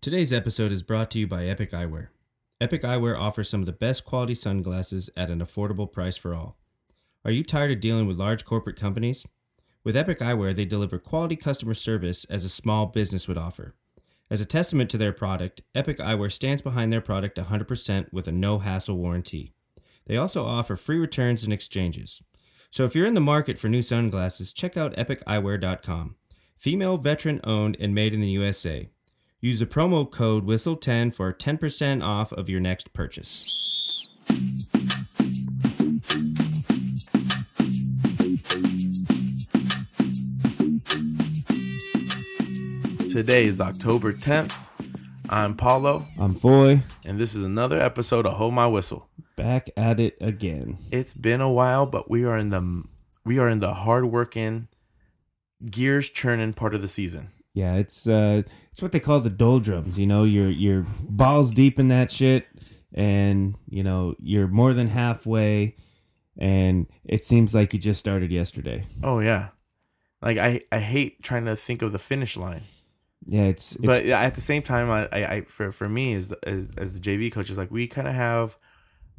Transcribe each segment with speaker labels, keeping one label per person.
Speaker 1: Today's episode is brought to you by Epic Eyewear. Epic Eyewear offers some of the best quality sunglasses at an affordable price for all. Are you tired of dealing with large corporate companies? With Epic Eyewear, they deliver quality customer service as a small business would offer. As a testament to their product, Epic Eyewear stands behind their product 100% with a no hassle warranty. They also offer free returns and exchanges. So if you're in the market for new sunglasses, check out epiceyewear.com. Female veteran owned and made in the USA. Use the promo code WHISTLE10 for 10% off of your next purchase.
Speaker 2: Today is October 10th. I'm Paulo,
Speaker 1: I'm Foy,
Speaker 2: and this is another episode of Hold My Whistle.
Speaker 1: back at it again.
Speaker 2: It's been a while, but we are in the we are in the hard working, gears churning part of the season.
Speaker 1: Yeah, it's uh it's what they call the doldrums, you know, you're you're balls deep in that shit and you know, you're more than halfway and it seems like you just started yesterday.
Speaker 2: Oh yeah, like I I hate trying to think of the finish line,
Speaker 1: Yeah, it's, it's
Speaker 2: but at the same time, I I, I for for me as, the, as as the JV coach is like we kind of have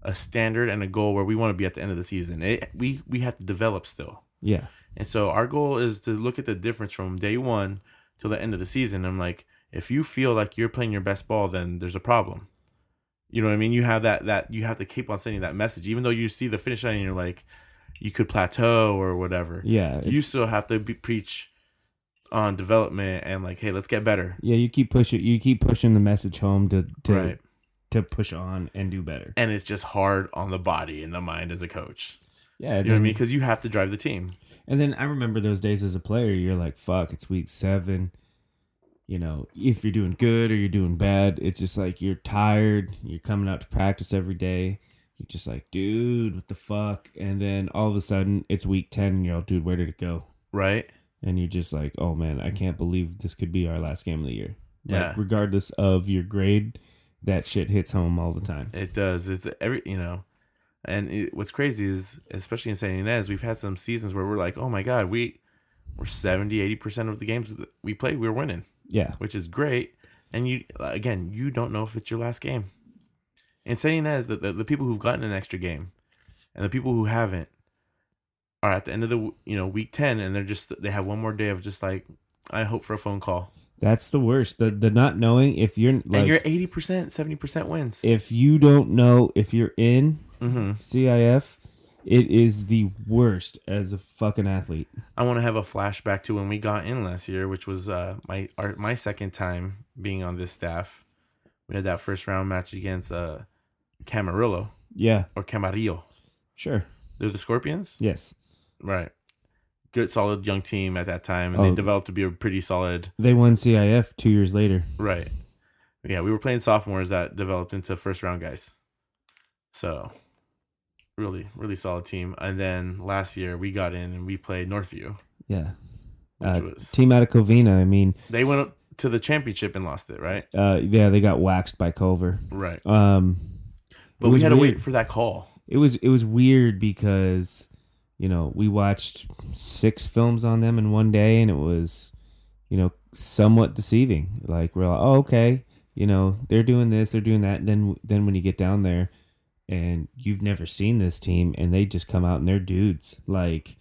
Speaker 2: a standard and a goal where we want to be at the end of the season. It, we we have to develop still.
Speaker 1: yeah.
Speaker 2: And so our goal is to look at the difference from day one till the end of the season. I'm like, if you feel like you're playing your best ball, then there's a problem. You know what I mean? You have that that you have to keep on sending that message, even though you see the finish line and you're like, you could plateau or whatever.
Speaker 1: Yeah.
Speaker 2: You still have to be, preach on development and like, hey, let's get better.
Speaker 1: yeah, you keep pushing you keep pushing the message home to to
Speaker 2: Right.
Speaker 1: to push on and do better.
Speaker 2: And it's just hard on the body and the mind as a coach.
Speaker 1: Yeah,
Speaker 2: You know what I mean? Because you have to drive the team.
Speaker 1: And then I remember those days as a player, you're like, fuck, it's week seven. You know, if you're doing good or you're doing bad, it's just like you're tired. You're coming out to practice every day. You're just like, dude, what the fuck? And then all of a sudden, it's week 10, and you're all, dude, where did it go?
Speaker 2: Right?
Speaker 1: And you're just like, oh man, I can't believe this could be our last game of the year. Like,
Speaker 2: Yeah.
Speaker 1: regardless of your grade, that shit hits home all the time.
Speaker 2: It does. It's every you know, and it, what's crazy is especially in San Ynez, we've had some seasons where we're like, oh my god, we we're 70 80 percent of the games that we play, we're winning,
Speaker 1: Yeah.
Speaker 2: which is great. And you again, you don't know if it's your last game. In San Ynez, the, the the people who've gotten an extra game, and the people who haven't, are at the end of the you know week 10, and they're just they have one more day of just like. I hope for a phone call.
Speaker 1: That's the worst. The, the not knowing if you're like,
Speaker 2: and you're 80%, 70% wins.
Speaker 1: if you don't know if you're in,
Speaker 2: mm-hmm.
Speaker 1: CIF, it is the worst as a fucking athlete.
Speaker 2: I want to have a flashback to when we got in last year, which was uh, my our, my second time being on this staff. We had that first round match against uh, Camarillo
Speaker 1: Yeah,
Speaker 2: or Camarillo.
Speaker 1: sure.
Speaker 2: They're the Scorpions,
Speaker 1: Yes.
Speaker 2: right? Good, solid young team at that time, and
Speaker 1: Oh.
Speaker 2: they developed to be a pretty solid,
Speaker 1: They won CIF two years later.
Speaker 2: right? Yeah, we were playing sophomores that developed into first round guys. So, really, really solid team. And then last year we got in and we played Northview,
Speaker 1: Yeah.
Speaker 2: which
Speaker 1: Uh,
Speaker 2: was
Speaker 1: team out of Covina, I mean,
Speaker 2: they went to the championship and lost it, right?
Speaker 1: uh, yeah, they got waxed by Culver.
Speaker 2: Right.
Speaker 1: Um,
Speaker 2: But
Speaker 1: It
Speaker 2: we
Speaker 1: was
Speaker 2: had to
Speaker 1: weird.
Speaker 2: wait for that call.
Speaker 1: it was it was weird because you know we watched six films on them in one day, and it was you know somewhat deceiving. Like we're like, oh okay, you know they're doing this, they're doing that. And then then when you get down there, and you've never seen this team, and they just come out and they're dudes. Like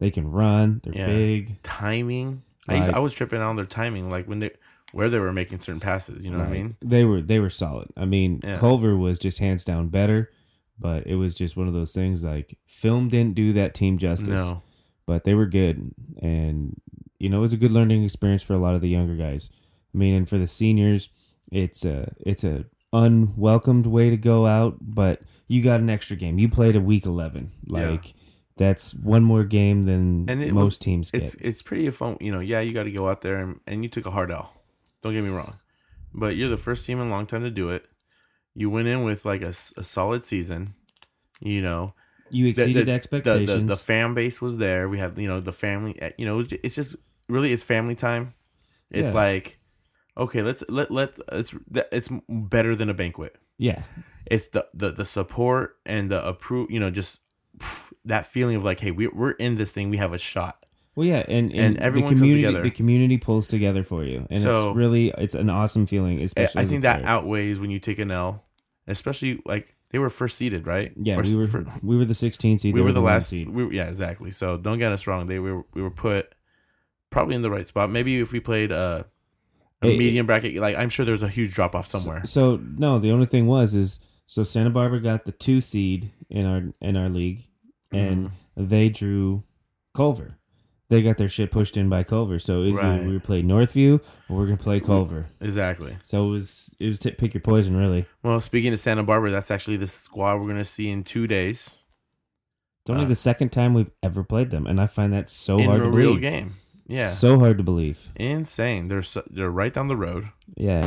Speaker 1: they can run, they're
Speaker 2: Yeah.
Speaker 1: big.
Speaker 2: Timing. I, used,
Speaker 1: Right.
Speaker 2: I was tripping on their timing, like when they where they were making certain passes. You know what I
Speaker 1: Like,
Speaker 2: mean?
Speaker 1: They were they were solid. I mean,
Speaker 2: Yeah.
Speaker 1: Culver was just hands down better, but it was just one of those things like film didn't do that team justice.
Speaker 2: No.
Speaker 1: but they were good and you know it was a good learning experience for a lot of the younger guys i mean and for the seniors it's a it's a unwelcomed way to go out but you got an extra game you played a week 11
Speaker 2: Yeah.
Speaker 1: like that's one more game than
Speaker 2: And it
Speaker 1: most
Speaker 2: was-
Speaker 1: teams get
Speaker 2: It's it's pretty fun. You know, yeah, you got to go out there and, and you took a hard L. Don't get me wrong, but you're the first team in a long time to do it. You went in with like a, s- a solid season. You know,
Speaker 1: you
Speaker 2: the-
Speaker 1: exceeded
Speaker 2: the-
Speaker 1: expectations
Speaker 2: The, the, the fan base was there. We had you know the family. eh, You know, it's ju- it's just really it's family time. It's
Speaker 1: Yeah.
Speaker 2: like, okay, let's let let it's it's better than a banquet.
Speaker 1: yeah
Speaker 2: It's the the the support and the approve. You know, just pff, that feeling of like, hey, we we're in this thing. We have a shot.
Speaker 1: Well, yeah, and,
Speaker 2: And
Speaker 1: and,
Speaker 2: everyone
Speaker 1: the
Speaker 2: comes
Speaker 1: community,
Speaker 2: together.
Speaker 1: The community pulls together for you, and
Speaker 2: So-
Speaker 1: it's really it's an awesome feeling.
Speaker 2: I
Speaker 1: Especially
Speaker 2: I
Speaker 1: as a
Speaker 2: think that
Speaker 1: player.
Speaker 2: outweighs when you take an L, especially like they were first seeded, right?
Speaker 1: Yeah,
Speaker 2: Or
Speaker 1: we were
Speaker 2: fir-
Speaker 1: we were the 16th seed.
Speaker 2: we
Speaker 1: they
Speaker 2: were the
Speaker 1: one
Speaker 2: last.
Speaker 1: seed.
Speaker 2: We were, yeah, exactly. So don't get us wrong. They we were, we were put probably in the right spot. Maybe if we played uh, a
Speaker 1: It-
Speaker 2: medium bracket, like I'm sure there's a huge drop off somewhere.
Speaker 1: So, so, no, the only thing was is so Santa Barbara got the two seed in our in our league, and
Speaker 2: Mm-hmm.
Speaker 1: they drew Culver. They got their shit pushed in by Culver. So is
Speaker 2: Right.
Speaker 1: we were play Northview or we're gonna play Culver.
Speaker 2: Exactly.
Speaker 1: So it was it was t- pick your poison really.
Speaker 2: Well, speaking of Santa Barbara, that's actually the squad we're gonna see in two days
Speaker 1: It's only
Speaker 2: Uh.
Speaker 1: the second time we've ever played them, and Oh, I find that so
Speaker 2: in
Speaker 1: hard
Speaker 2: a
Speaker 1: to
Speaker 2: real
Speaker 1: believe.
Speaker 2: game. Yeah,
Speaker 1: so hard to believe.
Speaker 2: insane. They're so, they're right down the road.
Speaker 1: Yeah,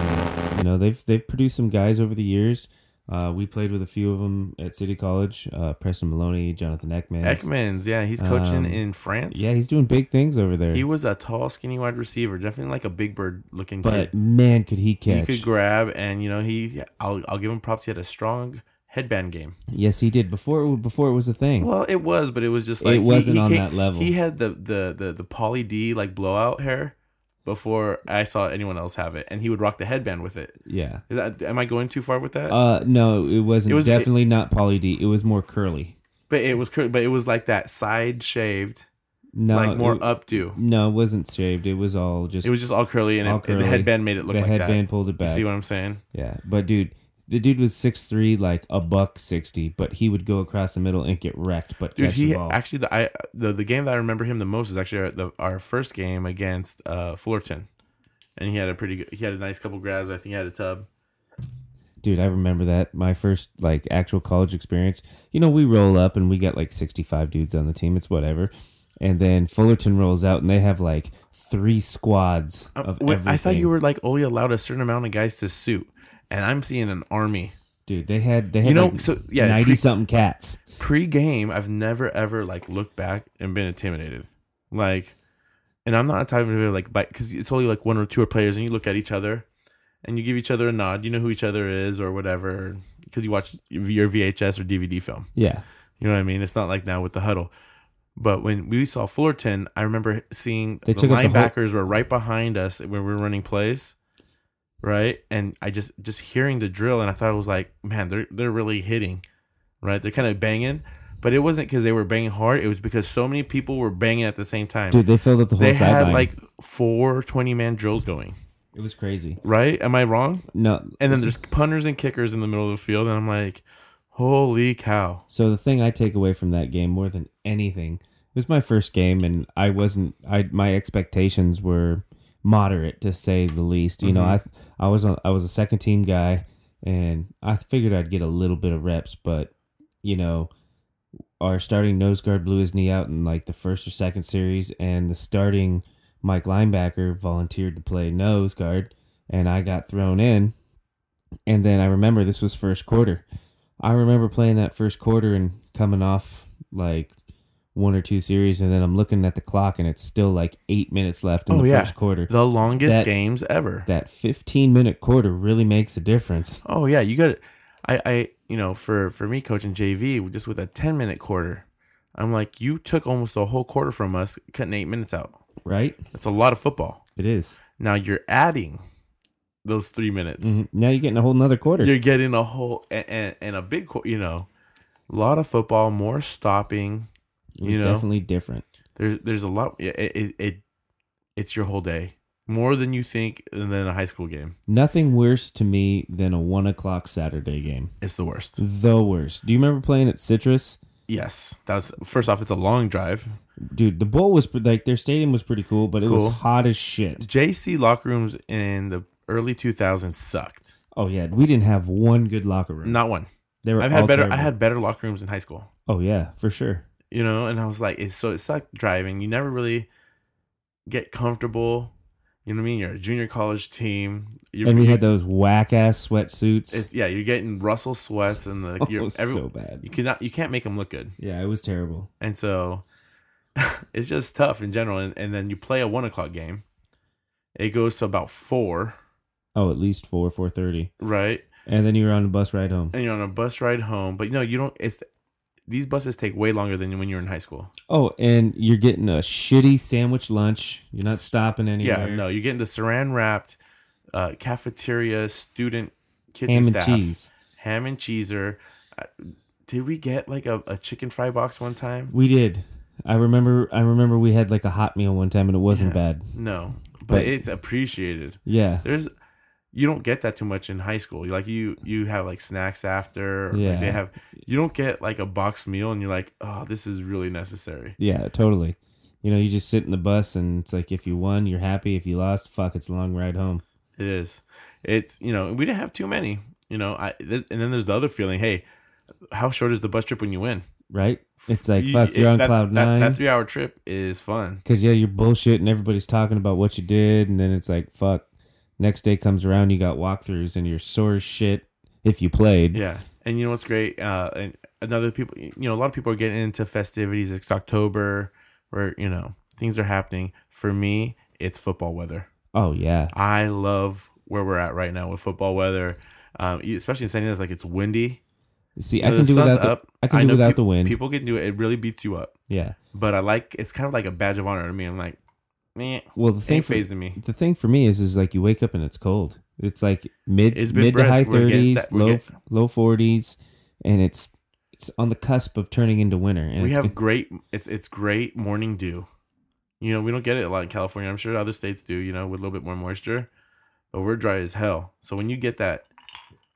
Speaker 1: and, you know they've they've produced some guys over the years. Uh, we played with a few of them at City College. Uh, Preston Maloney, Jonathan Ekman.
Speaker 2: Ekman's, yeah, he's coaching
Speaker 1: Um,
Speaker 2: in France.
Speaker 1: Yeah, he's doing big things over there.
Speaker 2: He was a tall, skinny wide receiver, definitely like a big bird looking
Speaker 1: but
Speaker 2: kid.
Speaker 1: man, could he catch?
Speaker 2: He could grab, and you know he. I'll I'll give him props. He had a strong headband game.
Speaker 1: yes, he did. Before it, before it was a thing.
Speaker 2: Well, it was, but it was just
Speaker 1: Mm. It
Speaker 2: like he-
Speaker 1: wasn't
Speaker 2: he
Speaker 1: on
Speaker 2: came-
Speaker 1: that level.
Speaker 2: He had the the the the poly D like blowout hair before I saw anyone else have it, and he would rock the headband with it.
Speaker 1: yeah.
Speaker 2: Is that, am I going too far with that?
Speaker 1: Uh, no, it wasn't.
Speaker 2: It was-
Speaker 1: definitely not poly D. It was more curly.
Speaker 2: but it was cur- but it was like that side shaved,
Speaker 1: No,
Speaker 2: like more
Speaker 1: it,
Speaker 2: updo.
Speaker 1: No, it wasn't shaved. It was all just
Speaker 2: It was just all curly, and,
Speaker 1: All
Speaker 2: it, and the
Speaker 1: curly.
Speaker 2: headband made it look
Speaker 1: the
Speaker 2: like
Speaker 1: headband pulled it
Speaker 2: that. You
Speaker 1: back.
Speaker 2: see what I'm saying?
Speaker 1: yeah, but dude. The dude was six three, like a buck sixty, but he would go across the middle and get wrecked, but
Speaker 2: Dude,
Speaker 1: catch
Speaker 2: he
Speaker 1: the ball.
Speaker 2: actually the I the, the game that I remember him the most is actually our, the, our first game against uh, Fullerton, and he had a pretty good, he had a nice couple grabs. I think he had a tub.
Speaker 1: Dude, I remember that. My first like actual college experience. You know, we roll up and we got like 65 dudes on the team. It's whatever. And then Fullerton rolls out and they have like three squads
Speaker 2: Uh,
Speaker 1: of
Speaker 2: wait,
Speaker 1: everything.
Speaker 2: I thought you were like only allowed a certain amount of guys to suit, and I'm seeing an army.
Speaker 1: Dude, they had they had
Speaker 2: You know,
Speaker 1: like
Speaker 2: so yeah,
Speaker 1: 90
Speaker 2: pre-
Speaker 1: something cats.
Speaker 2: pre-game i've never ever like looked back and been intimidated like and i'm not a type of people, like because it's only like one or two players and you look at each other and you give each other a nod you know who each other is or whatever because you watch your vhs or dvd film
Speaker 1: Yeah.
Speaker 2: you know what i mean it's not like now with the huddle but when we saw fullerton i remember seeing
Speaker 1: They
Speaker 2: the
Speaker 1: took up the whole-
Speaker 2: linebackers were right behind us when we were running plays right and i just just hearing the drill and i thought it was like man they're they're really hitting right they're kind of banging but it wasn't because they were banging hard it was because so many people were banging at the same time
Speaker 1: Dude, they filled up the whole
Speaker 2: they had
Speaker 1: sideline.
Speaker 2: like four 20 man drills going
Speaker 1: it was crazy.
Speaker 2: right am i wrong
Speaker 1: No.
Speaker 2: and then there's punters and kickers in the middle of the field and i'm like holy cow
Speaker 1: So the thing I take away from that game more than anything it was my first game, and I wasn't. I my expectations were moderate to say the least. You know, I I was a, I was a second team guy, and I figured I'd get a little bit of reps, but you know, our starting nose guard blew his knee out in like the first or second series, and the starting Mike linebacker volunteered to play nose guard, and I got thrown in. And then I remember this was first quarter. I remember playing that first quarter and coming off like one or two series, and then I'm looking at the clock and it's still like eight minutes left in
Speaker 2: Oh,
Speaker 1: the
Speaker 2: yeah.
Speaker 1: first quarter.
Speaker 2: the longest
Speaker 1: That-
Speaker 2: games ever
Speaker 1: That 15 minute quarter really makes a difference.
Speaker 2: Oh yeah, you got it. I, I you know for for me coaching JV just with a ten minute quarter, I'm like you took almost a whole quarter from us, cutting eight minutes out.
Speaker 1: Right?
Speaker 2: That's a lot of football.
Speaker 1: It is.
Speaker 2: Now you're adding those three minutes.
Speaker 1: Mhm. Now you're getting a whole nother quarter.
Speaker 2: You're getting a whole and, and, and a big qu- you know, a lot of football, more stopping.
Speaker 1: it was
Speaker 2: you know.
Speaker 1: definitely different.
Speaker 2: There's there's a lot. yeah, It, it, it it's your whole day more than you think, and then a high school game.
Speaker 1: Nothing worse to me than a one o'clock Saturday game.
Speaker 2: It's the worst.
Speaker 1: The worst. Do you remember playing at Citrus?
Speaker 2: Yes, that's first off. It's a long drive.
Speaker 1: Dude, the bowl was pre- like their stadium was pretty cool, but it
Speaker 2: Cool.
Speaker 1: was hot as shit.
Speaker 2: JC locker rooms in the early 2000s sucked.
Speaker 1: Oh yeah, we didn't have one good locker room.
Speaker 2: Not one.
Speaker 1: they were
Speaker 2: I've had
Speaker 1: all
Speaker 2: better. I
Speaker 1: terrible.
Speaker 2: had better locker rooms in high school.
Speaker 1: Oh yeah, for sure.
Speaker 2: You know, and I was like, it's so it sucked driving. You never really get comfortable. You know what I mean? You're a junior college team. You're,
Speaker 1: and we had those whack ass sweatsuits.
Speaker 2: it's, yeah, you're getting Russell sweats and the,
Speaker 1: oh,
Speaker 2: you're every,
Speaker 1: so bad.
Speaker 2: you cannot you can't make them look good.
Speaker 1: Yeah, it was terrible.
Speaker 2: And so it's just tough in general. And, and then you play a one o'clock game. It goes to about four,
Speaker 1: Oh, at least four, four thirty,
Speaker 2: right?
Speaker 1: and then you were on the bus ride home.
Speaker 2: and you're on a bus ride home. But no, you don't. It's these buses take way longer than when you're in high school.
Speaker 1: Oh, and you're getting a shitty sandwich lunch. You're not stopping anywhere.
Speaker 2: Yeah, no, you're getting the saran wrapped uh, cafeteria student kitchen
Speaker 1: Ham and
Speaker 2: staff
Speaker 1: cheese.
Speaker 2: ham and cheeser. Uh, Did we get like a, a chicken fry box one time?
Speaker 1: We did. I remember. I remember we had like a hot meal one time, and it wasn't
Speaker 2: Yeah.
Speaker 1: bad.
Speaker 2: No, but,
Speaker 1: But-
Speaker 2: it's appreciated.
Speaker 1: Yeah.
Speaker 2: There's you don't get that too much in high school. Like you you have like snacks after. Or Like
Speaker 1: Yeah.
Speaker 2: they have you don't get like a box meal and you're like, oh, this is really necessary.
Speaker 1: Yeah, totally. You know, you just sit in the bus and it's like if you won, you're happy. If you lost, fuck, it's a long ride home.
Speaker 2: It is. It's you know we didn't have too many. You know I th- and then there's the other feeling. Hey, how short is the bus trip when you win?
Speaker 1: Right? It's like
Speaker 2: You-
Speaker 1: fuck,
Speaker 2: it-
Speaker 1: you're on
Speaker 2: that's-
Speaker 1: cloud
Speaker 2: that-
Speaker 1: nine.
Speaker 2: that three hour trip is fun.
Speaker 1: Cause yeah, you're bullshit and everybody's talking about what you did, and then it's like fuck. Next day comes around, you got walkthroughs and you're sore as shit if you played.
Speaker 2: Yeah, and you know what's great? Uh, and another people, you know, a lot of people are getting into festivities. It's October, where you know things are happening. For me, it's football weather.
Speaker 1: Oh yeah.
Speaker 2: I love where we're at right now with football weather, um, especially in San Diego. it's Like it's windy.
Speaker 1: See,
Speaker 2: You
Speaker 1: I
Speaker 2: know,
Speaker 1: can do
Speaker 2: sun's
Speaker 1: without the, I can do
Speaker 2: know
Speaker 1: without
Speaker 2: peop-
Speaker 1: the wind.
Speaker 2: People can do it. It really beats you up.
Speaker 1: yeah.
Speaker 2: But I like it's kind of like a badge of honor to me. I'm like, meh,
Speaker 1: Well, the thing
Speaker 2: ain't
Speaker 1: for,
Speaker 2: phasing me.
Speaker 1: the thing for me is is like you wake up and it's cold. It's like mid
Speaker 2: It's been
Speaker 1: mid to
Speaker 2: brisk.
Speaker 1: high
Speaker 2: We're getting
Speaker 1: thirties,
Speaker 2: that- we're
Speaker 1: low
Speaker 2: getting-
Speaker 1: low forties, and it's it's on the cusp of turning into winter. And
Speaker 2: We
Speaker 1: it's
Speaker 2: have
Speaker 1: gonna-
Speaker 2: great. It's it's great morning dew. You know we don't get it a lot in California. I'm sure other states do. You know with a little bit more moisture, but we're dry as hell. So when you get that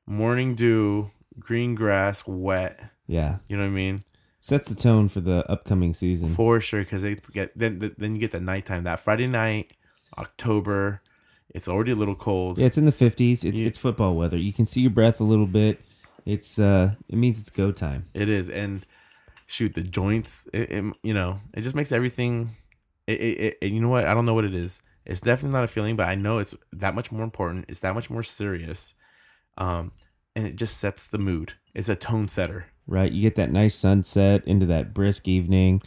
Speaker 2: morning dew, green grass, wet.
Speaker 1: yeah
Speaker 2: You know what I mean?
Speaker 1: sets the tone for the upcoming season.
Speaker 2: For sure, because they get then then you get the nighttime that Friday night, October. It's already a little cold.
Speaker 1: yeah, it's in the fifties. It's
Speaker 2: You-
Speaker 1: it's football weather. You can see your breath a little bit. It's uh, it means it's go time.
Speaker 2: It is, and shoot the joints. It, it- you know it just makes everything. It, it, it, and you know what? I don't know what it is. It's definitely not a feeling, but I know it's that much more important. It's that much more serious, um, and it just sets the mood. It's a tone setter.
Speaker 1: Right, you get that nice sunset into that brisk evening,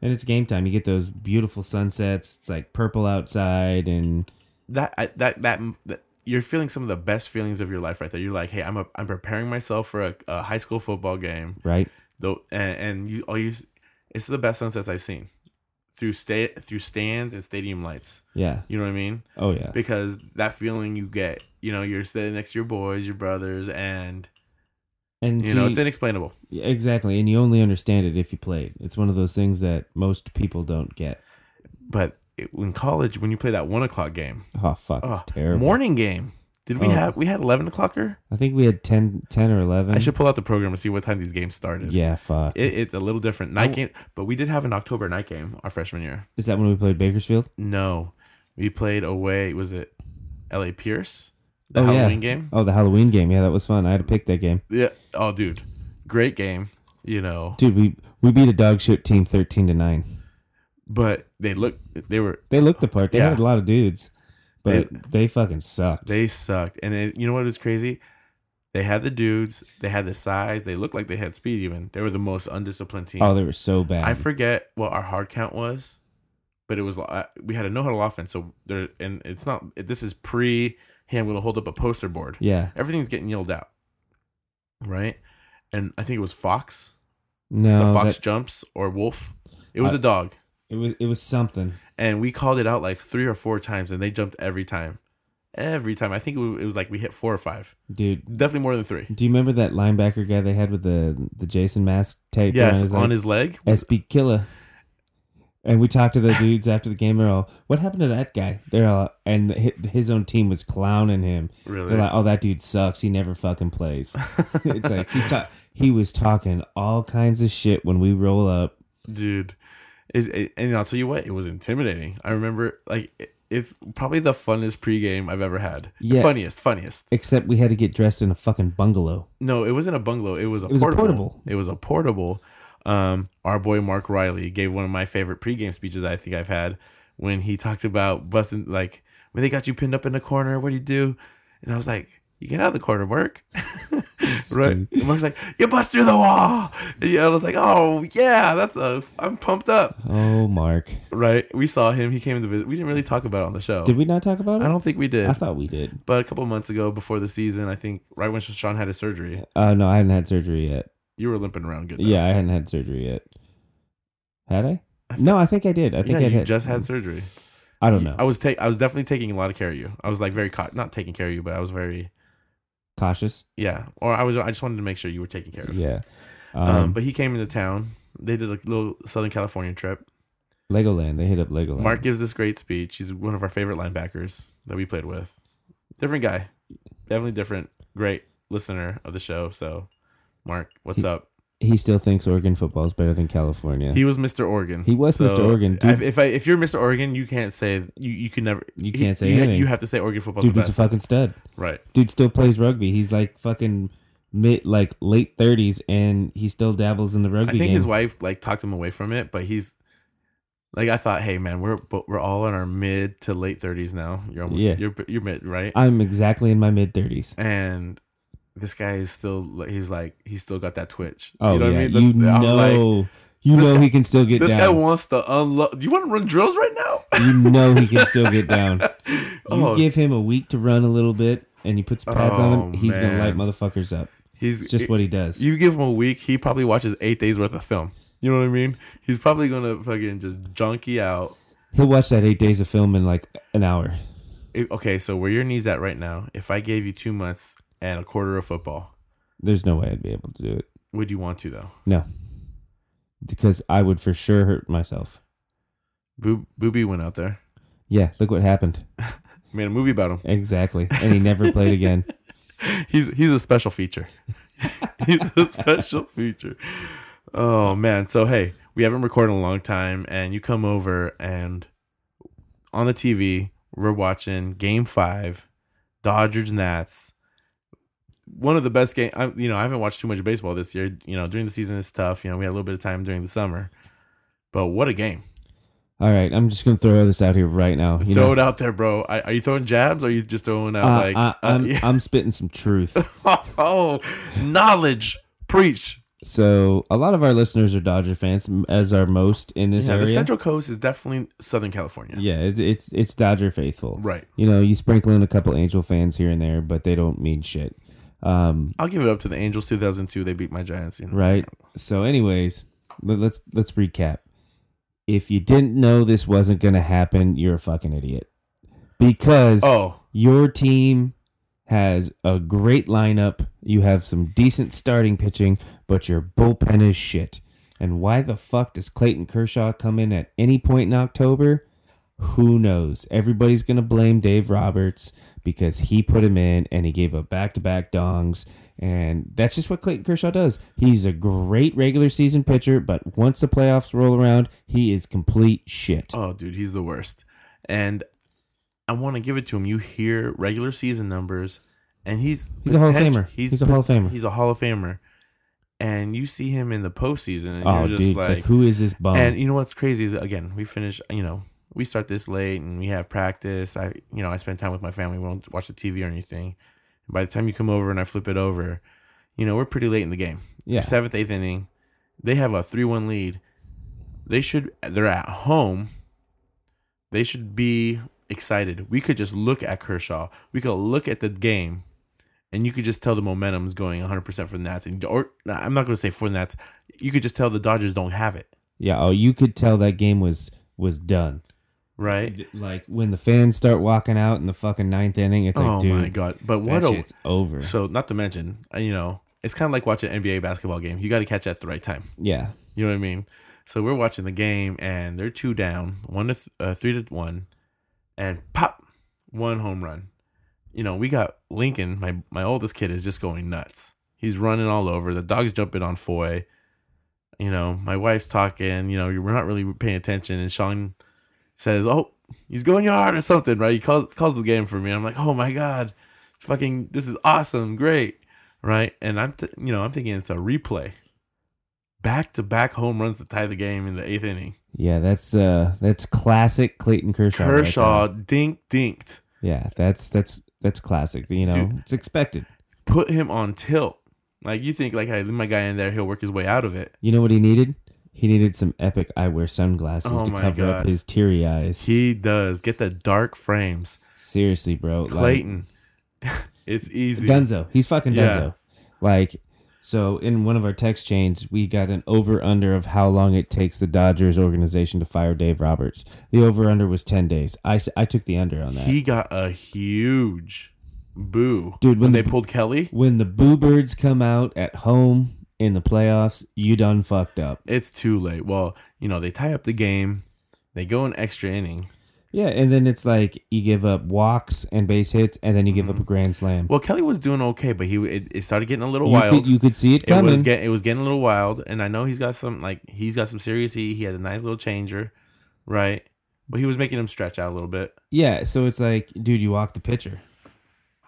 Speaker 1: and it's game time. You get those beautiful sunsets. It's like purple outside, and
Speaker 2: That I, that, that that you're feeling some of the best feelings of your life right there. You're like, hey, I'm a, I'm preparing myself for a, a high school football game.
Speaker 1: right.
Speaker 2: though and, and you all you it's the best sunsets i've seen through sta through stands and stadium lights
Speaker 1: Yeah.
Speaker 2: you know what i mean
Speaker 1: Oh yeah.
Speaker 2: because that feeling you get you know you're sitting next to your boys your brothers and
Speaker 1: And
Speaker 2: you know
Speaker 1: see-
Speaker 2: it's inexplainable
Speaker 1: Yeah, Exactly, and you only understand it if you played. It's one of those things that most people don't get.
Speaker 2: but it, in college when you play that one o'clock game
Speaker 1: Oh fuck,
Speaker 2: oh,
Speaker 1: it's terrible.
Speaker 2: morning game did we
Speaker 1: Oh.
Speaker 2: have we had 11 o'clocker
Speaker 1: I think we had 10, 10 or eleven.
Speaker 2: i should pull out the program and see what time these games started
Speaker 1: Mm. Yeah, Oh. fuck. Is
Speaker 2: it, it's a little different night
Speaker 1: I-
Speaker 2: game but we did have an october night game our freshman year
Speaker 1: that when we played Bakersfield?
Speaker 2: no we played away was it la pierce the
Speaker 1: Oh, yeah.
Speaker 2: halloween game
Speaker 1: Oh, the Halloween game. Yeah, that was fun. I had to pick that game,
Speaker 2: Yeah. Oh, dude, great game. You know,
Speaker 1: dude. We we beat a dog shit team thirteen to nine.
Speaker 2: but they look they were
Speaker 1: They looked the part. They
Speaker 2: Yeah.
Speaker 1: had a lot of dudes, but
Speaker 2: They-
Speaker 1: they, fucking sucked.
Speaker 2: they sucked. And then you know what was crazy? They had the dudes. They had the size. They looked like they had speed. Even they were the most undisciplined team.
Speaker 1: oh, they were so bad.
Speaker 2: I forget what our hard count was, but it was uh, we had a no huddle offense. So there, and it's not. This is pre. Hey, I'm gonna hold up a poster board.
Speaker 1: yeah.
Speaker 2: Everything's getting yelled out, right? And I think it was Fox. the
Speaker 1: No.
Speaker 2: Fox
Speaker 1: that-
Speaker 2: jumps or Wolf. It was
Speaker 1: I-
Speaker 2: a dog.
Speaker 1: it was it was something.
Speaker 2: and we called it out like three or four times, and they jumped every time. Every time, I think it was, it was like we hit four or five,
Speaker 1: Dude,
Speaker 2: definitely more than three.
Speaker 1: do you remember that linebacker guy they had with the the Jason mask tape? around
Speaker 2: Yes,
Speaker 1: leg?
Speaker 2: on his leg.
Speaker 1: SB Killer. And we talked to the dudes after the game. They're all, "What happened to that guy?" They're all, and hi- his own team was clowning him.
Speaker 2: Really?
Speaker 1: They're like, "Oh, that dude sucks. He never fucking plays." it's like he's ta- he was talking all kinds of shit when we roll up.
Speaker 2: dude. Is and I'll tell you what, it was intimidating. I remember like it- it's probably the funnest pregame I've ever had.
Speaker 1: Yeah.
Speaker 2: Funniest, funniest.
Speaker 1: Except we had to get dressed in a fucking bungalow.
Speaker 2: No, it wasn't a bungalow. It was a,
Speaker 1: was a
Speaker 2: portable.
Speaker 1: portable.
Speaker 2: It was a portable. Um, our boy Mark Riley gave one of my favorite pregame speeches I think I've had when he talked about busting like when they got you pinned up in the corner. What do you do? And I was like, you get out of the corner, Mark. right?
Speaker 1: Dude.
Speaker 2: And Mark's like, you bust through the wall. And yeah, I was like, oh yeah, that's a. I'm pumped up.
Speaker 1: Oh, Mark,
Speaker 2: Right? We saw him. He came to visit. We didn't really talk about it on the show.
Speaker 1: did we not talk about it?
Speaker 2: I don't think we did.
Speaker 1: I thought we did.
Speaker 2: but a couple months ago, before the season, I think right when Sean had his surgery,
Speaker 1: Uh, no, I hadn't had surgery yet.
Speaker 2: You were limping around good. though.
Speaker 1: Yeah, I hadn't had surgery yet. Had I?
Speaker 2: I
Speaker 1: no, I think I did. I think
Speaker 2: yeah,
Speaker 1: I
Speaker 2: you
Speaker 1: had,
Speaker 2: just had surgery.
Speaker 1: I don't know.
Speaker 2: I was ta- I was definitely taking a lot of care of you. I was like very caught, not taking care of you, but I was very
Speaker 1: Cautious.
Speaker 2: yeah. Or I was I just wanted to make sure you were taken care of.
Speaker 1: Yeah. Um,
Speaker 2: Um, but he came into town. They did a little Southern California trip.
Speaker 1: Legoland. They hit up Legoland.
Speaker 2: Mark gives this great speech. He's one of our favorite linebackers that we played with. Different guy, definitely different. Great listener of the show. So, Mark, what's
Speaker 1: He-
Speaker 2: up?
Speaker 1: He still thinks Oregon football is better than California.
Speaker 2: He was Mr. Oregon.
Speaker 1: He was Mr. Oregon, dude.
Speaker 2: I- if I, if you're Mr. Oregon, you can't say you, you can never
Speaker 1: you can't say
Speaker 2: you,
Speaker 1: anything.
Speaker 2: You have to say Oregon football's
Speaker 1: Dude,
Speaker 2: the
Speaker 1: he's a
Speaker 2: best.
Speaker 1: fucking stud.
Speaker 2: right.
Speaker 1: Dude still plays rugby. He's like fucking mid, like late thirties, and he still dabbles in the
Speaker 2: I
Speaker 1: rugby
Speaker 2: think
Speaker 1: game.
Speaker 2: his wife like talked him away from it, but he's like I thought. Hey man, we're but we're all in our mid to late thirties now. You're almost
Speaker 1: Yeah.
Speaker 2: you're you're mid right,
Speaker 1: I'm exactly in my mid thirties.
Speaker 2: and this guy is still like- he's like he's still got that twitch.
Speaker 1: Oh yeah,
Speaker 2: This-
Speaker 1: you
Speaker 2: I was like,
Speaker 1: know, you
Speaker 2: this
Speaker 1: know
Speaker 2: guy-
Speaker 1: he can still get
Speaker 2: this
Speaker 1: down.
Speaker 2: guy wants to unload. You want to run drills right now?
Speaker 1: you know he can still get down. You
Speaker 2: oh,
Speaker 1: give him a week to run a little bit, and you put some pads
Speaker 2: Oh,
Speaker 1: on him. He's gonna light
Speaker 2: man.
Speaker 1: motherfuckers up.
Speaker 2: he's
Speaker 1: It's just what he does.
Speaker 2: you give him a week. He probably watches eight days worth of film. You know what I mean? He's probably gonna fucking just junkie out.
Speaker 1: He'll watch that eight days of film in like an hour.
Speaker 2: If- okay, so where your knees at right now? If I gave you two months and a quarter of football,
Speaker 1: There's no way I'd be able to do it.
Speaker 2: would you want to though?
Speaker 1: No, because I would for sure hurt myself.
Speaker 2: Boo- Booby went out there,
Speaker 1: Yeah, look what happened.
Speaker 2: made a movie about him.
Speaker 1: Exactly, and he never played again.
Speaker 2: He's he's a special feature. he's a special feature. Oh man! So hey, we haven't recorded in a long time, and you come over and on the TV we're watching Game Five, Dodgers Nats. One of the best game. I, you know, I haven't watched too much baseball this year. You know, during the season is tough. You know, we had a little bit of time during the summer, but what a game!
Speaker 1: All right, I'm just gonna throw this out here right now. You
Speaker 2: Throw
Speaker 1: know,
Speaker 2: it out there, bro. I, are you throwing jabs? Or are you just throwing out
Speaker 1: Uh,
Speaker 2: like?
Speaker 1: I,
Speaker 2: uh,
Speaker 1: I'm
Speaker 2: yeah.
Speaker 1: I'm spitting some truth.
Speaker 2: oh, knowledge preach.
Speaker 1: So a lot of our listeners are Dodger fans, m- as are most in this
Speaker 2: Yeah,
Speaker 1: area.
Speaker 2: the Central Coast is definitely Southern California.
Speaker 1: yeah, it, it's it's Dodger faithful.
Speaker 2: Right.
Speaker 1: You know, you sprinkle in a couple Angel fans here and there, but they don't mean shit. Um,
Speaker 2: I'll give it up to the Angels 2002. They beat my Giants. You know.
Speaker 1: right. So, anyways, let, let's let's recap. If you didn't know this wasn't gonna happen, you're a fucking idiot. Because
Speaker 2: Oh,
Speaker 1: your team has a great lineup. You have some decent starting pitching, but your bullpen is shit. And why the fuck does Clayton Kershaw come in at any point in October? Who knows? Everybody's going to blame Dave Roberts because he put him in and he gave up back to back dongs. And that's just what Clayton Kershaw does. He's a great regular season pitcher, but once the playoffs roll around, he is complete shit.
Speaker 2: oh, dude, he's the worst. And I want to give it to him. You hear regular season numbers, and he's
Speaker 1: He's a Hall of
Speaker 2: potent-
Speaker 1: Famer. He's a Hall of Famer.
Speaker 2: He's a Hall of Famer. And you see him in the postseason, and
Speaker 1: Oh,
Speaker 2: you're just
Speaker 1: dude. it's like,
Speaker 2: like,
Speaker 1: who is this bum?
Speaker 2: And you know what's crazy is again, we finish, you know, we start this late and we have practice. I, you know, I spend time with my family. We don't watch the TV or anything. By the time you come over and I flip it over, you know, we're pretty late in the game.
Speaker 1: yeah.
Speaker 2: Seventh, eighth inning, they have a three-one lead. They should. They're at home. They should be excited. We could just look at Kershaw. We could look at the game, and you could just tell the momentum is going 100 percent for the Nats. And or I'm not going to say for the Nats. You could just tell the Dodgers don't have it.
Speaker 1: Yeah. Oh, you could tell that game was was done.
Speaker 2: Right.
Speaker 1: Like when the fans start walking out in the fucking ninth inning, it's like,
Speaker 2: oh
Speaker 1: dude,
Speaker 2: my god! But
Speaker 1: that
Speaker 2: what a
Speaker 1: shit's over.
Speaker 2: so not to mention, uh, you know, it's kind of like watching an NBA basketball game. You got to catch it at the right time.
Speaker 1: yeah.
Speaker 2: You know what I mean? So we're watching the game, and they're two down, one to th- uh, three to one, and pop, one home run. You know, we got Lincoln. My my oldest kid is just going nuts. He's running all over. The dog's jumping on Foy. You know, my wife's talking. You know, we're not really paying attention. And Sean says, "Oh, he's going yard or something." Right? He calls calls the game for me. I'm like, "Oh my god, it's fucking this is awesome, great!" Right? And I'm th- you know I'm thinking it's a replay back to back home runs to tie the game in the eighth inning.
Speaker 1: Yeah, that's uh that's classic Clayton Kershaw. right
Speaker 2: Kershaw
Speaker 1: there.
Speaker 2: dink dinked,
Speaker 1: yeah, that's that's that's classic. You know,
Speaker 2: Dude.
Speaker 1: it's expected.
Speaker 2: put him on tilt. Like you think, like hey, leave my guy in there, he'll work his way out of it.
Speaker 1: You know what he needed? He needed some epic eyewear sunglasses
Speaker 2: Oh
Speaker 1: to
Speaker 2: my
Speaker 1: cover up
Speaker 2: God.
Speaker 1: his teary eyes.
Speaker 2: He does get the dark frames.
Speaker 1: Seriously, bro. like-
Speaker 2: Clayton, it's easy.
Speaker 1: Dunzo. He's fucking
Speaker 2: Yeah.
Speaker 1: Dunzo. Like So in one of our text chains, we got an over under of how long it takes the Dodgers organization to fire Dave Roberts. The over under was ten days. I, s- I took the under on that.
Speaker 2: He got a huge boo,
Speaker 1: Dude, when
Speaker 2: When
Speaker 1: the-
Speaker 2: they pulled Kelly,
Speaker 1: when the Boo Birds come out at home in the playoffs, you done fucked up.
Speaker 2: it's too late. Well, you know they tie up the game, they go an extra inning.
Speaker 1: Yeah, and then it's like you give up walks and base hits, and then you give up a grand slam.
Speaker 2: Mm-hmm. Well, Kelly was doing okay, but he it, it started getting a little
Speaker 1: you
Speaker 2: wild.
Speaker 1: could you could see it
Speaker 2: it
Speaker 1: coming.
Speaker 2: was get, it was getting a little wild, and I know he's got some like he's got some serious heat. He had a nice little changer, right? But he was making him stretch out a little bit.
Speaker 1: yeah, so it's like, dude, you walk the pitcher,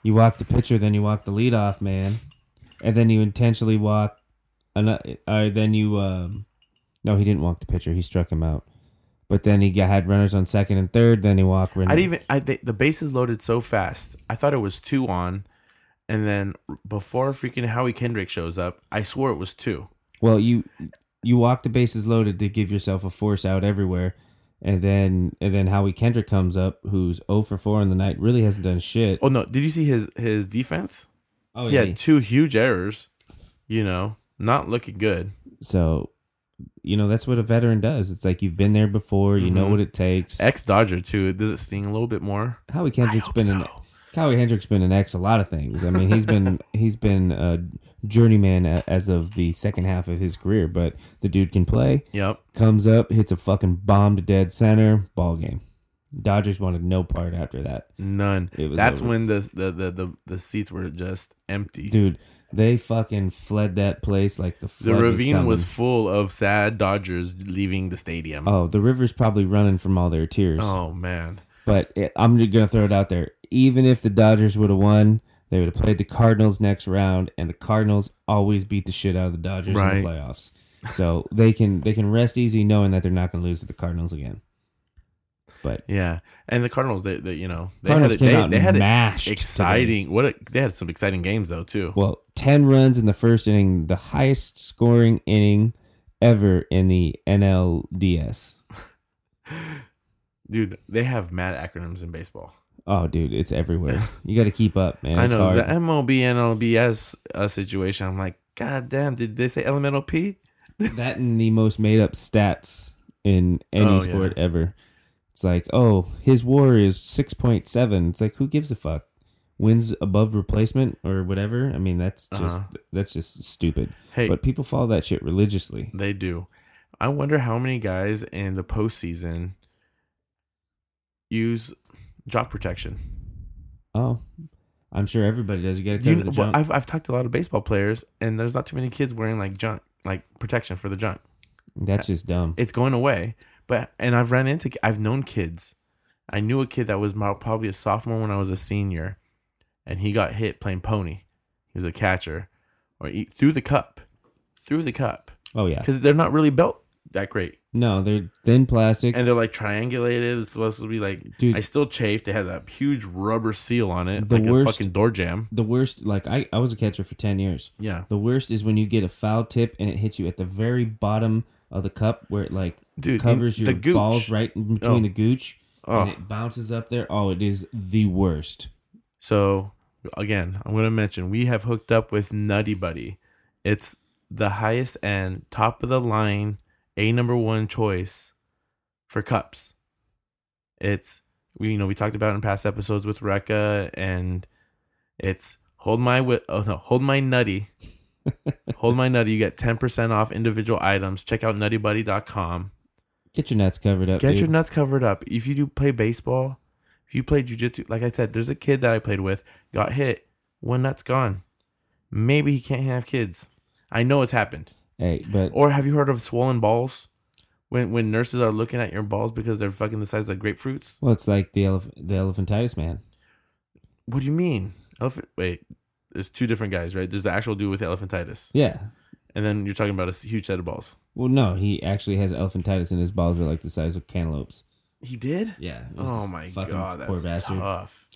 Speaker 1: you walk the pitcher, then you walk the leadoff man, and then you intentionally walk, another, uh, then you um, no, he didn't walk the pitcher, he struck him out. But then he got, had runners on second and third. Then he walked.
Speaker 2: I didn't even I th- the bases loaded so fast. I thought it was two on, and then before freaking Howie Kendrick shows up, I swore it was two.
Speaker 1: Well, you you walk the bases loaded to give yourself a force out everywhere, and then and then Howie Kendrick comes up, who's 0 for four on the night, really hasn't done shit.
Speaker 2: Oh no! Did you see his his defense?
Speaker 1: Oh
Speaker 2: He had two huge errors. You know, not looking good.
Speaker 1: So, you know that's what a veteran does. It's like you've been there before, you know
Speaker 2: Mhm.
Speaker 1: what it takes.
Speaker 2: Ex Dodger too. Does it sting a little bit more?
Speaker 1: Howie Kendrick's
Speaker 2: hope
Speaker 1: been an
Speaker 2: so.
Speaker 1: Howie Hendrick's been an ex a lot of things. I mean, he's been he's been a journeyman a- as of the second half of his career, but the dude can play.
Speaker 2: Yep.
Speaker 1: Comes up, hits a fucking bomb to dead center, ball game. Dodgers wanted no part after that.
Speaker 2: None.
Speaker 1: It was
Speaker 2: That's
Speaker 1: over.
Speaker 2: when the the, the the the seats were just empty.
Speaker 1: dude they fucking fled that place like the
Speaker 2: the
Speaker 1: flood
Speaker 2: ravine was,
Speaker 1: coming.
Speaker 2: full of sad Dodgers leaving the stadium.
Speaker 1: oh the river's probably running from all their tears
Speaker 2: oh man.
Speaker 1: but it, i'm just gonna throw it out there even if the dodgers would have won they would have played the cardinals next round and the cardinals always beat the shit out of the dodgers in
Speaker 2: Right.
Speaker 1: the playoffs so they can they can rest easy knowing that they're not gonna lose to the cardinals again but
Speaker 2: Yeah, and the Cardinals, they, they you know they
Speaker 1: cardinals
Speaker 2: had
Speaker 1: came
Speaker 2: it, they,
Speaker 1: out
Speaker 2: they had it
Speaker 1: mashed today.
Speaker 2: exciting. What a, they had some exciting games though too.
Speaker 1: Well, 10 runs in the first inning, the highest scoring inning ever in the NLDS.
Speaker 2: Dude, they have mad acronyms in baseball.
Speaker 1: Oh, dude, it's everywhere. You got to keep up, man.
Speaker 2: I
Speaker 1: It's
Speaker 2: know
Speaker 1: hard.
Speaker 2: the MLB NLBS uh, situation. I'm like, God damn, did they say elemental P?
Speaker 1: That and the most made up stats in any
Speaker 2: Oh, yeah.
Speaker 1: sport ever. It's like, oh, his war is 6.7. It's like, who gives a fuck? Wins above replacement or whatever. I mean, that's just that's just stupid.
Speaker 2: Uh-huh. Hey,
Speaker 1: But people follow that shit religiously.
Speaker 2: They do. I wonder how many guys in the postseason use jock protection.
Speaker 1: Oh, I'm sure everybody does. You got to cover
Speaker 2: You,
Speaker 1: the
Speaker 2: well,
Speaker 1: jump.
Speaker 2: I've I've talked to a lot of baseball players, and there's not too many kids wearing like junk, like protection for the junk.
Speaker 1: That's just dumb.
Speaker 2: It's going away. But and I've ran into I've known kids. I knew a kid that was my, probably a sophomore when I was a senior, and he got hit playing pony. He was a catcher, or he, through the cup, through the cup,
Speaker 1: Oh yeah.
Speaker 2: because they're not really built that great.
Speaker 1: No, they're thin plastic.
Speaker 2: and they're like triangulated. It's supposed to be like
Speaker 1: Dude.
Speaker 2: I still chafed. They had that huge rubber seal on it, It's
Speaker 1: The
Speaker 2: like
Speaker 1: worst-
Speaker 2: a fucking door jam.
Speaker 1: the worst, like I, I was a catcher for ten years.
Speaker 2: Yeah,
Speaker 1: The worst is when you get a foul tip and it hits you at the very bottom of the cup where it like
Speaker 2: Dude,
Speaker 1: covers
Speaker 2: in-
Speaker 1: your
Speaker 2: the gooch.
Speaker 1: balls right in between
Speaker 2: Oh.
Speaker 1: the gooch
Speaker 2: Oh.
Speaker 1: and it bounces up there. Oh, it is the worst.
Speaker 2: So again, I'm gonna mention we have hooked up with Nutty Buddy. It's the highest end, top of the line, a number one choice for cups. It's we you know we talked about it in past episodes with Rekka, and it's hold my wi- oh no hold my nutty. Hold my nutty. You get 10% off individual items. Check out nuttybuddy.com.
Speaker 1: Get your nuts covered up.
Speaker 2: Get
Speaker 1: dude.
Speaker 2: your nuts covered up. If you do play baseball, if you play jujitsu, like I said, there's a kid that I played with got hit. One nut's gone. Maybe he can't have kids. I know it's happened.
Speaker 1: hey, but
Speaker 2: Or have you heard of swollen balls? When when nurses are looking at your balls because they're fucking the size of grapefruits.
Speaker 1: well, it's like the elef- the elephantitis man.
Speaker 2: What do you mean? Elephant. Wait, there's two different guys, right? There's the actual dude with elephantitis,
Speaker 1: Yeah.
Speaker 2: and then you're talking about a s- huge set of balls.
Speaker 1: Well, no, he actually has elephantitis and his balls are like the size of cantaloupes.
Speaker 2: He did.
Speaker 1: Yeah. it was
Speaker 2: Oh
Speaker 1: this
Speaker 2: my
Speaker 1: fucking
Speaker 2: god, that's tough.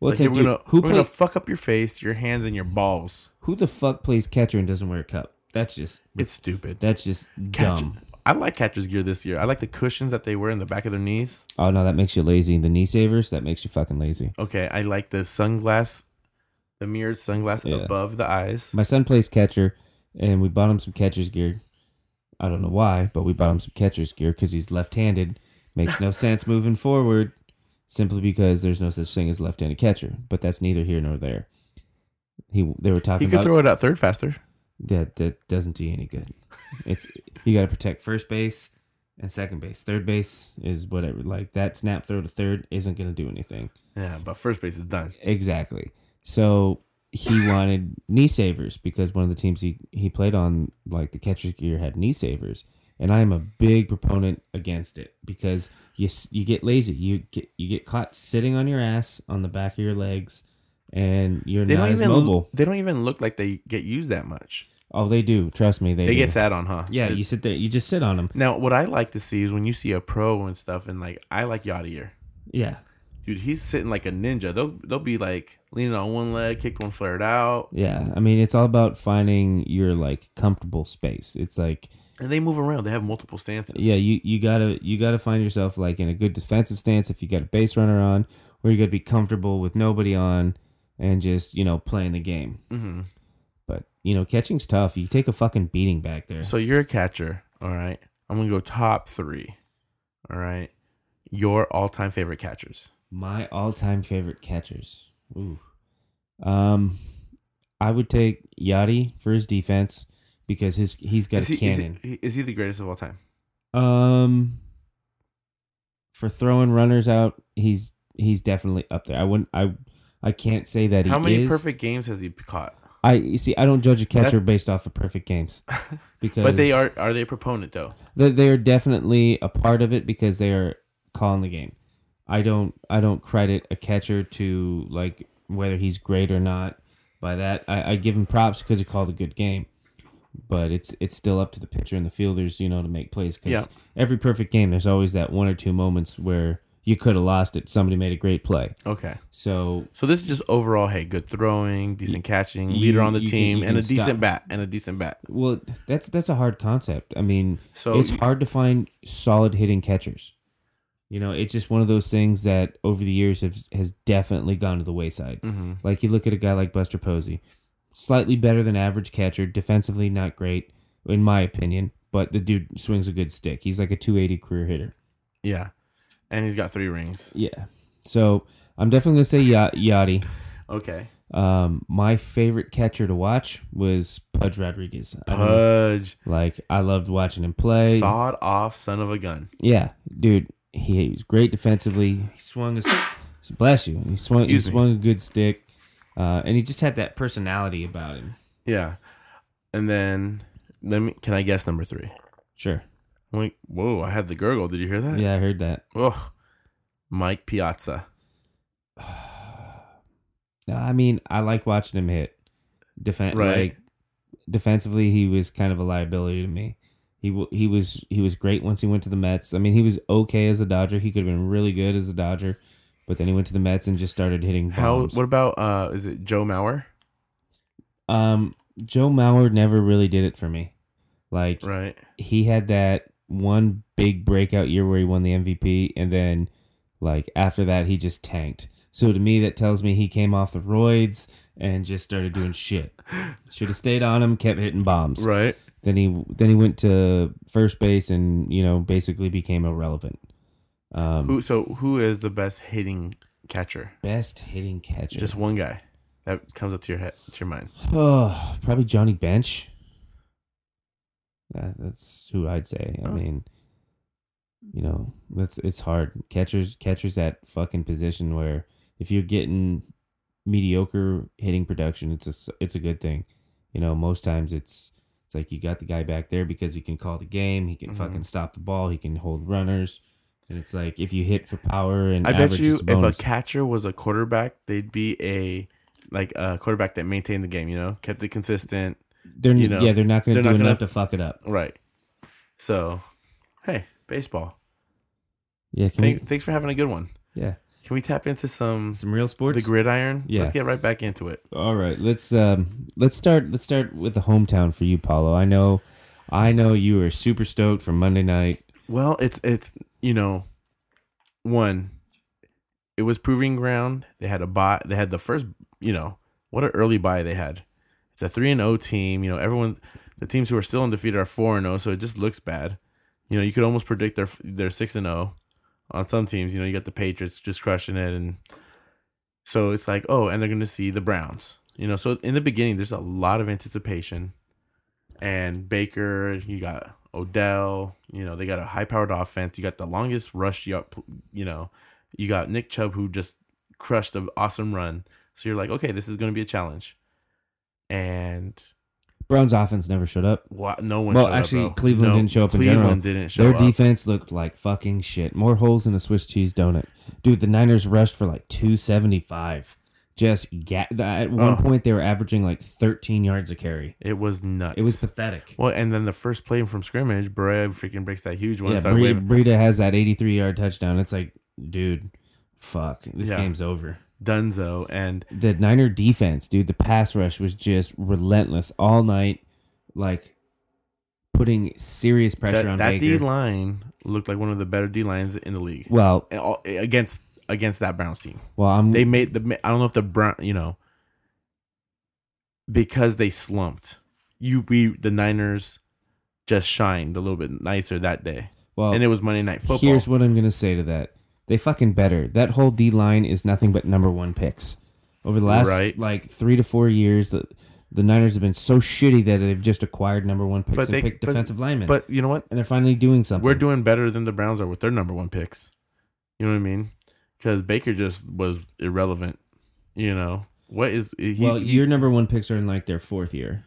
Speaker 1: Well,
Speaker 2: like,
Speaker 1: it's
Speaker 2: hey,
Speaker 1: like,
Speaker 2: we're
Speaker 1: dude,
Speaker 2: gonna,
Speaker 1: who
Speaker 2: we're gonna
Speaker 1: plays
Speaker 2: fuck up your face, your hands, and your balls.
Speaker 1: who the fuck plays catcher and doesn't wear a cup? That's just
Speaker 2: It's stupid.
Speaker 1: That's just
Speaker 2: Catch-
Speaker 1: dumb.
Speaker 2: I like catcher's gear this year. I like the cushions that they wear in the back of their knees.
Speaker 1: Oh no, that makes you lazy. The knee savers, that makes you fucking lazy.
Speaker 2: Okay, I like the sunglass, the mirrored sunglass
Speaker 1: Yeah.
Speaker 2: above the eyes.
Speaker 1: My son plays catcher and we bought him some catcher's gear. I don't know why, but we bought him some catcher's gear because he's left-handed. Makes no sense moving forward, simply because there's no such thing as left-handed catcher. But that's neither here nor there. He they were talking
Speaker 2: He could
Speaker 1: about
Speaker 2: throw it out third faster.
Speaker 1: that that doesn't do you any good. It's you got to protect first base and second base. Third base is whatever. Like that snap throw to third isn't going to do anything.
Speaker 2: Yeah, but first base is done.
Speaker 1: Exactly. So he wanted knee savers because one of the teams he, he played on, like the catcher's gear, had knee savers, and I am a big proponent against it because you s- you get lazy, you get you get caught sitting on your ass on the back of your legs, and you're
Speaker 2: They
Speaker 1: not
Speaker 2: don't
Speaker 1: as
Speaker 2: even
Speaker 1: mobile.
Speaker 2: they don't even look like they get used that much.
Speaker 1: oh, they do. Trust me, they,
Speaker 2: They
Speaker 1: do.
Speaker 2: get sat on, huh?
Speaker 1: yeah, you sit there, you just sit on them.
Speaker 2: Now, what I like to see is when you see a pro and stuff, and like I like Yadier,
Speaker 1: Yeah,
Speaker 2: dude. He's sitting like a ninja. They'll they'll be like leaning on one leg, kick one flared out,
Speaker 1: yeah. I mean, it's all about finding your like comfortable space. It's like
Speaker 2: and they move around. They have multiple stances.
Speaker 1: yeah you, you gotta you gotta find yourself like in a good defensive stance if you got a base runner on or you gotta be comfortable with nobody on and just you know playing the game
Speaker 2: hmm
Speaker 1: but you know catching's tough you take a fucking beating back there
Speaker 2: So you're a catcher, all right. I'm gonna go top three, all right. Your all time favorite catchers.
Speaker 1: my all-time favorite catchers ooh um i would take yadi for his defense because his he's got
Speaker 2: is,
Speaker 1: a
Speaker 2: he, is,
Speaker 1: cannon
Speaker 2: he, is he the greatest of all time?
Speaker 1: Um, for throwing runners out, he's he's definitely up there. I wouldn't. I I can't say that he
Speaker 2: How many
Speaker 1: is.
Speaker 2: perfect games has he caught?
Speaker 1: I you see. I don't judge a catcher
Speaker 2: That-
Speaker 1: based off of perfect games because
Speaker 2: But they are are they a proponent though?
Speaker 1: they, they are definitely a part of it because they are calling the game. I don't I don't credit a catcher to like whether he's great or not by that. I, I give him props because he called a good game, but it's it's still up to the pitcher and the fielders, you know, to make plays. Because
Speaker 2: Yeah.
Speaker 1: every perfect game, there's always that one or two moments where you could have lost it. Somebody made a great play.
Speaker 2: Okay.
Speaker 1: So
Speaker 2: So this is just overall, hey, good throwing, decent catching,
Speaker 1: you-
Speaker 2: leader on the
Speaker 1: you can-
Speaker 2: team,
Speaker 1: you
Speaker 2: and a
Speaker 1: can stop.
Speaker 2: decent bat, and a decent bat.
Speaker 1: well, that's that's a hard concept. I mean,
Speaker 2: So
Speaker 1: it's
Speaker 2: you-
Speaker 1: hard to find solid hitting catchers. You know, it's just one of those things that over the years has has definitely gone to the wayside.
Speaker 2: Mhm.
Speaker 1: Like you look at a guy like Buster Posey, slightly better than average catcher, defensively not great in my opinion, but the dude swings a good stick. He's like a 280 career hitter.
Speaker 2: yeah, and he's got three rings.
Speaker 1: Yeah. So, I'm definitely going to say Ya- Yachty.
Speaker 2: Okay,
Speaker 1: Um, my favorite catcher to watch was Pudge Rodriguez. I don't know,
Speaker 2: Pudge,
Speaker 1: like I loved watching him play.
Speaker 2: sawed off, son of a gun.
Speaker 1: Yeah, dude, he, was great defensively. He swung his bless you. He swung
Speaker 2: Excuse
Speaker 1: he
Speaker 2: me.
Speaker 1: swung a good stick, uh, and he just had that personality about him.
Speaker 2: Yeah, and then let me. Can I guess number three?
Speaker 1: Sure.
Speaker 2: I'm like, whoa! I had the gurgle. Did you hear that?
Speaker 1: Yeah, I heard that.
Speaker 2: Ugh. Mike Piazza.
Speaker 1: No, I mean, I like watching him hit. Defen-
Speaker 2: Right.
Speaker 1: like, defensively, he was kind of a liability to me. He w- he was he was great once he went to the Mets. I mean, he was okay as a Dodger. He could have been really good as a Dodger, but then he went to the Mets and just started hitting
Speaker 2: How?
Speaker 1: bombs.
Speaker 2: What about? uh Is it Joe Mauer?
Speaker 1: um, Joe Mauer never really did it for me. Like
Speaker 2: Right.
Speaker 1: he had that one big breakout year where he won the MVP, and then like after that he just tanked. So to me, that tells me he came off the roids and just started doing shit. Should have stayed on him, kept hitting bombs.
Speaker 2: Right.
Speaker 1: Then he then he went to first base and you know basically became irrelevant. Um,
Speaker 2: Who? So who is the best hitting catcher?
Speaker 1: best hitting catcher?
Speaker 2: Just one guy that comes up to your head, to your mind.
Speaker 1: Oh, probably Johnny Bench. That, that's who I'd say. I
Speaker 2: Oh.
Speaker 1: mean, you know, that's it's hard. Catchers, catchers, that fucking position where if you're getting mediocre hitting production, it's a s- it's a good thing. You know, most times it's it's like you got the guy back there because he can call the game, he can
Speaker 2: Mhm.
Speaker 1: fucking stop the ball, he can hold runners, and it's like if you hit for power and
Speaker 2: I bet
Speaker 1: average,
Speaker 2: you
Speaker 1: it's a
Speaker 2: if a
Speaker 1: bonus.
Speaker 2: catcher was a quarterback, they'd be a like a quarterback that maintained the game, you know, kept it consistent.
Speaker 1: they're
Speaker 2: you know,
Speaker 1: yeah they're not going to
Speaker 2: they're
Speaker 1: do
Speaker 2: not gonna-
Speaker 1: enough to fuck it up.
Speaker 2: Right. So, hey, baseball.
Speaker 1: Yeah, can
Speaker 2: Thank,
Speaker 1: we,
Speaker 2: thanks for having a good one.
Speaker 1: yeah,
Speaker 2: Can we tap into some
Speaker 1: some real sports.
Speaker 2: the gridiron?
Speaker 1: Yeah.
Speaker 2: Let's get right back into it.
Speaker 1: All right, let's um, let's start let's start with the hometown for you, Paulo. I know, I know you are super stoked for Monday night.
Speaker 2: Well, it's it's you know, one, it was proving ground. They had a buy. They had the first. You know what an early buy they had. It's a three and O oh team. You know everyone. The teams who are still undefeated are four and zero, so it just looks bad. You know, you could almost predict their their six and zero on some teams. You know, you got the Patriots just crushing it, and so it's like, oh, and they're going to see the Browns. You know, so in the beginning, there's a lot of anticipation, and Baker, you got Odell. You know, they got a high powered offense. You got the longest rush. You got, you know, you got Nick Chubb who just crushed an awesome run. So you're like, okay, this is going to be a challenge, and
Speaker 1: Browns offense never showed up.
Speaker 2: Wow, no one.
Speaker 1: Well,
Speaker 2: showed
Speaker 1: actually,
Speaker 2: up, bro.
Speaker 1: Cleveland
Speaker 2: No,
Speaker 1: didn't show up in
Speaker 2: Cleveland
Speaker 1: general.
Speaker 2: didn't show
Speaker 1: Their
Speaker 2: up.
Speaker 1: defense looked like fucking shit. More holes than a Swiss cheese donut. Dude, the Niners rushed for like 275. Just ga- th- at one
Speaker 2: Oh.
Speaker 1: point they were averaging like 13 yards a carry.
Speaker 2: it was nuts.
Speaker 1: It was pathetic.
Speaker 2: well, and then the first play from scrimmage, Brad freaking breaks that huge one.
Speaker 1: yeah,
Speaker 2: Yeah, started
Speaker 1: Breida,
Speaker 2: waving.
Speaker 1: Breida has that 83 yard touchdown. It's like, dude, fuck, this
Speaker 2: Yeah.
Speaker 1: game's over.
Speaker 2: Dunzo, and
Speaker 1: The Niner defense, dude, the pass rush was just relentless all night, like putting serious pressure
Speaker 2: that,
Speaker 1: on
Speaker 2: that D
Speaker 1: Baker.
Speaker 2: line looked like one of the better D lines in the league
Speaker 1: well,
Speaker 2: And all- against against that Browns team.
Speaker 1: well, I'm
Speaker 2: They made the. I don't know if the Brown, you know, because they slumped. You we the Niners just shined a little bit nicer that day,
Speaker 1: well,
Speaker 2: and it was Monday Night Football.
Speaker 1: Oh, Here's what I'm gonna say to that: They fucking better. That whole D line is nothing but number one picks. Over the last
Speaker 2: Right.
Speaker 1: like three to four years, the the Niners have been so shitty that they've just acquired number one picks
Speaker 2: But
Speaker 1: and
Speaker 2: they-
Speaker 1: picked
Speaker 2: but-
Speaker 1: defensive linemen.
Speaker 2: but you know what?
Speaker 1: and they're finally doing something.
Speaker 2: We're doing better than the Browns are with their number one picks. You know what I mean? Because Baker just was irrelevant. You know what is he?
Speaker 1: well,
Speaker 2: he-
Speaker 1: your number one picks are in like their fourth year,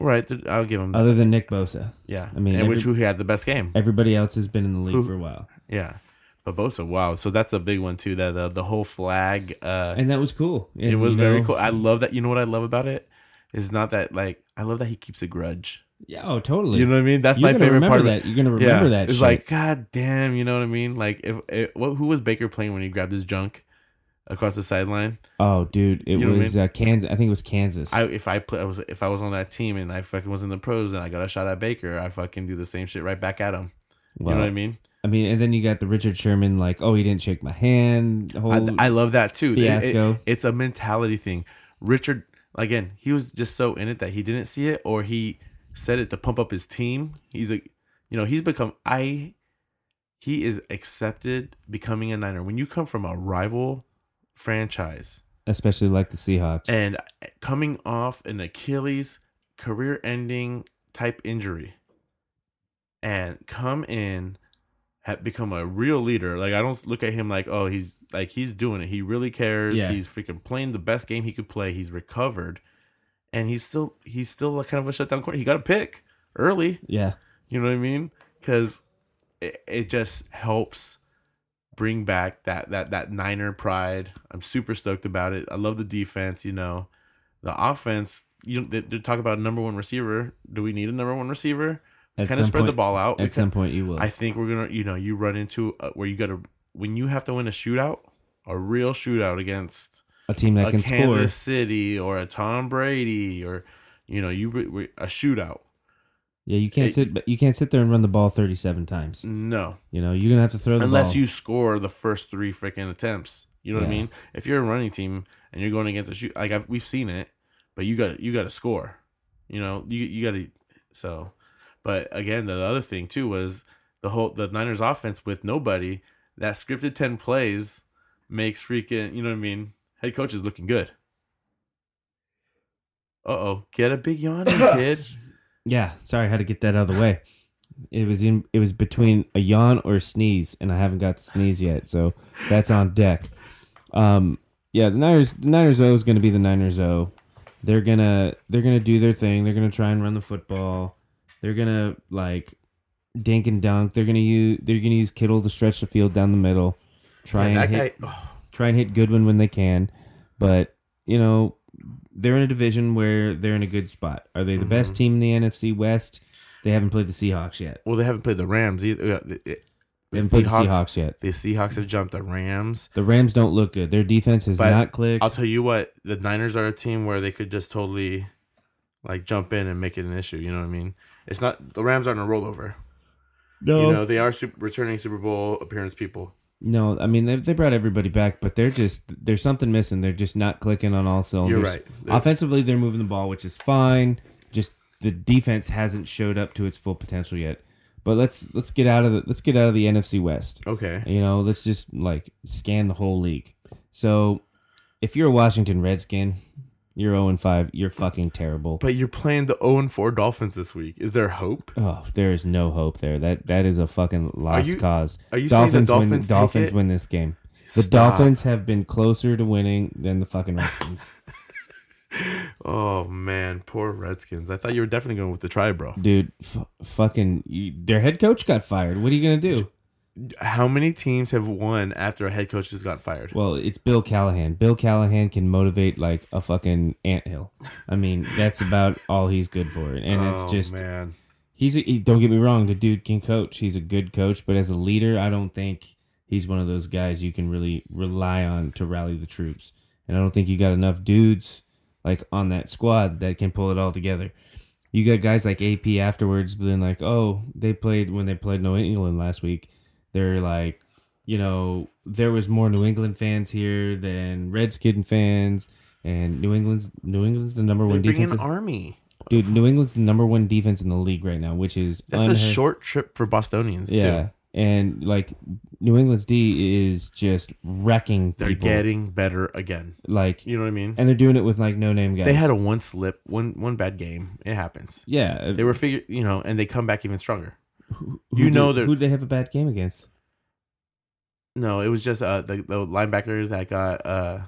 Speaker 2: right. th- I'll give him. that.
Speaker 1: other than Nick Bosa.
Speaker 2: yeah,
Speaker 1: Uh, I mean,
Speaker 2: and
Speaker 1: every-
Speaker 2: which who had the best game?
Speaker 1: Everybody else has been in the league
Speaker 2: Who-
Speaker 1: for a while,
Speaker 2: Yeah, but Bosa. Wow, so that's a big one too. That uh, the whole flag. Uh,
Speaker 1: and that was cool. And,
Speaker 2: it was
Speaker 1: you
Speaker 2: very
Speaker 1: know-
Speaker 2: cool. I love that. You know what I love about it is not that like I love that he keeps a grudge.
Speaker 1: Yeah, oh, totally.
Speaker 2: You know what I mean? That's
Speaker 1: You're
Speaker 2: my
Speaker 1: gonna
Speaker 2: favorite
Speaker 1: remember
Speaker 2: part of it.
Speaker 1: that. You're gonna remember that.
Speaker 2: It's
Speaker 1: shit.
Speaker 2: like, God damn, you know what I mean? Like, if, if what, who was Baker playing when he grabbed his junk across the sideline?
Speaker 1: oh, dude, it
Speaker 2: you know what I
Speaker 1: was uh, Kansas. I think it was Kansas.
Speaker 2: I if I play, I was if I was on that team and I fucking was in the pros and I got a shot at Baker, I fucking do the same shit right back at him. you
Speaker 1: Wow.
Speaker 2: know what I mean?
Speaker 1: I mean, and then you got the Richard Sherman, like, oh, he didn't shake my hand. Whole,
Speaker 2: I, I love that too. It- it-
Speaker 1: Fiasco.
Speaker 2: it's a mentality thing. Richard, again, he was just so in it that he didn't see it or he said it to pump up his team. He's a, you know, he's become, I, he is accepted becoming a Niner. When you come from a rival franchise
Speaker 1: especially like the Seahawks.
Speaker 2: and uh, coming off an Achilles career ending type injury and come in have become a real leader. Like I don't look at him like, oh, he's like he's doing it. He really cares.
Speaker 1: Yeah.
Speaker 2: He's freaking playing the best game he could play. He's recovered, and he's still he's still a kind of a shutdown corner. He got a pick early.
Speaker 1: yeah,
Speaker 2: You know what I mean? Because it, it just helps bring back that that that Niner pride. I'm super stoked about it. I love the defense. You know, the offense. You know, they, they talk about number one receiver. Do we need a number one receiver?
Speaker 1: At
Speaker 2: Kind of
Speaker 1: some
Speaker 2: spread the
Speaker 1: point-
Speaker 2: ball out. We
Speaker 1: at some point you will.
Speaker 2: I think we're gonna, you know, you run into uh, where you gotta when you have to win a shootout, a real shootout against
Speaker 1: a team that
Speaker 2: a
Speaker 1: can
Speaker 2: Kansas
Speaker 1: score.
Speaker 2: City or a Tom Brady or you know you re- re- a shootout.
Speaker 1: Yeah, you can't
Speaker 2: it-
Speaker 1: sit, but you can't sit there and run the ball thirty-seven times.
Speaker 2: No,
Speaker 1: You know, you're gonna have to throw the
Speaker 2: unless
Speaker 1: ball.
Speaker 2: you score the first three freaking attempts. You know what I
Speaker 1: Yeah.
Speaker 2: mean? If you're a running team and you're going against a shoot, like I've, we've seen it, but you got to you got to score. You know, you you got to so. But again, the other thing too was the whole the Niners offense with nobody that scripted ten plays makes freaking you know what I mean. Head coach is looking good. Uh oh, get a big yawn, kid.
Speaker 1: yeah, sorry, I had to get that out of the way. It was in. It was between a yawn or a sneeze, and I haven't got the sneeze yet, so that's on deck. Um, yeah, the Niners. The Niners O is gonna be the Niners O. They're gonna they're gonna do their thing. They're gonna try and run the football. They're gonna like dink and dunk. They're gonna use they're gonna use Kittle to stretch the field down the middle. Try and
Speaker 2: Man, that
Speaker 1: hit,
Speaker 2: guy- oh.
Speaker 1: try and hit Goodwin when they can, but you know they're in a division where they're in a good spot. Are
Speaker 2: Mm-hmm.
Speaker 1: they the best team in the NFC West? They haven't played the Seahawks yet.
Speaker 2: Well, they haven't played the Rams either. Uh, The, the-
Speaker 1: They
Speaker 2: the
Speaker 1: haven't played the
Speaker 2: Seahawks-
Speaker 1: Seahawks yet.
Speaker 2: The Seahawks have jumped the Rams.
Speaker 1: The Rams don't look good. Their defense has
Speaker 2: But
Speaker 1: not clicked.
Speaker 2: I'll tell you what, the Niners are a team where they could just totally like jump in and make it an issue. You know what I mean? It's not the Rams aren't a rollover.
Speaker 1: no,
Speaker 2: You know, they are super, returning Super Bowl appearance people.
Speaker 1: no. I mean, they, they brought everybody back, but they're just there's something missing. They're just not clicking on all cylinders.
Speaker 2: You're right. They're-
Speaker 1: Offensively, they're moving the ball, which is fine. Just the defense hasn't showed up to its full potential yet. But let's let's get out of the let's get out of the NFC West.
Speaker 2: Okay.
Speaker 1: You know, let's just like scan the whole league. So, if you're a Washington Redskin, you're 0 and 5. You're fucking terrible.
Speaker 2: But you're playing the 0 and 4 Dolphins this week. Is there hope?
Speaker 1: Oh, there is no hope there. That that is a fucking lost
Speaker 2: you-
Speaker 1: cause.
Speaker 2: Are you saying
Speaker 1: Dolphins,
Speaker 2: the Dolphins?
Speaker 1: win. Dolphins
Speaker 2: take it?
Speaker 1: win this game. The
Speaker 2: Stop.
Speaker 1: Dolphins have been closer to winning than the fucking Redskins,
Speaker 2: Oh man, poor Redskins. I thought you were definitely going with the try, bro.
Speaker 1: dude. F- fucking, you, their head coach got fired. What are you gonna do?
Speaker 2: How many teams have won after a head coach just got fired?
Speaker 1: Well, it's Bill Callahan. Bill Callahan can motivate like a fucking anthill. I mean, that's about all he's good for. And it's
Speaker 2: Oh,
Speaker 1: just
Speaker 2: man.
Speaker 1: he's a, he, don't get me wrong, the dude can coach. He's a good coach, but as a leader, I don't think he's one of those guys you can really rely on to rally the troops. And I don't think you got enough dudes like on that squad that can pull it all together. You got guys like AP afterwards being like, "Oh, they played when they played New England last week. They're like, you know, there was more New England fans here than Redskin fans." And New England's New England's the number
Speaker 2: They
Speaker 1: one
Speaker 2: bring
Speaker 1: defense.
Speaker 2: in army.
Speaker 1: Dude, New England's the number one defense in the league right now, which is
Speaker 2: That's a
Speaker 1: unheard-
Speaker 2: short trip for Bostonians
Speaker 1: Yeah,
Speaker 2: too.
Speaker 1: and like New England's D is just wrecking
Speaker 2: They're
Speaker 1: people.
Speaker 2: getting better again.
Speaker 1: like,
Speaker 2: You know what I mean?
Speaker 1: and they're doing it with like no name guys.
Speaker 2: They had a one slip, one one bad game. It happens.
Speaker 1: yeah.
Speaker 2: They were figure, you know, and they come back even stronger.
Speaker 1: who,
Speaker 2: you know
Speaker 1: who
Speaker 2: they're-
Speaker 1: who they have a bad game against?
Speaker 2: No, it was just uh the, the linebacker that got uh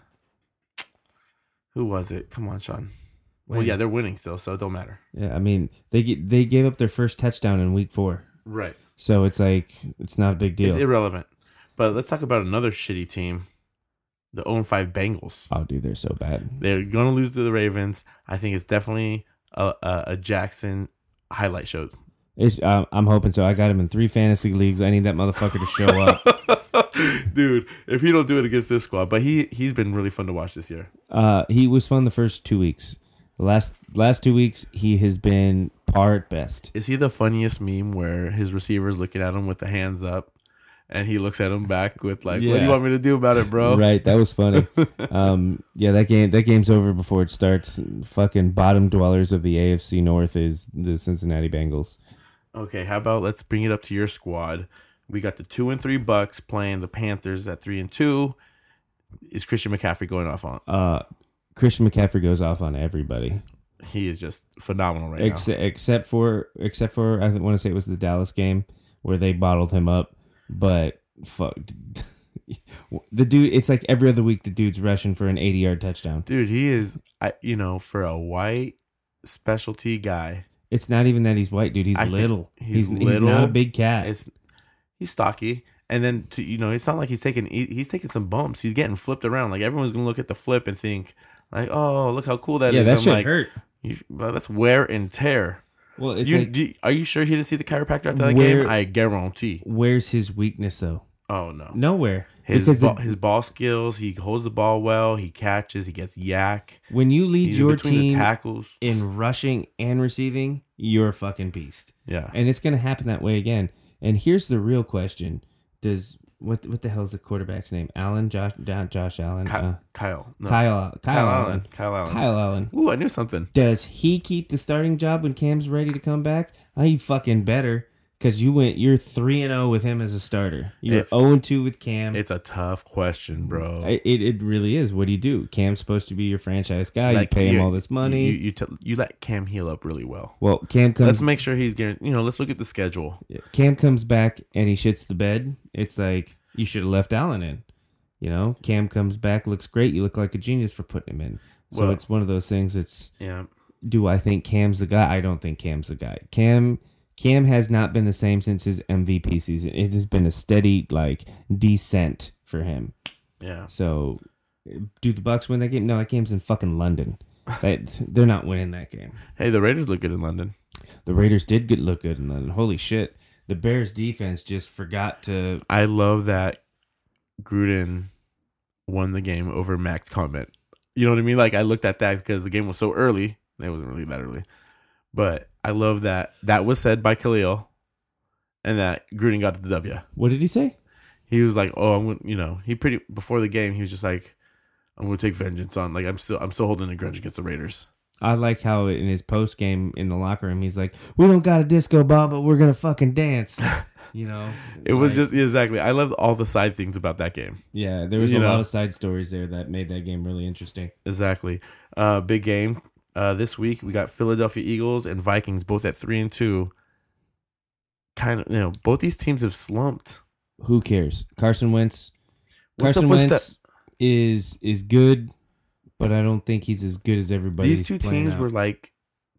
Speaker 2: who was it? Come on, Sean. Well,
Speaker 1: Wayne.
Speaker 2: yeah, they're winning still, so it don't matter.
Speaker 1: Yeah, I mean they ge- they gave up their first touchdown in week four,
Speaker 2: Right.
Speaker 1: so it's like it's not a big
Speaker 2: It's
Speaker 1: deal.
Speaker 2: irrelevant. But let's talk about another shitty team, the 0-5 Bengals.
Speaker 1: oh, dude, they're so bad.
Speaker 2: They're gonna lose to the Ravens. I think it's definitely a, a, a Jackson highlight show.
Speaker 1: It's, um, I'm hoping so. I got him in three fantasy leagues. I need that motherfucker to show up.
Speaker 2: Dude, if he don't do it against this squad, but he he's been really fun to watch this year.
Speaker 1: Uh, he was fun the first two weeks. The last last two weeks, he has been par at best.
Speaker 2: Is he the funniest meme where his receiver's looking at him with the hands up and he looks at him back with like, What do
Speaker 1: Yeah.
Speaker 2: you want me to do about it, bro?
Speaker 1: Right, that was funny. um, yeah, that game that game's over before it starts. Fucking bottom dwellers of the AFC North is the Cincinnati Bengals.
Speaker 2: Okay, how about let's bring it up to your squad. We got the two and three Bucks playing the Panthers at three and two. Is Christian McCaffrey going off on?
Speaker 1: Uh, Christian McCaffrey goes off on everybody
Speaker 2: He is just phenomenal right now.
Speaker 1: except except for except for I want to say it was the Dallas game where they bottled him up, but fuck. The dude, it's like every other week the dude's rushing for an 80 yard touchdown.
Speaker 2: Dude, he is. I you know for a white specialty guy,
Speaker 1: It's not even that he's white, dude. He's
Speaker 2: I think
Speaker 1: little. He's,
Speaker 2: he's
Speaker 1: he's not
Speaker 2: little.
Speaker 1: a big cat.
Speaker 2: it's he's stocky. And then to, you know it's not like he's taking he, he's taking some bumps. He's getting flipped around. Like everyone's gonna look at the flip and think like, oh look how cool that is.
Speaker 1: yeah, that
Speaker 2: I'm
Speaker 1: should
Speaker 2: like,
Speaker 1: hurt.
Speaker 2: You, well, that's wear and tear.
Speaker 1: Well, it's
Speaker 2: you,
Speaker 1: like,
Speaker 2: do you- are you sure he didn't see the chiropractor after that
Speaker 1: Where-
Speaker 2: game? I guarantee.
Speaker 1: where's his weakness though?
Speaker 2: Oh no.
Speaker 1: Nowhere.
Speaker 2: His
Speaker 1: because the-
Speaker 2: ball, his ball skills. He holds the ball well. He catches. He gets yak.
Speaker 1: when you lead
Speaker 2: He's
Speaker 1: your
Speaker 2: between the
Speaker 1: team
Speaker 2: tackles.
Speaker 1: in rushing and receiving, you're a fucking beast.
Speaker 2: Yeah.
Speaker 1: And it's going to happen that way again. And here's the real question. Does what what the hell's the quarterback's name? Allen Josh Jo- Josh Allen.
Speaker 2: Ky-
Speaker 1: uh,
Speaker 2: Kyle. No.
Speaker 1: Kyle Kyle,
Speaker 2: Kyle
Speaker 1: Allen.
Speaker 2: Allen. Kyle Allen.
Speaker 1: Kyle Allen.
Speaker 2: Ooh, I knew something.
Speaker 1: Does he keep the starting job when Cam's ready to come back? I fucking better cuz you went you're 3 and 0 with him as a starter. You're
Speaker 2: It's-
Speaker 1: 0 and 2 with Cam.
Speaker 2: It's a tough question, bro.
Speaker 1: I- It, it really is. What do you do? Cam's supposed to be your franchise guy.
Speaker 2: Like,
Speaker 1: you pay him
Speaker 2: you-
Speaker 1: all this money.
Speaker 2: You you, t- you let Cam heal up really well.
Speaker 1: well, Cam comes
Speaker 2: Let's make sure he's getting. You know, let's look at the schedule.
Speaker 1: Cam comes back and he shits the bed. It's like you should have left Allen in. You know, Cam comes back, looks great. You look like a genius for putting him in. So
Speaker 2: Well-
Speaker 1: it's one of those things. It's
Speaker 2: Yeah.
Speaker 1: do I think Cam's the guy? I don't think Cam's the guy. Cam Cam has not been the same since his MVP season. It has been a steady like descent for him.
Speaker 2: Yeah.
Speaker 1: So, do the Bucks win that game? No, that game's in fucking London. That they're not winning that game.
Speaker 2: Hey, the Raiders look good in London.
Speaker 1: The Raiders did good, look good in London. Holy shit! The Bears defense just forgot to.
Speaker 2: I love that Gruden won the game over Max comment. You know what I mean? Like I looked at that because the game was so early. It wasn't really that early, but I love that that was said by Khalil, and that Gruden got the W.
Speaker 1: What did he say?
Speaker 2: He was like, "Oh, I'm gonna," you know, he pretty before the game. He was just like, "I'm gonna take vengeance on." Like I'm still I'm still holding a grudge against the Raiders.
Speaker 1: I like how in his post game in the locker room, he's like, "We don't got a disco ball, but we're gonna fucking dance." You know,
Speaker 2: It was
Speaker 1: Like,
Speaker 2: just exactly. I loved all the side things about that game.
Speaker 1: yeah. There was a
Speaker 2: you
Speaker 1: lot
Speaker 2: know.
Speaker 1: of side stories there that made that game really interesting.
Speaker 2: Exactly. Uh, big game uh, this week. We got Philadelphia Eagles and Vikings both at three and two. Kind of, you know, both these teams have slumped.
Speaker 1: Who cares? Carson Wentz.
Speaker 2: What's
Speaker 1: Carson
Speaker 2: up with
Speaker 1: Wentz is is good, but I don't think he's as good as everybody.
Speaker 2: these two teams were like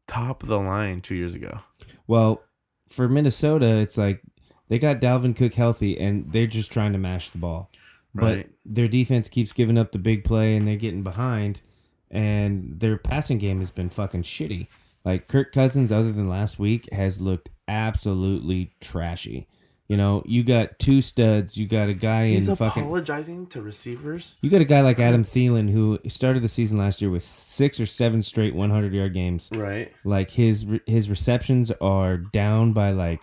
Speaker 2: top of the line two years ago.
Speaker 1: Well, for Minnesota, it's like they got Dalvin Cook healthy and they're just trying to mash the ball.
Speaker 2: Right.
Speaker 1: But their defense keeps giving up the big play and they're getting behind and their passing game has been fucking shitty. Like Kirk Cousins other than last week has looked absolutely trashy. You know, you got two studs, you got a guy
Speaker 2: He's
Speaker 1: in fucking
Speaker 2: apologizing to receivers.
Speaker 1: you got a guy like Adam Thielen who started the season last year with six or seven straight 100 yard games
Speaker 2: Right.
Speaker 1: like his re- his receptions are down by like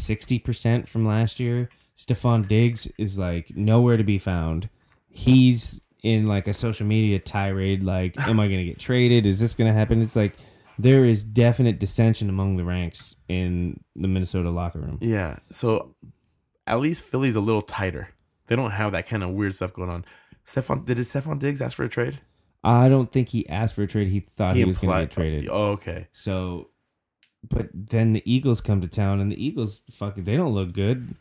Speaker 1: 60% from last year. Stefan Diggs is like nowhere to be found. He's in like a social media tirade like am I going to get traded? Is this going to happen? It's like there is definite dissension among the ranks in the Minnesota locker room.
Speaker 2: Yeah. So at least Philly's a little tighter. They don't have that kind of weird stuff going on. Stephon did Stephon Diggs ask for a trade?
Speaker 1: I don't think he asked for a trade. He thought Uh, he, was going to
Speaker 2: implied-
Speaker 1: get traded.
Speaker 2: Oh, okay.
Speaker 1: So but then the Eagles come to town and the Eagles fucking they don't look good.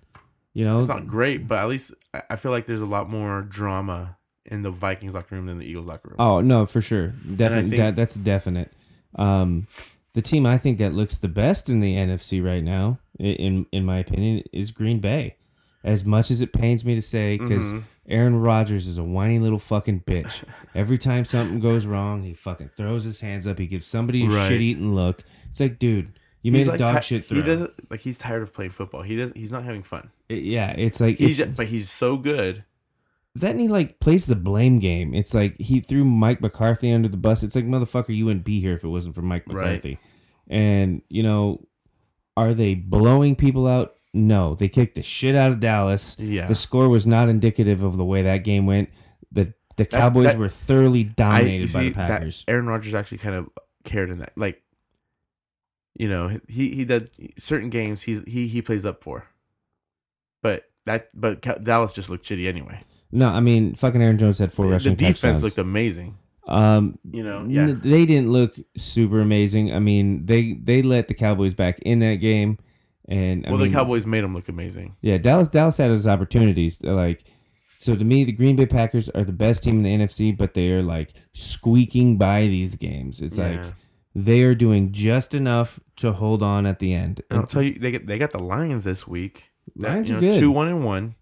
Speaker 1: You know,
Speaker 2: It's not great, but at least I I feel like there's a lot more drama in the Vikings locker room than the Eagles locker room.
Speaker 1: Oh no, for sure,
Speaker 2: I
Speaker 1: definitely.
Speaker 2: think-
Speaker 1: that, that's definite. Um, the team I think that looks the best in the NFC right now, i- in in my opinion, is Green Bay. As much as it pains me to say, because
Speaker 2: Mhm.
Speaker 1: Aaron Rodgers is a whiny little fucking bitch. Every time something goes wrong, he fucking throws his hands up. He gives somebody a
Speaker 2: Right.
Speaker 1: shit eating look. It's like, dude, you
Speaker 2: He's
Speaker 1: made a
Speaker 2: like
Speaker 1: dog
Speaker 2: ti-
Speaker 1: shit throw.
Speaker 2: He doesn't like he's tired of playing football. He doesn't. He's not having fun.
Speaker 1: It- yeah, it's like
Speaker 2: He's
Speaker 1: it's-
Speaker 2: just, but he's so good.
Speaker 1: Then he like plays the blame game. It's like he threw Mike McCarthy under the bus. It's like motherfucker, you wouldn't be here if it wasn't for Mike
Speaker 2: Right.
Speaker 1: McCarthy. And you know, are they blowing people out? No, they kicked the shit out of Dallas.
Speaker 2: Yeah.
Speaker 1: The score was not indicative of the way that game went. The the Cowboys
Speaker 2: that-
Speaker 1: were thoroughly
Speaker 2: I
Speaker 1: dominated
Speaker 2: you
Speaker 1: by
Speaker 2: see
Speaker 1: the Packers.
Speaker 2: that Aaron Rodgers actually kind of cared in that. Like, you know, he he did certain games. He's he he plays up for, but that but Ca- Dallas just looked shitty anyway.
Speaker 1: no, I mean, fucking Aaron Jones had four
Speaker 2: the
Speaker 1: rushing
Speaker 2: defense
Speaker 1: touchdowns.
Speaker 2: looked amazing.
Speaker 1: um,
Speaker 2: You know,
Speaker 1: N-
Speaker 2: yeah.
Speaker 1: they didn't look super amazing. I mean, they they let the Cowboys back in that game, and I
Speaker 2: well,
Speaker 1: mean,
Speaker 2: the Cowboys made him look amazing.
Speaker 1: Yeah, Dallas Dallas had his opportunities. They're like so to me, the Green Bay Packers are the best team in the NFC, but they are like squeaking by these games. It's
Speaker 2: Yeah.
Speaker 1: like they are doing just enough to hold on at the end.
Speaker 2: And I'll tell you, they get they got the Lions this week. That,
Speaker 1: Mm-hmm. Lions
Speaker 2: you
Speaker 1: are
Speaker 2: know,
Speaker 1: good.
Speaker 2: Two one and one.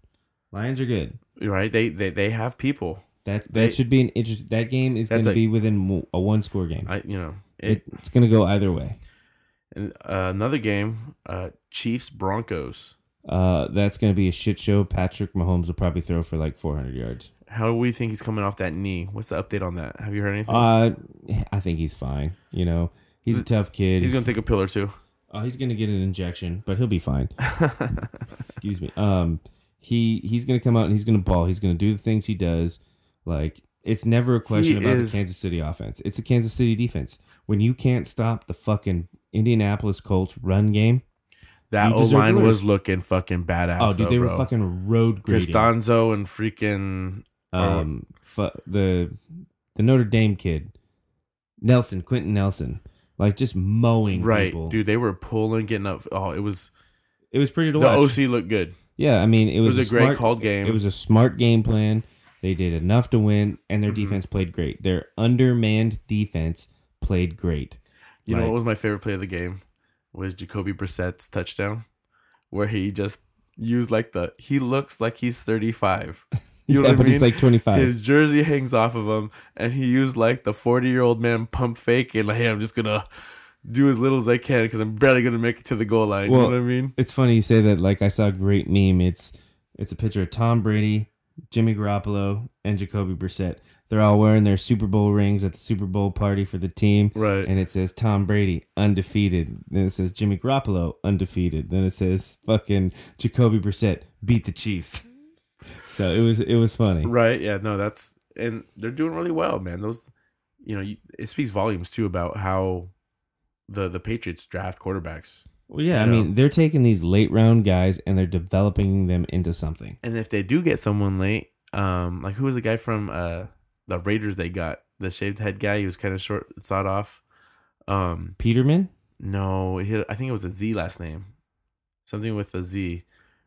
Speaker 1: Lions are good.
Speaker 2: Right? They they they have people.
Speaker 1: That that
Speaker 2: They-
Speaker 1: should be an interest. That game is going
Speaker 2: That's
Speaker 1: to
Speaker 2: a-
Speaker 1: be within w- a one score game.
Speaker 2: I you know it.
Speaker 1: It, it's going to go either way.
Speaker 2: and, uh, another game, uh, Chiefs Broncos.
Speaker 1: Uh, that's going to be a shit show. Patrick Mahomes will probably throw for like 400 yards.
Speaker 2: How do we think he's coming off that knee? What's the update on that? Have you heard anything?
Speaker 1: Uh, I think he's fine. You know, he's a tough kid.
Speaker 2: he's gonna take a pill or two.
Speaker 1: Oh, he's gonna get an injection, but he'll be fine. Excuse me. Um, he he's gonna come out and he's gonna ball. He's gonna do the things he does. Like it's never a question
Speaker 2: He
Speaker 1: about
Speaker 2: is-
Speaker 1: the Kansas City offense. It's the Kansas City defense. When you can't stop the fucking Indianapolis Colts run game,
Speaker 2: That
Speaker 1: You
Speaker 2: O
Speaker 1: deserve to
Speaker 2: line
Speaker 1: lose.
Speaker 2: was looking fucking badass.
Speaker 1: oh dude,
Speaker 2: though,
Speaker 1: they
Speaker 2: bro.
Speaker 1: were fucking road grading.
Speaker 2: Costanzo and freaking
Speaker 1: Um, fu- the the Notre Dame kid, Nelson Quentin Nelson, like just mowing
Speaker 2: right,
Speaker 1: people.
Speaker 2: dude. They were pulling, getting up. Oh, it was
Speaker 1: It was pretty to
Speaker 2: the
Speaker 1: watch.
Speaker 2: OC looked good.
Speaker 1: yeah, I mean, it
Speaker 2: It
Speaker 1: was,
Speaker 2: was, a, great
Speaker 1: smart-
Speaker 2: called game.
Speaker 1: It was a smart game plan. They did enough to win, and
Speaker 2: Mm-hmm.
Speaker 1: their defense played great. Their undermanned defense played great.
Speaker 2: You know
Speaker 1: Like-
Speaker 2: what was my favorite play of the game? Was Jacoby Brissett's touchdown, where he just used like the he looks like he's thirty five. You know
Speaker 1: yeah,
Speaker 2: what
Speaker 1: but
Speaker 2: I
Speaker 1: he's
Speaker 2: mean?
Speaker 1: like 25.
Speaker 2: His jersey hangs off of him, and he used like the forty year old man pump fake and like, hey, I'm just gonna do as little as I can because I'm barely gonna make it to the goal line.
Speaker 1: Well-
Speaker 2: you know what I mean?
Speaker 1: it's funny you say that. Like I saw a great meme. It's it's a picture of Tom Brady, Jimmy Garoppolo, and Jacoby Brissett. They're all wearing their Super Bowl rings at the Super Bowl party for the team.
Speaker 2: Right.
Speaker 1: And it says Tom Brady undefeated. Then it says Jimmy Garoppolo undefeated. Then it says fucking Jacoby Brissett beat the Chiefs. So it was it was funny.
Speaker 2: Right. Yeah. No. That's and they're doing really well, man. Those you know, you- it speaks volumes too about how the the Patriots draft quarterbacks.
Speaker 1: Well, yeah, I,
Speaker 2: I
Speaker 1: mean,
Speaker 2: know.
Speaker 1: they're taking these late round guys and they're developing them into something.
Speaker 2: And if they do get someone late, um, like who was the guy from uh the Raiders they got? The shaved head guy, he was kind of short, sawed off. Um,
Speaker 1: Peterman,
Speaker 2: no, he, I think it was a Z last name, something with a Z.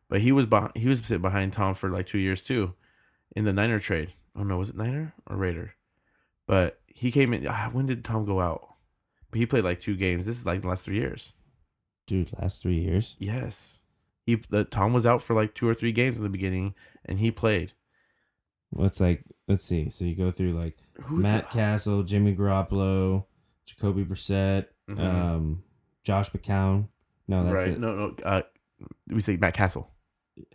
Speaker 2: But he was behind, he was sitting behind Tom for like two years too, in the Niner trade. Oh no, was it Niner or Raider? But he came in. ah, When did Tom go out? But he played like two games. This is like the last three years.
Speaker 1: dude, last three years.
Speaker 2: Yes, he the, Tom was out for like two or three games in the beginning, and he played.
Speaker 1: What's like? Let's see. So you go through like
Speaker 2: Who's
Speaker 1: Matt
Speaker 2: the-
Speaker 1: Castle, Jimmy Garoppolo, Jacoby Brissett,
Speaker 2: Mhm.
Speaker 1: um, Josh McCown. No, that's
Speaker 2: right?
Speaker 1: it.
Speaker 2: No, no. Uh, we say Matt Castle.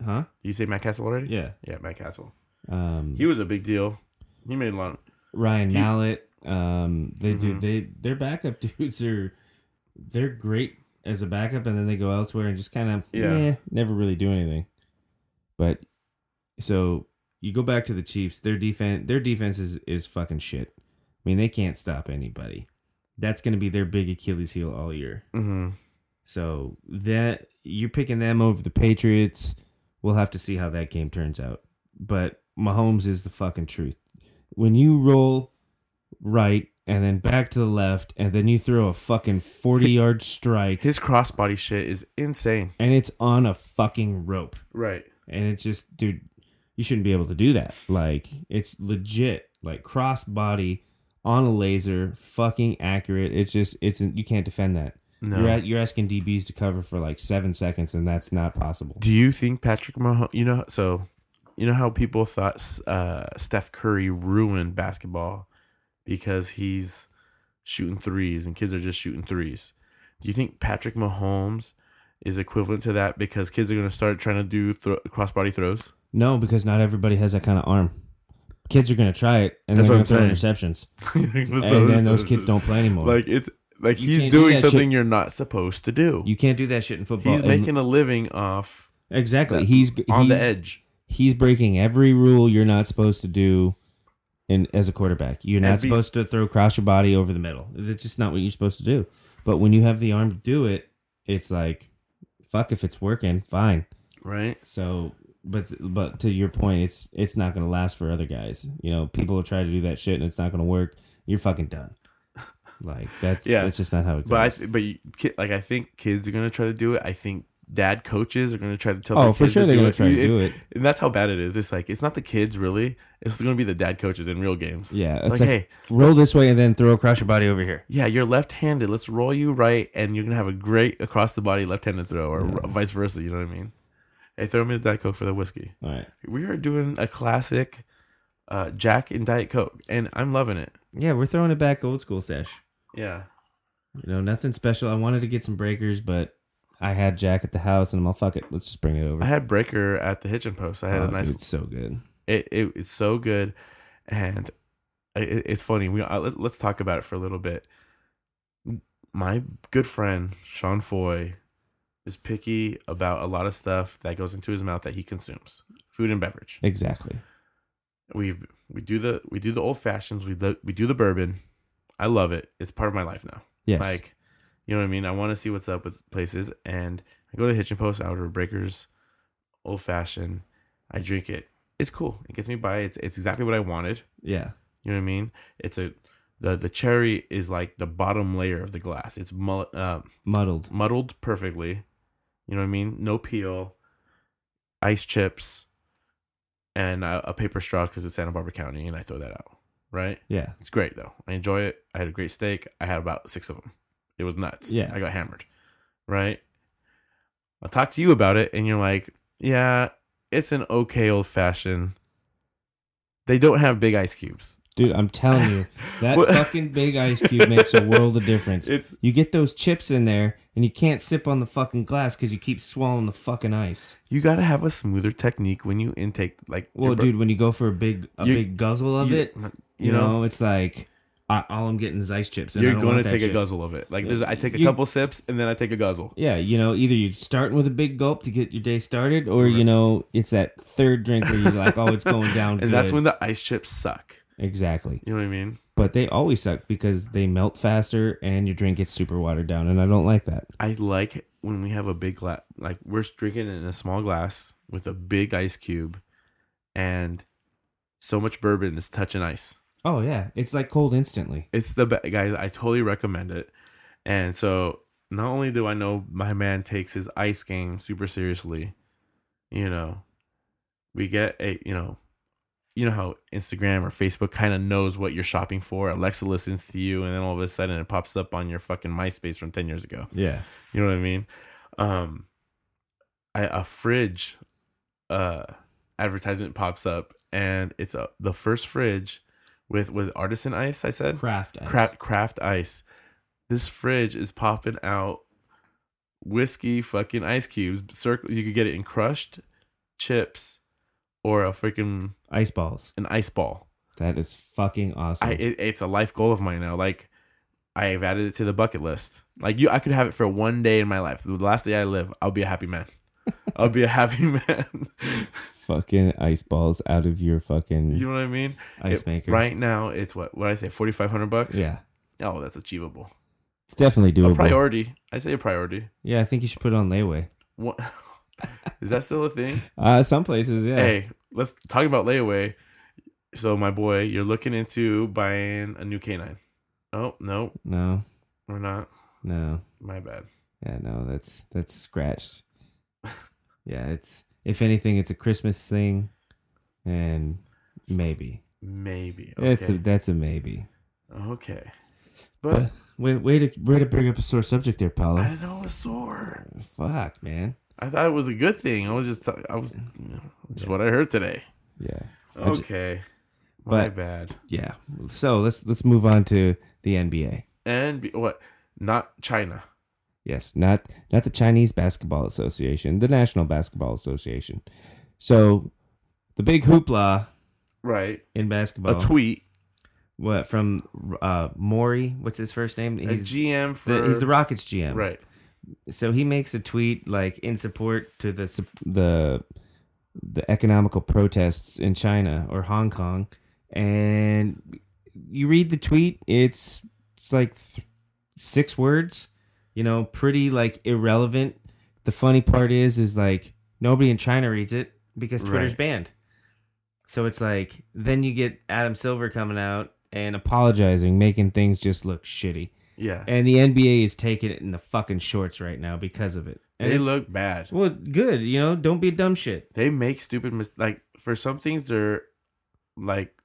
Speaker 1: Huh?
Speaker 2: You say Matt Castle already?
Speaker 1: Yeah.
Speaker 2: yeah, Matt Castle.
Speaker 1: Um,
Speaker 2: He was a big deal. He made a lot. Of,
Speaker 1: Ryan
Speaker 2: he-
Speaker 1: Mallett. Um, they do
Speaker 2: Mhm.
Speaker 1: they their backup dudes are they're great as a backup, and then they go elsewhere and just kind of yeah,
Speaker 2: Yeah.
Speaker 1: never really do anything. But so you go back to the Chiefs. Their defense their defense is is fucking shit. I mean, they can't stop anybody. That's going to be their big Achilles heel all year.
Speaker 2: Mhm.
Speaker 1: So that you're picking them over the Patriots. We'll have to see how that game turns out. But Mahomes is the fucking truth. When you roll right and then back to the left and then you throw a fucking 40 yard strike
Speaker 2: His crossbody shit is insane.
Speaker 1: and it's on a fucking rope.
Speaker 2: Right.
Speaker 1: And it's just, dude, you shouldn't be able to do that. Like, it's legit, like crossbody on a laser, fucking accurate. It's just, it's, you can't defend that.
Speaker 2: No.
Speaker 1: You're, at, you're asking DBs to cover for like seven seconds, and that's not possible.
Speaker 2: Do you think Patrick Mahomes? You know, so you know how people thought uh, Steph Curry ruined basketball because he's shooting threes and kids are just shooting threes. Do you think Patrick Mahomes is equivalent to that because kids are going to start trying to do thro- crossbody throws?
Speaker 1: No, because not everybody has that kind of arm. Kids are going to try it, and
Speaker 2: That's
Speaker 1: they're going
Speaker 2: what
Speaker 1: to throw
Speaker 2: I'm
Speaker 1: interceptions,
Speaker 2: and
Speaker 1: and then those kids don't play anymore.
Speaker 2: like it's like
Speaker 1: You
Speaker 2: he's
Speaker 1: can't do
Speaker 2: doing
Speaker 1: that shit.
Speaker 2: something you're not supposed to do.
Speaker 1: you can't do that shit in football.
Speaker 2: he's
Speaker 1: And-
Speaker 2: making a living off
Speaker 1: exactly. He's
Speaker 2: on the
Speaker 1: he's-
Speaker 2: edge.
Speaker 1: He's breaking every rule you're not supposed to do. In, as a quarterback, you're not
Speaker 2: And be-
Speaker 1: supposed to throw across your body over the middle. That's just not what you're supposed to do. But when you have the arm to do it, it's like, fuck if it's working, fine.
Speaker 2: Right.
Speaker 1: So, but but to your point, it's it's not going to last for other guys. You know, people will try to do that shit and it's not going to work. You're fucking done. Like that's
Speaker 2: Yeah.
Speaker 1: that's just not how it goes.
Speaker 2: But I th- but you, ki- like I think kids are gonna try to do it. I think dad coaches are gonna try to tell.
Speaker 1: oh,
Speaker 2: their
Speaker 1: for
Speaker 2: kids
Speaker 1: sure
Speaker 2: to
Speaker 1: they're
Speaker 2: do
Speaker 1: going
Speaker 2: it.
Speaker 1: to try to
Speaker 2: It's-
Speaker 1: do it.
Speaker 2: And that's how bad it is. It's like it's not the kids really. It's gonna be the dad coaches in real games.
Speaker 1: Yeah, it's
Speaker 2: Like,
Speaker 1: like,
Speaker 2: hey,
Speaker 1: roll this way and then throw across your body over here.
Speaker 2: yeah, you're left-handed. Let's roll you right, and you're gonna have a great across-the-body left-handed throw, or
Speaker 1: Yeah.
Speaker 2: vice versa. You know what I mean? Hey, throw me the diet coke for the whiskey.
Speaker 1: All right.
Speaker 2: We are doing a classic uh, Jack and diet coke, and I'm loving it.
Speaker 1: Yeah, we're throwing it back old school sesh.
Speaker 2: Yeah,
Speaker 1: You know, nothing special. I wanted to get some breakers, but I had Jack at the house and I'm all fuck it. Let's just bring it over.
Speaker 2: I had Breaker at the Hitchin Post. I had
Speaker 1: Oh,
Speaker 2: a nice
Speaker 1: dude, it's so good.
Speaker 2: it, it it's so good and i it, it's funny we I, let, let's talk about it for a little bit my good friend sean foy is picky about a lot of stuff that goes into his mouth that he consumes food and beverage
Speaker 1: Exactly.
Speaker 2: we we do the we do the old fashions we do, we do the bourbon i love it it's part of my life now
Speaker 1: Yes.
Speaker 2: like you know what i mean i want to see what's up with places and i go to the hitchin post i order breakers old fashioned i drink it it's cool it gets me by it's, it's exactly what i wanted
Speaker 1: yeah.
Speaker 2: you know what i mean it's a the, the cherry is like the bottom layer of the glass it's mul- uh,
Speaker 1: Muddled.
Speaker 2: muddled perfectly you know what i mean no peel ice chips and a, a paper straw because it's santa barbara county and i throw that out right
Speaker 1: Yeah.
Speaker 2: it's great though. I enjoy it. I had a great steak. I had about six of them. It was nuts.
Speaker 1: Yeah.
Speaker 2: I got hammered. Right. I talked to you about it, and you're like, "Yeah, it's an okay old fashioned." They don't have big ice cubes.
Speaker 1: Dude, I'm telling you, that
Speaker 2: What-
Speaker 1: fucking big ice cube makes a world of difference.
Speaker 2: It's
Speaker 1: You get those chips in there, and you can't sip on the fucking glass because you keep swallowing the fucking ice.
Speaker 2: you got to have a smoother technique when you intake like.
Speaker 1: Well,
Speaker 2: your bur-
Speaker 1: dude, when you go for a big a
Speaker 2: You-
Speaker 1: big guzzle of
Speaker 2: you-
Speaker 1: it,
Speaker 2: You,
Speaker 1: you know,
Speaker 2: know,
Speaker 1: it's like I, all I'm getting is ice chips. And I
Speaker 2: you're
Speaker 1: don't
Speaker 2: going
Speaker 1: want
Speaker 2: to
Speaker 1: that
Speaker 2: take a
Speaker 1: shit.
Speaker 2: guzzle of it. Like, there's, I take a
Speaker 1: You-
Speaker 2: couple sips and then I take a guzzle.
Speaker 1: Yeah, you know, either you're starting with a big gulp to get your day started, or you know, it's that third drink where you're like, oh, it's going down.
Speaker 2: And that's
Speaker 1: good.
Speaker 2: when the ice chips suck.
Speaker 1: Exactly.
Speaker 2: You know what I mean?
Speaker 1: But they always suck because they melt faster and your drink gets super watered down, and I don't like that.
Speaker 2: I like when we have a big glass, like we're drinking in a small glass with a big ice cube, and so much bourbon is touching ice.
Speaker 1: Oh yeah, it's like cold instantly.
Speaker 2: It's the best, guys. I totally recommend it. And so, not only do I know my man takes his ice game super seriously, you know, we get a, you know, you know how Instagram or Facebook kind of knows what you're shopping for. Alexa listens to you, and then all of a sudden it pops up on your fucking MySpace from ten years ago.
Speaker 1: Yeah.
Speaker 2: You know what I mean? Um, I, a fridge uh, advertisement pops up, and it's a, the first fridge with with artisan ice. I said
Speaker 1: Craft ice.
Speaker 2: craft craft ice. This fridge is popping out whiskey fucking ice cubes. Circle. You could get it in crushed chips or a freaking
Speaker 1: Ice balls.
Speaker 2: an ice ball.
Speaker 1: That is fucking awesome.
Speaker 2: I it, it's a life goal of mine now. Like I've added it to the bucket list. Like you, I could have it for one day in my life. The last day I live, I'll be a happy man. I'll be a happy man.
Speaker 1: Mm-hmm. fucking ice balls out of your fucking
Speaker 2: you know what I mean?
Speaker 1: ice
Speaker 2: It-
Speaker 1: maker.
Speaker 2: Right now, it's what what I say, forty five hundred bucks.
Speaker 1: Yeah.
Speaker 2: Oh, that's achievable.
Speaker 1: It's definitely
Speaker 2: A
Speaker 1: doable.
Speaker 2: priority. I say a priority.
Speaker 1: Yeah, I think you should put it on layaway.
Speaker 2: What is that still a thing?
Speaker 1: Uh, some places, yeah.
Speaker 2: Hey, let's talk about layaway. So, my boy, you're looking into buying a new canine. Oh no,
Speaker 1: No,
Speaker 2: we're not.
Speaker 1: no,
Speaker 2: My bad.
Speaker 1: yeah, no. That's that's scratched. yeah, it's if anything, it's a Christmas thing, and maybe
Speaker 2: Maybe.
Speaker 1: it's a, that's a maybe.
Speaker 2: Okay.
Speaker 1: But
Speaker 2: But
Speaker 1: way, way to way to bring up a sore subject there,
Speaker 2: I
Speaker 1: Paolo.
Speaker 2: know a sore.
Speaker 1: Fuck, man.
Speaker 2: I thought it was a good thing. I was just, I was, you know, just what I heard today.
Speaker 1: Yeah, I ju-
Speaker 2: Okay. My
Speaker 1: But-
Speaker 2: bad.
Speaker 1: yeah. So let's let's move on to the NBA.
Speaker 2: And be, what? Not China.
Speaker 1: Yes, not not the Chinese Basketball Association, the National Basketball Association. So the big hoopla
Speaker 2: Right.
Speaker 1: in basketball.
Speaker 2: A tweet.
Speaker 1: what from uh Maury? What's his first name?
Speaker 2: A GM for.
Speaker 1: the, he's the Rockets GM.
Speaker 2: Right.
Speaker 1: So he makes a tweet like in support to the sup- the the economical protests in China or Hong Kong, and you read the tweet. It's it's like th- six words. You know, pretty like irrelevant. The funny part is, is like nobody in China reads it because Twitter's
Speaker 2: Right.
Speaker 1: banned. So it's like then you get Adam Silver coming out and apologizing, making things just look shitty.
Speaker 2: Yeah.
Speaker 1: And the NBA is taking it in the fucking shorts right now because of it. And
Speaker 2: they
Speaker 1: it's-
Speaker 2: look bad.
Speaker 1: well, good. You know, don't be a dumb shit.
Speaker 2: They make stupid mis- Like, for some things, they're like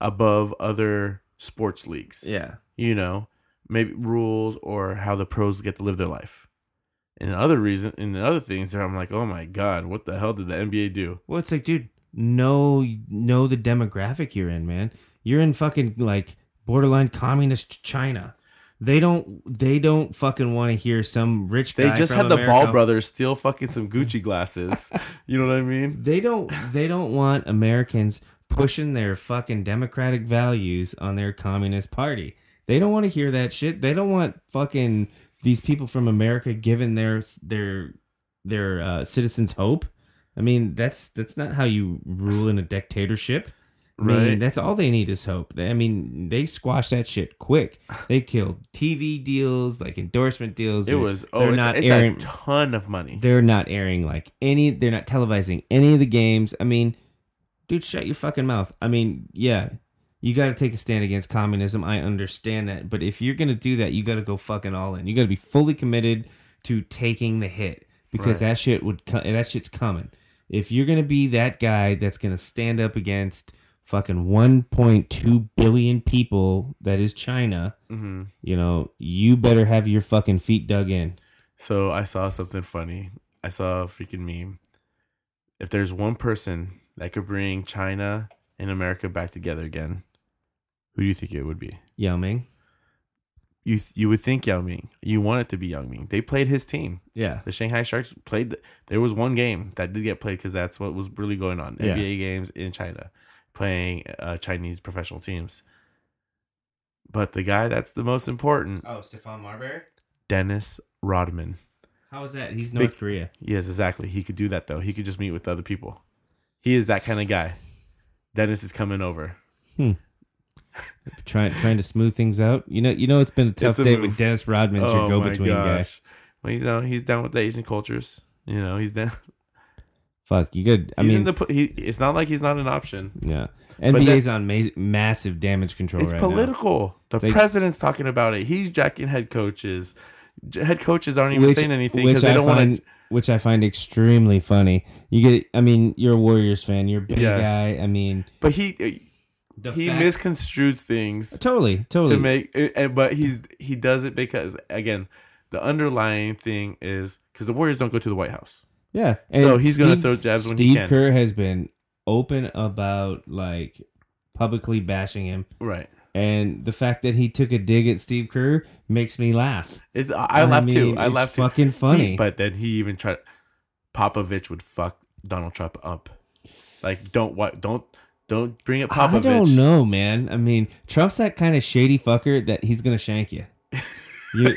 Speaker 2: above other sports leagues.
Speaker 1: Yeah,
Speaker 2: you know, maybe rules or how the pros get to live their life. And other reason, and the other things that I'm like, oh my god, what the hell did the NBA do?
Speaker 1: Well, it's like, dude, know know the demographic you're in, man. You're in fucking like borderline communist China. They don't they don't fucking want to hear some rich
Speaker 2: They
Speaker 1: guy.
Speaker 2: just
Speaker 1: from
Speaker 2: had the Ball
Speaker 1: America-
Speaker 2: brothers steal fucking some Gucci glasses. you know what I mean?
Speaker 1: They don't they don't want Americans pushing their fucking democratic values on their communist party. They don't want to hear that shit. They don't want fucking these people from America giving their their their uh, citizens hope. I mean, that's that's not how you rule in a dictatorship. I mean,
Speaker 2: Right.
Speaker 1: that's all they need is hope. They- I mean, they squash that shit quick. They killed TV deals, like endorsement deals.
Speaker 2: It
Speaker 1: They're-
Speaker 2: was oh,
Speaker 1: they're
Speaker 2: it's,
Speaker 1: not
Speaker 2: it's
Speaker 1: airing.
Speaker 2: a ton of money.
Speaker 1: They're not airing like any. They're not televising any of the games. I mean, dude, shut your fucking mouth. I mean, yeah, you got to take a stand against communism. I understand that, but if you're gonna do that, you got to go fucking all in. You got to be fully committed to taking the hit because that shit would co- that shit's coming. If you're gonna be that guy that's gonna stand up against fucking 1.2 billion people that is China,
Speaker 2: hmm
Speaker 1: you know, you better have your fucking feet dug in.
Speaker 2: So I saw something funny. I saw a freaking meme. If there's one person that could bring China and America back together again, who do you think it would be?
Speaker 1: Yao Ming.
Speaker 2: you you would think Yao Ming. You want it to be Yao Ming. They played his team.
Speaker 1: Yeah.
Speaker 2: The Shanghai Sharks played. there was one game that did get played because that's what was really going on.
Speaker 1: Yeah.
Speaker 2: NBA games in China, playing uh, Chinese professional teams. But the guy that's the most important,
Speaker 1: Oh, Stefan Marbury?
Speaker 2: Dennis Rodman.
Speaker 1: How is that? He's North
Speaker 2: Big-
Speaker 1: Korea.
Speaker 2: Yes, exactly. He could do that though. He could just meet with other people. He is that kind of guy. Dennis is coming over.
Speaker 1: Hmm. trying trying to smooth things out. You know, you know, it's been a tough
Speaker 2: a
Speaker 1: day
Speaker 2: move.
Speaker 1: with Dennis Rodman's your go between guy.
Speaker 2: Oh Well, he's down, he's down with the Asian cultures. You know, he's down.
Speaker 1: Fuck, you could. I
Speaker 2: he's in
Speaker 1: mean,
Speaker 2: the, po- he, it's not like he's not an option.
Speaker 1: yeah,
Speaker 2: that-
Speaker 1: NBA's on ma- massive damage control
Speaker 2: It's
Speaker 1: right
Speaker 2: political. The
Speaker 1: They-
Speaker 2: president's talking about it. He's jacking head coaches. J- head coaches aren't
Speaker 1: now.
Speaker 2: even saying anything because they
Speaker 1: I
Speaker 2: don't want
Speaker 1: find,
Speaker 2: to.
Speaker 1: Which I find extremely funny. You get, I mean, you're a Warriors fan. You're a big
Speaker 2: Yes.
Speaker 1: guy. I mean,
Speaker 2: But he uh,
Speaker 1: the
Speaker 2: he
Speaker 1: fact-
Speaker 2: misconstrues things.
Speaker 1: totally, totally.
Speaker 2: to make eh, eh, but he's he does it because again the underlying thing is because the warriors don't go to the white house
Speaker 1: yeah.
Speaker 2: so
Speaker 1: And
Speaker 2: he's gonna
Speaker 1: Steve-
Speaker 2: throw jabs when
Speaker 1: Steve
Speaker 2: he can
Speaker 1: Kerr has been open about like publicly bashing him,
Speaker 2: right
Speaker 1: and the fact that he took a dig at Steve Kerr makes me laugh.
Speaker 2: it's i, I laugh too
Speaker 1: mean,
Speaker 2: i
Speaker 1: it's
Speaker 2: laugh too
Speaker 1: Fucking funny.
Speaker 2: He- but then he even tried popovich would fuck donald trump up like don't what don't don't bring up popovich
Speaker 1: I don't know, man. I mean, Trump's that kind of shady fucker that he's gonna shank you. you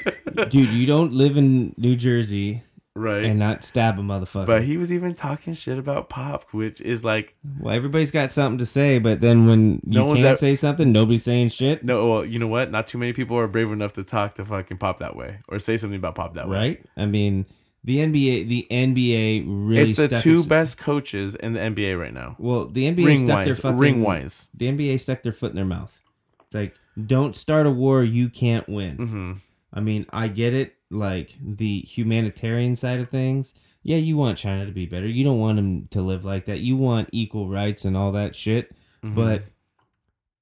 Speaker 1: dude, you don't live in New Jersey
Speaker 2: right
Speaker 1: and not stab a motherfucker.
Speaker 2: but he was even talking shit about pop which is like
Speaker 1: well, everybody's got something to say, but then when you
Speaker 2: No one's
Speaker 1: can't
Speaker 2: that-
Speaker 1: say something, nobody's saying shit,
Speaker 2: no well you know what not too many people are brave enough to talk to fucking pop that way or say something about pop that way
Speaker 1: right? I mean, the NBA, the NBA really.
Speaker 2: it's the
Speaker 1: stuck
Speaker 2: two
Speaker 1: its-
Speaker 2: best coaches in the NBA right now.
Speaker 1: Well, the NBA
Speaker 2: Ring
Speaker 1: stuck their
Speaker 2: wise,
Speaker 1: fucking
Speaker 2: ring wise.
Speaker 1: The NBA stuck their foot in their mouth. It's like, don't start a war you can't win.
Speaker 2: hmm
Speaker 1: I mean, I get it, like the humanitarian side of things. Yeah, you want China to be better. You don't want them to live like that. You want equal rights and all that shit.
Speaker 2: Mm-hmm.
Speaker 1: But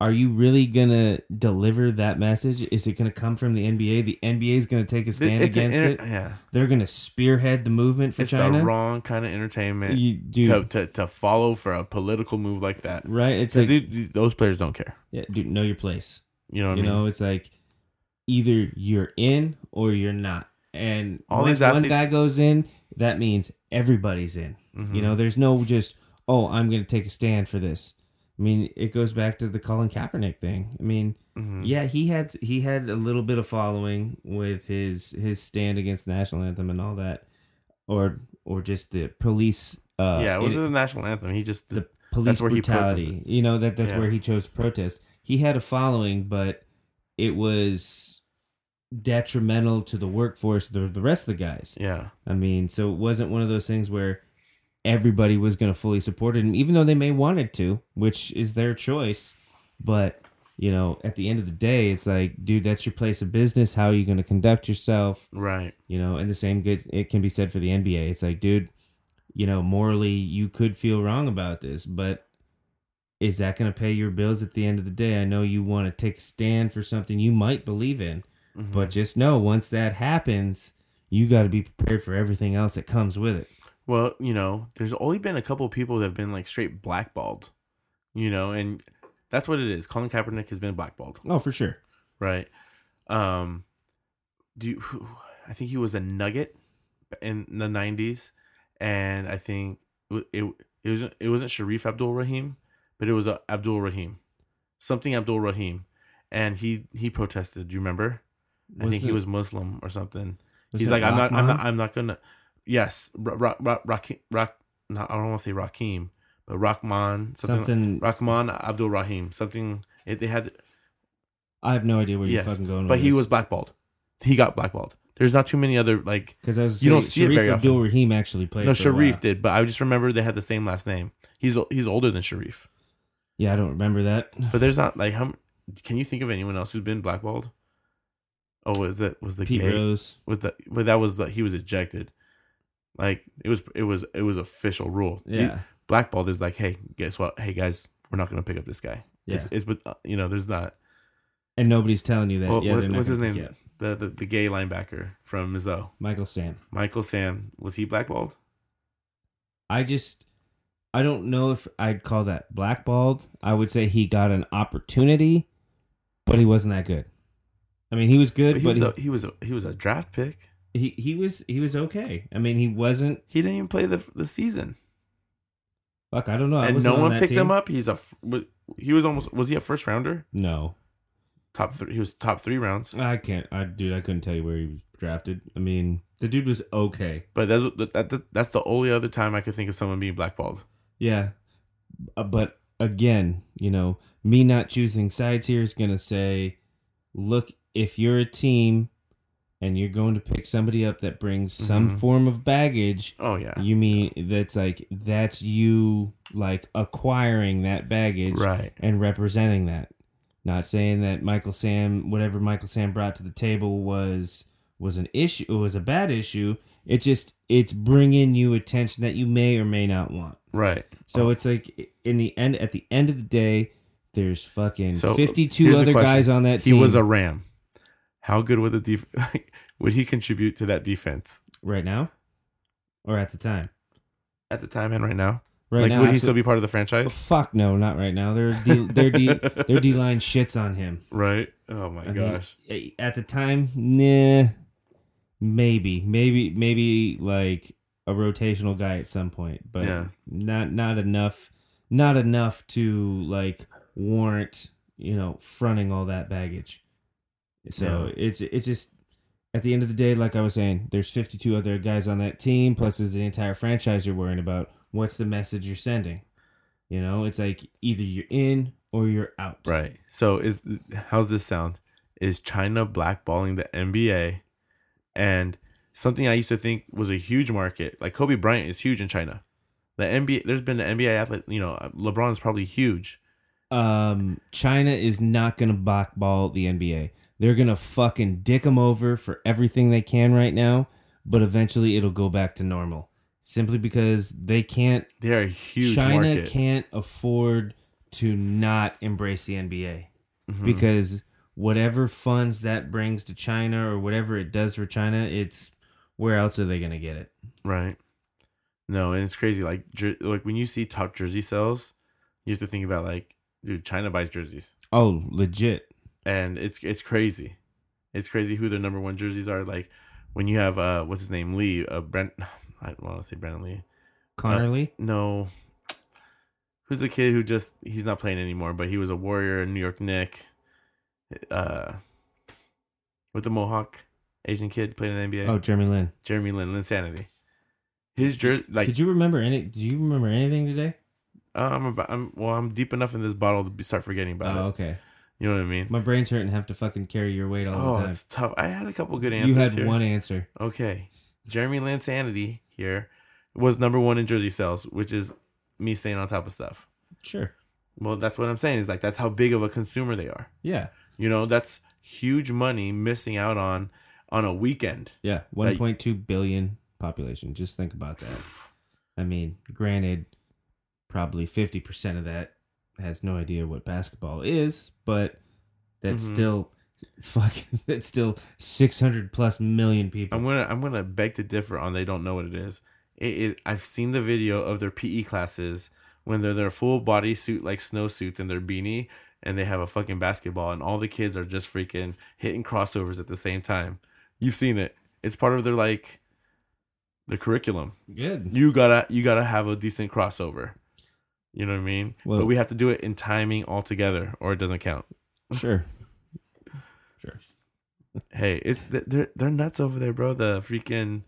Speaker 1: are you really gonna deliver that message? Is it gonna come from the NBA? The NBA is gonna take a stand against it.
Speaker 2: Yeah,
Speaker 1: They're gonna spearhead the movement for
Speaker 2: it's the
Speaker 1: China.
Speaker 2: wrong kind of entertainment
Speaker 1: you, dude,
Speaker 2: to, to to follow for a political move like that.
Speaker 1: right? It's
Speaker 2: 'Cause
Speaker 1: like,
Speaker 2: dude, those players don't care.
Speaker 1: yeah, dude, know your place.
Speaker 2: You know what
Speaker 1: you
Speaker 2: I mean?
Speaker 1: know, it's like either you're in or you're not. And
Speaker 2: All
Speaker 1: all once
Speaker 2: these
Speaker 1: one
Speaker 2: athletes-
Speaker 1: guy goes in, that means everybody's in. You
Speaker 2: Mhm.
Speaker 1: know, there's no just, oh, I'm going to take a stand for this. I mean, it goes back to the Colin Kaepernick thing. I mean,
Speaker 2: Mhm.
Speaker 1: yeah, he had he had a little bit of following with his his stand against the national anthem and all that, or or just the police. Uh,
Speaker 2: yeah. It was
Speaker 1: in-
Speaker 2: the national anthem. He just
Speaker 1: the police
Speaker 2: where he
Speaker 1: brutality. You know that that's
Speaker 2: Yeah.
Speaker 1: where he chose to protest. He had a following, but it was detrimental to the workforce, the the rest of the guys.
Speaker 2: yeah.
Speaker 1: I mean, so it wasn't one of those things where everybody was going to fully support him, even though they may wanted to, which is their choice. But you know, at the end of the day, it's like, dude, that's your place of business. How are you going to conduct yourself?
Speaker 2: Right.
Speaker 1: you know and the same gets it can be said for the nba it's like dude you know morally you could feel wrong about this but is that going to pay your bills at the end of the day i know you want to take a stand for something you might believe in
Speaker 2: Mhm.
Speaker 1: but just know once that happens you got to be prepared for everything else that comes with it
Speaker 2: well, you know, there's only been a couple people that have been like straight blackballed. You know, and that's what it is. Colin Kaepernick has been blackballed.
Speaker 1: oh for sure
Speaker 2: right? Um, do you, who- I think he was a Nugget in the '90s, and I think it it, it was it wasn't Sharif Abdul Rahim, but it was uh, Abdul Rahim, something Abdul Rahim, and he he protested. Do you remember? I
Speaker 1: Was
Speaker 2: think he
Speaker 1: it-
Speaker 2: was Muslim or something.
Speaker 1: was
Speaker 2: He's
Speaker 1: that
Speaker 2: like, I'm not, I'm not,
Speaker 1: Rahman?
Speaker 2: I'm not gonna. Yes, Rock, Rock, Rock, Rock. Not, I don't want to say Rakim, but Rahman, something,
Speaker 1: something
Speaker 2: Rahman Abdul Rahim, something. It, they had
Speaker 1: i have no idea where
Speaker 2: Yes,
Speaker 1: you're fucking going
Speaker 2: but
Speaker 1: with
Speaker 2: he
Speaker 1: this.
Speaker 2: was blackballed. He got blackballed. There's not too many other like
Speaker 1: because i was
Speaker 2: you
Speaker 1: you
Speaker 2: don't
Speaker 1: do
Speaker 2: see it
Speaker 1: sharif
Speaker 2: very often.
Speaker 1: abdul rahim actually played
Speaker 2: no
Speaker 1: for a
Speaker 2: Sharif
Speaker 1: while.
Speaker 2: did, but I just remember they had the same last name. He's o- he's older than Sharif,
Speaker 1: yeah i don't remember that
Speaker 2: but there's not like how m- can you think of anyone else who's been blackballed? Oh, was that was the
Speaker 1: pete
Speaker 2: gay
Speaker 1: rose
Speaker 2: was that but that was like he was ejected. Like it was it was it was official rule. You-
Speaker 1: yeah
Speaker 2: blackballed is like hey guess what hey guys we're not gonna pick up this guy. It's, it's but uh, you know there's not
Speaker 1: And nobody's telling you that.
Speaker 2: Well,
Speaker 1: yeah,
Speaker 2: what's-
Speaker 1: they're not
Speaker 2: what's his
Speaker 1: gonna
Speaker 2: name?
Speaker 1: pick you up.
Speaker 2: the the, the gay linebacker from Mizzou
Speaker 1: Michael Sam.
Speaker 2: Michael Sam was he blackballed?
Speaker 1: I just, I don't know if I'd call that blackballed. I would say he got an opportunity, but he wasn't that good. I mean, he was good,
Speaker 2: But he,
Speaker 1: but,
Speaker 2: was a, he was a, he was a draft pick.
Speaker 1: he, he, he was he was okay. I mean, he wasn't.
Speaker 2: He didn't even play the the season,
Speaker 1: Fuck, I don't know. Oh, I
Speaker 2: and
Speaker 1: wasn't
Speaker 2: no
Speaker 1: on
Speaker 2: one
Speaker 1: that
Speaker 2: picked
Speaker 1: team.
Speaker 2: him up. He's a f- wa- he was almost was he a first rounder?
Speaker 1: No,
Speaker 2: Top three. He was top three rounds.
Speaker 1: I can't. I dude, I couldn't tell you where he was drafted. I mean, the dude was okay.
Speaker 2: But that's that, that that's the only other time I could think of someone being blackballed.
Speaker 1: Yeah, Uh, but again, you know, me not choosing sides here is going to say, look, if you're a team and you're going to pick somebody up that brings some
Speaker 2: Mhm.
Speaker 1: form of baggage,
Speaker 2: Oh yeah.
Speaker 1: you mean that's like, that's you like acquiring that baggage
Speaker 2: right.
Speaker 1: and representing that. Not saying that Michael Sam, whatever Michael Sam brought to the table was was an issue, it was a bad issue. It just it's bringing you attention that you may or may not want.
Speaker 2: Right.
Speaker 1: So it's like in the end, at the end of the day, there's fucking
Speaker 2: So, here's
Speaker 1: 52
Speaker 2: the
Speaker 1: other
Speaker 2: question.
Speaker 1: guys on that
Speaker 2: He
Speaker 1: team.
Speaker 2: was a ram. How good would the def- like, would he contribute to that defense
Speaker 1: right now, or at the time.
Speaker 2: at the time and right now?
Speaker 1: Right
Speaker 2: like
Speaker 1: now,
Speaker 2: would he
Speaker 1: absolute-
Speaker 2: still be part of the franchise?
Speaker 1: Fuck no, not right now. Their D, their D, their D line shits on him.
Speaker 2: Right. Oh my
Speaker 1: I think-
Speaker 2: gosh.
Speaker 1: At the time, nah, maybe, maybe, maybe like a rotational guy at some point, but
Speaker 2: Yeah.
Speaker 1: not not enough, not enough to like warrant you know fronting all that baggage. So
Speaker 2: Yeah.
Speaker 1: it's it's just at the end of the day, like I was saying, there's 52 other guys on that team, plus there's the entire franchise you're worrying about. What's the message you're sending? You know, it's like either you're in or you're out.
Speaker 2: Right. So is how's this sound? Is China blackballing the NBA? And something I used to think was a huge market, like Kobe Bryant is huge in China. The NBA, there's been an NBA athlete, you know, LeBron is probably huge.
Speaker 1: um, China is not going to blackball the NBA. They're going to fucking dick them over for everything they can right now, but eventually it'll go back to normal simply because they can't,
Speaker 2: They are a huge
Speaker 1: China
Speaker 2: market.
Speaker 1: can't afford to not embrace the NBA
Speaker 2: Mhm.
Speaker 1: because whatever funds that brings to China or whatever it does for China, it's where else are they going to get it?
Speaker 2: Right. No, and it's crazy. Like, jer- like when you see top jersey sales, you have to think about like, dude, China buys jerseys,
Speaker 1: Oh, legit.
Speaker 2: and it's it's crazy. It's crazy who their number one jerseys are. Like when you have uh, what's his name, Lee, uh, Brent. I don't want to say Brandon Lee. Uh,
Speaker 1: Connerly?
Speaker 2: No, who's the kid who just he's not playing anymore, but he was a Warrior, a New York Nick, uh, with the Mohawk, Asian kid played in the NBA.
Speaker 1: oh, Jeremy Lin.
Speaker 2: Jeremy Lin, Insanity. His jersey, like
Speaker 1: Did you remember any? Do you remember anything today?
Speaker 2: Uh, I'm about. I'm well. I'm deep enough in this bottle to be, start forgetting about
Speaker 1: Oh,
Speaker 2: it.
Speaker 1: okay.
Speaker 2: You know what I mean?
Speaker 1: My brain's hurting. Have to fucking carry your weight all
Speaker 2: Oh,
Speaker 1: the time.
Speaker 2: it's tough. I had a couple good answers
Speaker 1: You had
Speaker 2: here.
Speaker 1: one answer.
Speaker 2: Okay, Jeremy Lin Sanity here was number one in jersey sales, which is me staying on top of stuff.
Speaker 1: Sure.
Speaker 2: Well, that's what I'm saying. Is like that's how big of a consumer they are.
Speaker 1: Yeah.
Speaker 2: You know, that's huge money missing out on on a weekend.
Speaker 1: Yeah. One point two billion population. Just think about that. I mean, granted, probably fifty percent of that has no idea what basketball is, but that's
Speaker 2: Mhm.
Speaker 1: still fucking. That's still six hundred plus million people.
Speaker 2: I'm gonna I'm gonna beg to differ on they don't know what it is. It is I've seen the video of their PE classes when they're their full body suit like snowsuits and their beanie and they have a fucking basketball and all the kids are just freaking hitting crossovers at the same time. You've seen it. It's part of their like the curriculum.
Speaker 1: Good.
Speaker 2: You gotta you gotta have a decent crossover. You know what I mean?
Speaker 1: Well-
Speaker 2: but we have to do it in timing altogether or it doesn't count.
Speaker 1: Sure.
Speaker 2: Hey, it's th- they're they're nuts over there, bro. The freaking,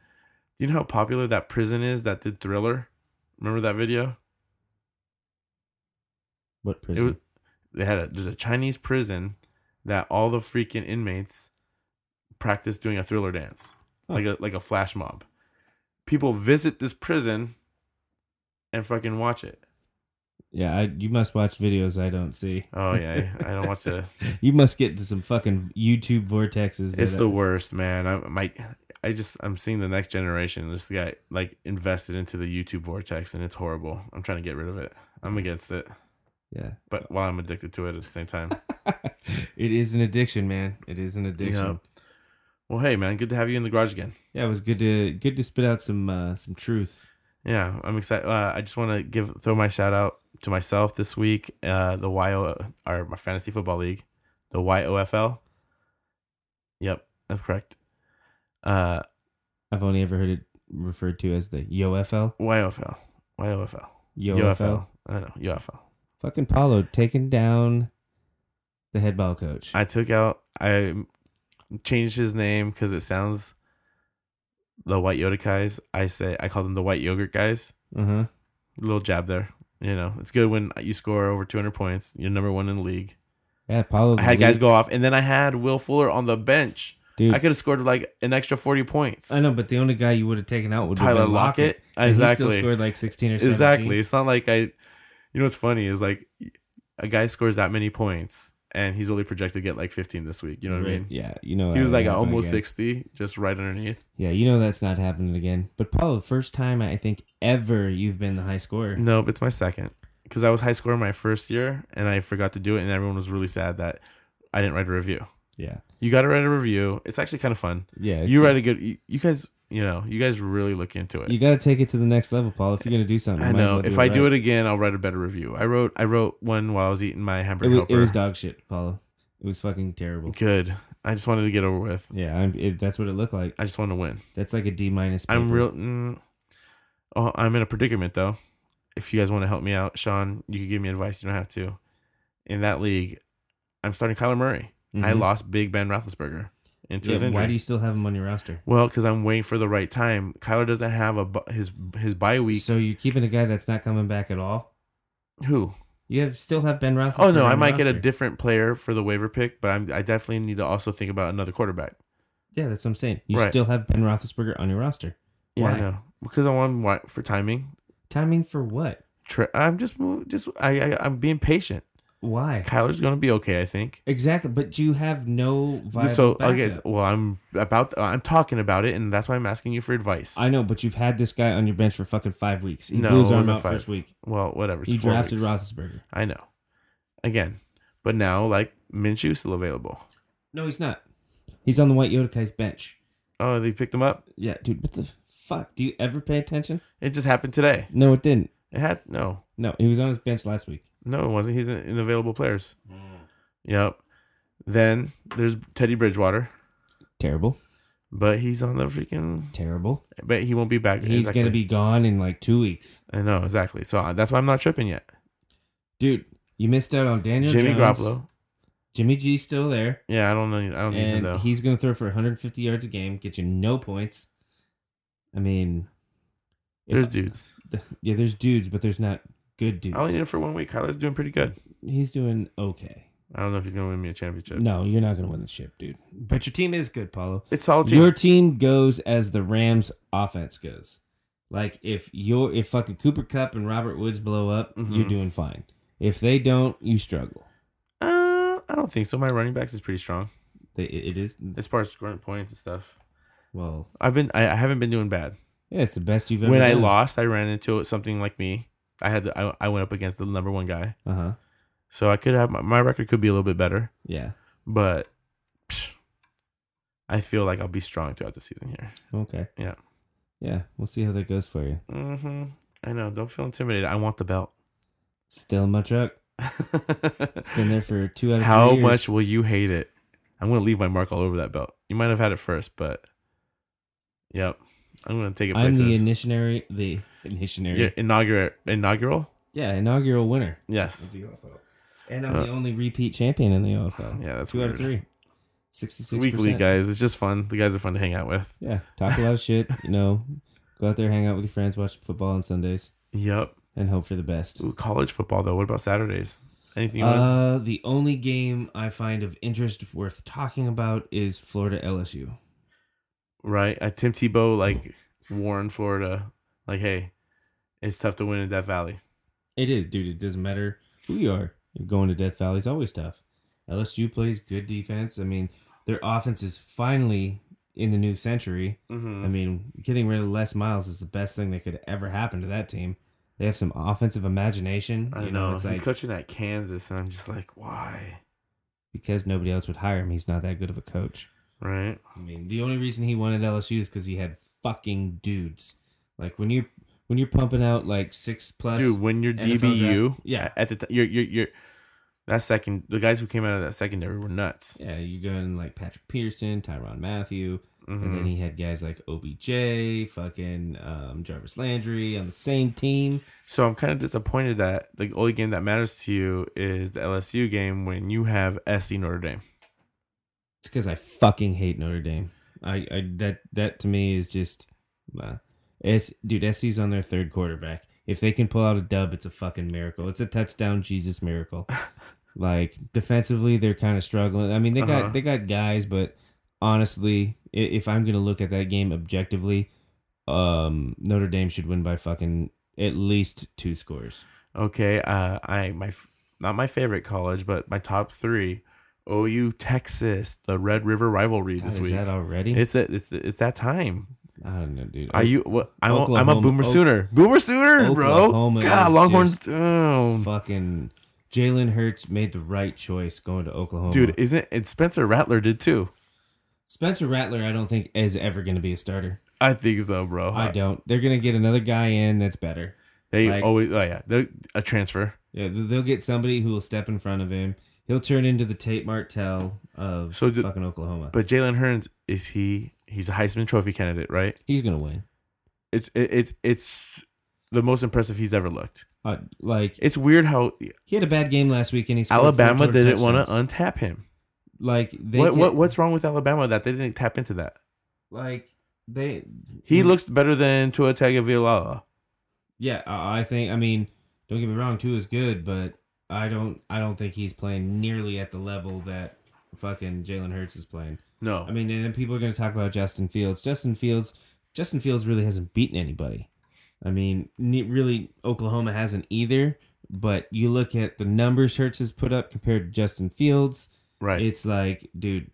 Speaker 2: you know how popular that prison is that did Thriller. Remember that video?
Speaker 1: What
Speaker 2: It
Speaker 1: prison?
Speaker 2: was, they had a there's a Chinese prison that all the freaking inmates practice doing a Thriller dance,
Speaker 1: Huh.
Speaker 2: like a like a flash mob. People visit this prison and fucking watch it.
Speaker 1: yeah. I, you must watch videos I don't see.
Speaker 2: Oh yeah, I, I don't watch the.
Speaker 1: You must get to some fucking YouTube vortexes.
Speaker 2: It's
Speaker 1: that-
Speaker 2: the worst, man. I my I just I'm seeing the next generation. This guy like invested into the YouTube vortex, and it's horrible. I'm trying to get rid of it. I'm against it,
Speaker 1: yeah.
Speaker 2: but while I'm addicted to it at the same time.
Speaker 1: it is an addiction, man. It is an addiction.
Speaker 2: well, hey, man, good to have you in the garage again.
Speaker 1: Yeah, it was good to good to spit out some uh, some truth.
Speaker 2: Yeah, I'm excited. Uh, I just want to give throw my shout out to myself this week. Uh, the YO or my fantasy football league, the YOFL. Yep, that's correct. Uh,
Speaker 1: I've only ever heard it referred to as the YOFL.
Speaker 2: YOFL, YOFL,
Speaker 1: YOFL.
Speaker 2: UFL. I know UFL.
Speaker 1: Fucking Paulo taking down the head ball coach.
Speaker 2: I took out. I changed his name because it sounds the White Yoda guys. I say I call them the White Yogurt guys.
Speaker 1: uh huh.
Speaker 2: Little jab there. You know, it's good when you score over 200 points. You're number one in the league.
Speaker 1: Yeah, Paulo.
Speaker 2: I had guys
Speaker 1: Luis-
Speaker 2: go off, and then I had Will Fuller on the bench.
Speaker 1: Dude,
Speaker 2: I could have scored like an extra 40 points.
Speaker 1: I know, but the only guy you would have taken out would have
Speaker 2: Tyler
Speaker 1: been Lockett.
Speaker 2: Lockett.
Speaker 1: and He still
Speaker 2: Exactly.
Speaker 1: scored like 16 or 17.
Speaker 2: Exactly. It's not like I. You know what's funny is like a guy scores that many points and he's only projected to get like 15 this week. You know what I
Speaker 1: Right,
Speaker 2: mean?
Speaker 1: Yeah, you know.
Speaker 2: He was
Speaker 1: that'll
Speaker 2: like at
Speaker 1: happen
Speaker 2: almost
Speaker 1: again.
Speaker 2: 60, just right underneath.
Speaker 1: Yeah, you know that's not happening again. But Paulo, first time I think ever you've been the high scorer.
Speaker 2: Nope, it's my second because I was high scorer my first year and I forgot to do it, and everyone was really sad that I didn't write a review.
Speaker 1: Yeah,
Speaker 2: You got to write a review. It's actually kind of fun.
Speaker 1: yeah.
Speaker 2: You write a good. You, you guys, you know, you guys really look into it.
Speaker 1: You got to take it to the next level, Paul. If you're gonna do something,
Speaker 2: I
Speaker 1: might as
Speaker 2: know.
Speaker 1: well
Speaker 2: if
Speaker 1: it
Speaker 2: I do
Speaker 1: right.
Speaker 2: it again, I'll write a better review. I wrote. I wrote one while I was eating my
Speaker 1: it,
Speaker 2: hamburger
Speaker 1: was,
Speaker 2: helper.
Speaker 1: it was dog shit, Paulo. It was fucking terrible.
Speaker 2: good. I just wanted to get over with.
Speaker 1: Yeah, I'm, it, that's what it looked like.
Speaker 2: I just want to win.
Speaker 1: That's like a D minus.
Speaker 2: I'm
Speaker 1: paper.
Speaker 2: real. Mm, oh, I'm in a predicament though. If you guys want to help me out, Sean, you can give me advice. You don't have to. In that league, I'm starting Kyler Murray. I
Speaker 1: Mhm.
Speaker 2: lost Big Ben Roethlisberger into his
Speaker 1: Yeah,
Speaker 2: injury.
Speaker 1: why do you still have him on your roster?
Speaker 2: well, because I'm waiting for the right time. Kyler doesn't have a bu- his his bye week.
Speaker 1: So you're keeping a guy that's not coming back at all.
Speaker 2: Who?
Speaker 1: You have still have Ben Roethlisberger.
Speaker 2: Oh no,
Speaker 1: on
Speaker 2: I
Speaker 1: your
Speaker 2: might get a
Speaker 1: roster.
Speaker 2: different player for the waiver pick, but I'm, I definitely need to also think about another quarterback.
Speaker 1: Yeah, that's what I'm saying. You
Speaker 2: Right.
Speaker 1: still have Ben Roethlisberger on your roster.
Speaker 2: Yeah,
Speaker 1: Why?
Speaker 2: I know because I want why, for timing.
Speaker 1: Timing for what?
Speaker 2: Tra- I'm just mo- just I, I I'm being patient.
Speaker 1: Why?
Speaker 2: Kyler's gonna be okay, I think.
Speaker 1: Exactly, but you have no viable
Speaker 2: so
Speaker 1: backup.
Speaker 2: okay, well, I'm about I'm talking about it, and that's why I'm asking you for advice.
Speaker 1: I know, but you've had this guy on your bench for fucking five weeks. He
Speaker 2: No,
Speaker 1: blew his
Speaker 2: it
Speaker 1: arm
Speaker 2: wasn't
Speaker 1: out
Speaker 2: five.
Speaker 1: first week.
Speaker 2: well, whatever. it's
Speaker 1: You
Speaker 2: four
Speaker 1: drafted
Speaker 2: weeks.
Speaker 1: Roethlisberger.
Speaker 2: I know. Again, but now like Minshew's still available.
Speaker 1: No, he's not. He's on the White Yodakai's bench.
Speaker 2: Oh, they picked him up.
Speaker 1: Yeah, dude, what the fuck? Do you ever pay attention?
Speaker 2: It just happened today.
Speaker 1: No, it didn't.
Speaker 2: It had no,
Speaker 1: No, he was on his bench last week.
Speaker 2: no, it wasn't. He's in, in available players.
Speaker 1: Hmm.
Speaker 2: Yep. Then there's Teddy Bridgewater,
Speaker 1: Terrible.
Speaker 2: but he's on the freaking.
Speaker 1: Terrible.
Speaker 2: But he won't be back.
Speaker 1: He's
Speaker 2: exactly.
Speaker 1: gonna be gone in like two weeks.
Speaker 2: I know exactly. So uh, that's why I'm not tripping yet.
Speaker 1: Dude, you missed out on Daniel
Speaker 2: Jimmy
Speaker 1: Jones.
Speaker 2: Garoppolo.
Speaker 1: Jimmy G's still there.
Speaker 2: Yeah, I don't know. I don't even
Speaker 1: and
Speaker 2: know.
Speaker 1: he's going to throw for 150 yards a game, get you no points. I mean, if-
Speaker 2: There's Oh, dudes.
Speaker 1: yeah, there's dudes, but there's not good dudes.
Speaker 2: I only need it for one week. Kyler's doing pretty good.
Speaker 1: he's doing okay.
Speaker 2: I don't know if he's gonna win me a championship.
Speaker 1: No, you're not going to win the ship, dude. But your team is good, Paulo.
Speaker 2: It's solid team.
Speaker 1: Your team goes as the Rams' offense goes. Like if your if fucking Cooper Cup and Robert Woods blow up, you're
Speaker 2: Mhm.
Speaker 1: doing fine. If they don't, you struggle.
Speaker 2: uh, I don't think so. My running backs is pretty strong
Speaker 1: They- It it is
Speaker 2: as far as scoring points and stuff.
Speaker 1: well,
Speaker 2: I've been I, I haven't been doing bad.
Speaker 1: yeah, it's the best you've ever.
Speaker 2: When I
Speaker 1: done.
Speaker 2: lost, I ran into something like me. I had to, I, I went up against the number one guy,
Speaker 1: uh huh,
Speaker 2: so I could have my, my record could be a little bit better,
Speaker 1: yeah,
Speaker 2: but psh, I feel like I'll be strong throughout the season here.
Speaker 1: okay,
Speaker 2: Yeah.
Speaker 1: yeah. We'll see how that goes for you.
Speaker 2: hmm I know. Don't feel intimidated. I want the belt.
Speaker 1: Still in my truck. Been there for two out of
Speaker 2: How
Speaker 1: three years.
Speaker 2: much will you hate it? I'm gonna leave my mark all over that belt. You might have had it first, but yep, I'm gonna take it
Speaker 1: I'm
Speaker 2: places.
Speaker 1: the initiatory, the initiatory.
Speaker 2: Your inaugural, inaugural,
Speaker 1: Yeah, inaugural winner of
Speaker 2: yes.
Speaker 1: the OFL, and I'm
Speaker 2: Uh,
Speaker 1: the only repeat champion in the OFL.
Speaker 2: Yeah, that's
Speaker 1: Two out
Speaker 2: weird.
Speaker 1: of three. 66
Speaker 2: Weekly guys, it's just fun. The guys are fun to hang out with.
Speaker 1: Yeah, talk a lot of shit. You know, go out there, hang out with your friends, watch football on Sundays,
Speaker 2: Yep.
Speaker 1: and hope for the best.
Speaker 2: Ooh, college football though. What about Saturdays? Anything you want?
Speaker 1: Uh, the only game I find of interest worth talking about is Florida LSU.
Speaker 2: Right. Uh, Tim Tebow like warned Florida, like, hey, it's tough to win in Death Valley.
Speaker 1: It is, dude. It doesn't matter who you are. Going to Death Valley is always tough. LSU plays good defense. I mean, their offense is finally in the new century.
Speaker 2: Mm-hmm.
Speaker 1: I mean, getting rid of Les Miles is the best thing that could ever happen to that team. They have some offensive imagination.
Speaker 2: I
Speaker 1: you
Speaker 2: know.
Speaker 1: know, it's
Speaker 2: He's
Speaker 1: like
Speaker 2: coaching at Kansas, and I'm just like, why?
Speaker 1: because nobody else would hire him. He's not that good of a coach.
Speaker 2: Right.
Speaker 1: I mean, the only reason he wanted LSU is because he had fucking dudes. Like when you when you're pumping out like six plus,
Speaker 2: dude when you're
Speaker 1: NFL
Speaker 2: dbu
Speaker 1: draft. Yeah.
Speaker 2: at the time you're, you're you're that second the guys who came out of that secondary were nuts
Speaker 1: yeah, you go in like Patrick Peterson, Tyron Matthew, And then
Speaker 2: Mhm.
Speaker 1: he had guys like OBJ, fucking um, Jarvis Landry on the same team.
Speaker 2: so i'm kind of disappointed that the only game that matters to you is the lsu game when you have sc notre dame
Speaker 1: It's because I fucking hate Notre Dame. I, I that that to me is just, uh, S, dude. SC's on their third quarterback. If they can pull out a dub, it's a fucking miracle. It's a touchdown Jesus miracle. like defensively, they're kind of struggling. I mean, they
Speaker 2: Uh-huh.
Speaker 1: got they got guys, but honestly, i- if I'm gonna look at that game objectively, um, Notre Dame should win by fucking at least two scores.
Speaker 2: Okay, uh, I my f- not my favorite college, but my top three: OU, Texas, the Red River rivalry
Speaker 1: God,
Speaker 2: this
Speaker 1: is
Speaker 2: week.
Speaker 1: that already?
Speaker 2: It's that it's it's that time.
Speaker 1: I don't know, dude.
Speaker 2: Are you? What, I'm a, I'm a
Speaker 1: Oklahoma-
Speaker 2: boomer
Speaker 1: Ok-
Speaker 2: sooner. Boomer sooner,
Speaker 1: Oklahoma
Speaker 2: bro. God,
Speaker 1: is
Speaker 2: Longhorns
Speaker 1: just
Speaker 2: down.
Speaker 1: fucking Jalen Hurts made the right choice going to Oklahoma.
Speaker 2: Dude, isn't and Spencer Rattler did too?
Speaker 1: Spencer Rattler, I don't think is ever going to be a starter.
Speaker 2: Oh, I think so, bro.
Speaker 1: I don't. They're going to get another guy in that's better.
Speaker 2: they
Speaker 1: like-
Speaker 2: always oh yeah, they a transfer.
Speaker 1: Yeah, th- they'll get somebody who will step in front of him. He'll turn into the Tate Martell of
Speaker 2: So do-
Speaker 1: fucking Oklahoma.
Speaker 2: But Jalen Hearns is he? He's a Heisman Trophy candidate, right?
Speaker 1: He's going to win.
Speaker 2: It's it, it it's the most impressive he's ever looked.
Speaker 1: Uh, like
Speaker 2: It's weird how
Speaker 1: he had a bad game last week, and he scored
Speaker 2: Alabama
Speaker 1: four total
Speaker 2: didn't want to
Speaker 1: touchdowns.
Speaker 2: untap him.
Speaker 1: like they
Speaker 2: What,
Speaker 1: get-
Speaker 2: what what's wrong with Alabama that they didn't tap into that?
Speaker 1: like they
Speaker 2: He
Speaker 1: Mm.
Speaker 2: looks better than Tua Tagovailoa.
Speaker 1: Yeah, I I think. I mean, don't get me wrong. Two is good, but I don't. I don't think he's playing nearly at the level that fucking Jalen Hurts is playing.
Speaker 2: No,
Speaker 1: I mean, and then people are going to talk about Justin Fields. Justin Fields. Justin Fields really hasn't beaten anybody. I mean, ne- really, Oklahoma hasn't either. But you look at the numbers Hurts has put up compared to Justin Fields.
Speaker 2: right?
Speaker 1: It's like, dude,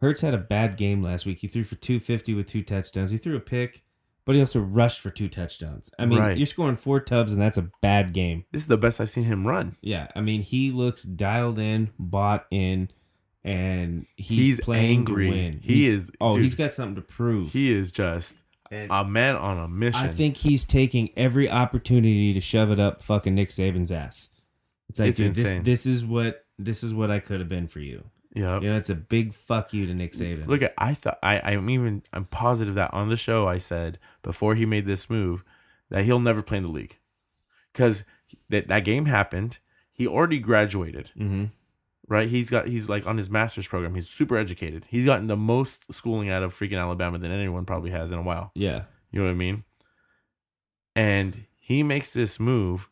Speaker 1: Hertz had a bad game last week. He threw for 250 with two touchdowns. He threw a pick, but he also rushed for two touchdowns. I mean,
Speaker 2: Right.
Speaker 1: you're scoring four tubs, and that's a bad game.
Speaker 2: this is the best I've seen him run.
Speaker 1: Yeah. I mean, he looks dialed in, bought in, and he's,
Speaker 2: He's,
Speaker 1: playing
Speaker 2: angry.
Speaker 1: to win.
Speaker 2: He
Speaker 1: He's-
Speaker 2: is.
Speaker 1: Oh,
Speaker 2: dude,
Speaker 1: he's got something to prove.
Speaker 2: he is just
Speaker 1: And
Speaker 2: a man on a mission.
Speaker 1: I think he's taking every opportunity to shove it up fucking Nick Saban's ass. It's like,
Speaker 2: It's
Speaker 1: dude, this,
Speaker 2: insane.
Speaker 1: this is what this is what I could have been for you.
Speaker 2: Yeah.
Speaker 1: You know, it's a big fuck you to Nick Saban.
Speaker 2: Look at. I thought. I. I'm even. I'm positive that on the show I said before he made this move that he'll never play in the league because that that game happened. He already graduated.
Speaker 1: mm-hmm.
Speaker 2: right? He's got he's like on his master's program. He's super educated. He's gotten the most schooling out of freaking Alabama than anyone probably has in a while.
Speaker 1: Yeah.
Speaker 2: You know what I mean? And he makes this move.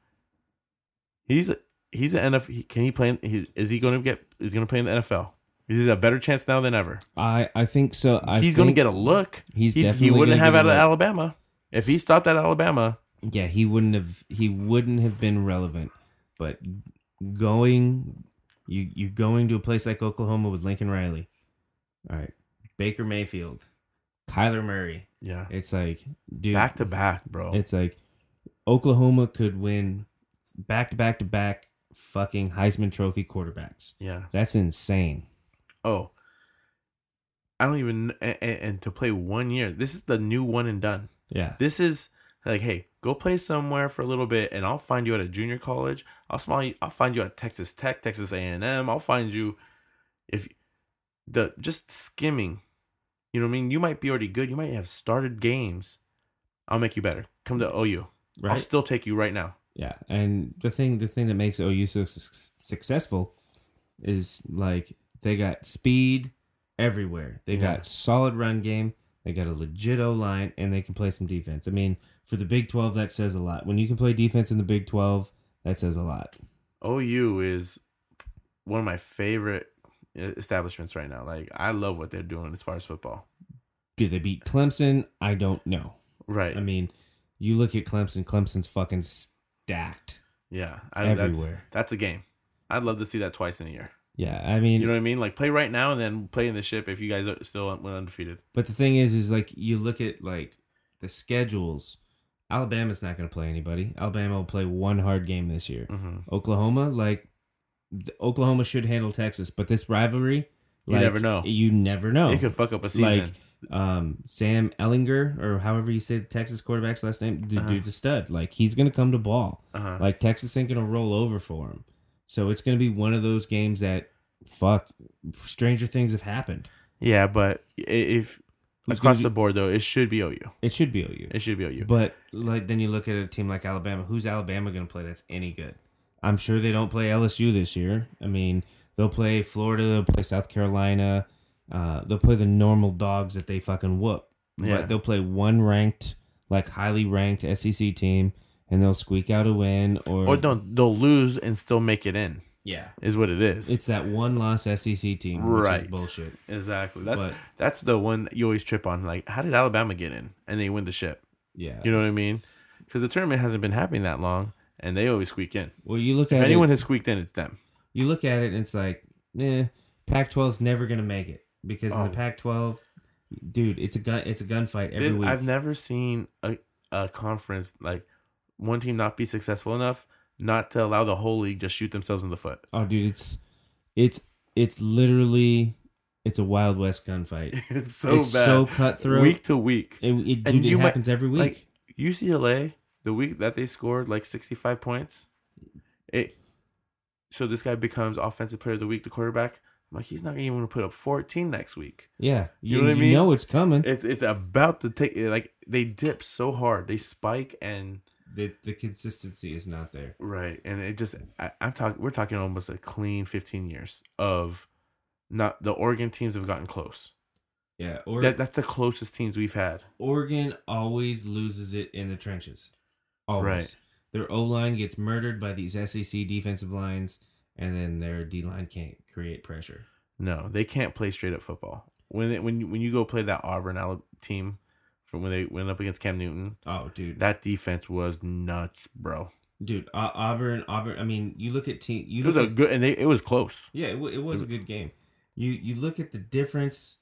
Speaker 2: He's he's an NFL. he- Can he play? In, he, is he going to get? Is he going to play in the NFL? He's a better chance now than ever.
Speaker 1: I, I think so. I
Speaker 2: he's going to
Speaker 1: think-
Speaker 2: get a look.
Speaker 1: He's
Speaker 2: he,
Speaker 1: definitely
Speaker 2: he wouldn't
Speaker 1: gonna
Speaker 2: have
Speaker 1: get
Speaker 2: out
Speaker 1: a
Speaker 2: of
Speaker 1: look.
Speaker 2: Alabama if he stopped at Alabama.
Speaker 1: Yeah, he wouldn't have. He wouldn't have been relevant. But going, you you going to a place like Oklahoma with Lincoln Riley, all right, Baker Mayfield, Kyler Murray.
Speaker 2: Yeah,
Speaker 1: It's like, dude,
Speaker 2: back to back, bro.
Speaker 1: it's like Oklahoma could win back to back to back fucking Heisman Trophy quarterbacks.
Speaker 2: yeah.
Speaker 1: That's insane.
Speaker 2: Oh, I don't even. And, and to play one year, this is the new one and done.
Speaker 1: Yeah.
Speaker 2: This is like, hey, go play somewhere for a little bit, and I'll find you at a junior college. I'll small. I'll find you at Texas Tech, Texas A and M. I'll find you if the just skimming. You know what I mean? You might be already good. You might have started games. I'll make you better. Come to OU. I'll
Speaker 1: Right.
Speaker 2: still take you right now.
Speaker 1: Yeah, and the thing the thing that makes OU so su- successful is like they got speed everywhere. They
Speaker 2: Yeah.
Speaker 1: got solid run game. They got a legit O line, and they can play some defense. I mean, for the Big Twelve, that says a lot. When you can play defense in the Big Twelve, that says a lot.
Speaker 2: OU is one of my favorite uh, establishments right now. Like I love what they're doing as far as football.
Speaker 1: Do they beat Clemson? I don't know.
Speaker 2: Right.
Speaker 1: I mean, you look at Clemson. Clemson's fucking stacked
Speaker 2: yeah. I, That's,
Speaker 1: everywhere.
Speaker 2: that's a game. I'd love to see that twice in a year.
Speaker 1: Yeah, I mean,
Speaker 2: You know what I mean? Like play right now and then play in the ship if you guys are still went undefeated.
Speaker 1: But the thing is, is like you look at like the schedules. Alabama's not going to play anybody. Alabama will play one hard game this year.
Speaker 2: Mm-hmm.
Speaker 1: Oklahoma, like th- Oklahoma, should handle Texas, but this rivalry,
Speaker 2: You
Speaker 1: like,
Speaker 2: never know.
Speaker 1: You never know.
Speaker 2: It could fuck up a season.
Speaker 1: Oh. like um, Sam Ellinger or however you say the Texas quarterback's last name, dude,
Speaker 2: Uh-huh.
Speaker 1: dude's a stud. Like he's going to come to ball.
Speaker 2: uh-huh.
Speaker 1: Like Texas ain't going to roll over for him. So it's going to be one of those games that fuck stranger things have happened.
Speaker 2: yeah, but i- if
Speaker 1: Who's gonna
Speaker 2: across
Speaker 1: be-
Speaker 2: the board though, it should be OU.
Speaker 1: It should be OU.
Speaker 2: It should be OU.
Speaker 1: But like then you look at a team like Alabama. Who's Alabama going to play? That's any good. I'm sure they don't play LSU this year. I mean, they'll play Florida. They'll play South Carolina. Uh, they'll play the normal dogs that they fucking whoop.
Speaker 2: Yeah.
Speaker 1: But they'll play one ranked, like highly ranked SEC E team, and they'll squeak out a win or,
Speaker 2: Or don't they'll lose and still make it in
Speaker 1: yeah.
Speaker 2: is what it is.
Speaker 1: It's that one loss SEC team, which is
Speaker 2: Right.
Speaker 1: bullshit.
Speaker 2: exactly that's
Speaker 1: But-
Speaker 2: that's the one that you always trip on. Like, how did Alabama get in and they win the ship?
Speaker 1: Yeah.
Speaker 2: You know what I mean? Because the tournament hasn't been happening that long, and they always squeak in.
Speaker 1: well, you look
Speaker 2: If
Speaker 1: at
Speaker 2: anyone
Speaker 1: it,
Speaker 2: has squeaked in, it's them.
Speaker 1: you look at it, and it's like, eh, Pac-12's never gonna make it because in
Speaker 2: Oh.
Speaker 1: the Pac-12, dude, it's a gun, it's a gunfight every
Speaker 2: This-
Speaker 1: week.
Speaker 2: I've never seen a, a conference like one team not be successful enough not to allow the whole league just shoot themselves in the foot.
Speaker 1: oh, dude, it's it's it's literally it's a wild west gunfight.
Speaker 2: It's so
Speaker 1: it's
Speaker 2: bad.
Speaker 1: so cutthroat.
Speaker 2: Week to week.
Speaker 1: it, it, dude,
Speaker 2: and you
Speaker 1: it
Speaker 2: might-
Speaker 1: happens every week.
Speaker 2: like- UCLA, the week that they scored like 65 points, it so this guy becomes offensive player of the week, the quarterback. I'm like, he's not even going to put up 14 next week.
Speaker 1: yeah, you,
Speaker 2: you know what I
Speaker 1: you
Speaker 2: mean?
Speaker 1: know it's coming.
Speaker 2: It's, it's about to take, like, they dip so hard. They spike and,
Speaker 1: the the consistency is not there.
Speaker 2: right. And it just, I, I'm talking, we're talking almost a clean 15 years of not, the Oregon teams have gotten close.
Speaker 1: Yeah, or
Speaker 2: that, that's the closest teams we've had.
Speaker 1: Oregon always loses it in the trenches. Always.
Speaker 2: Right.
Speaker 1: Their O line gets murdered by these SEC defensive lines, and then their D line can't create pressure.
Speaker 2: No, they can't play straight up football. When it, when you, when you go play that Auburn Alab- team from when they went up against Cam Newton,
Speaker 1: Oh, dude,
Speaker 2: that defense was nuts, bro.
Speaker 1: dude, Au- Auburn, Auburn. I mean, you look at team. You
Speaker 2: It
Speaker 1: look
Speaker 2: was a
Speaker 1: at-
Speaker 2: good and they, it was close.
Speaker 1: yeah, it, wa- it was a good game. You you look at the difference.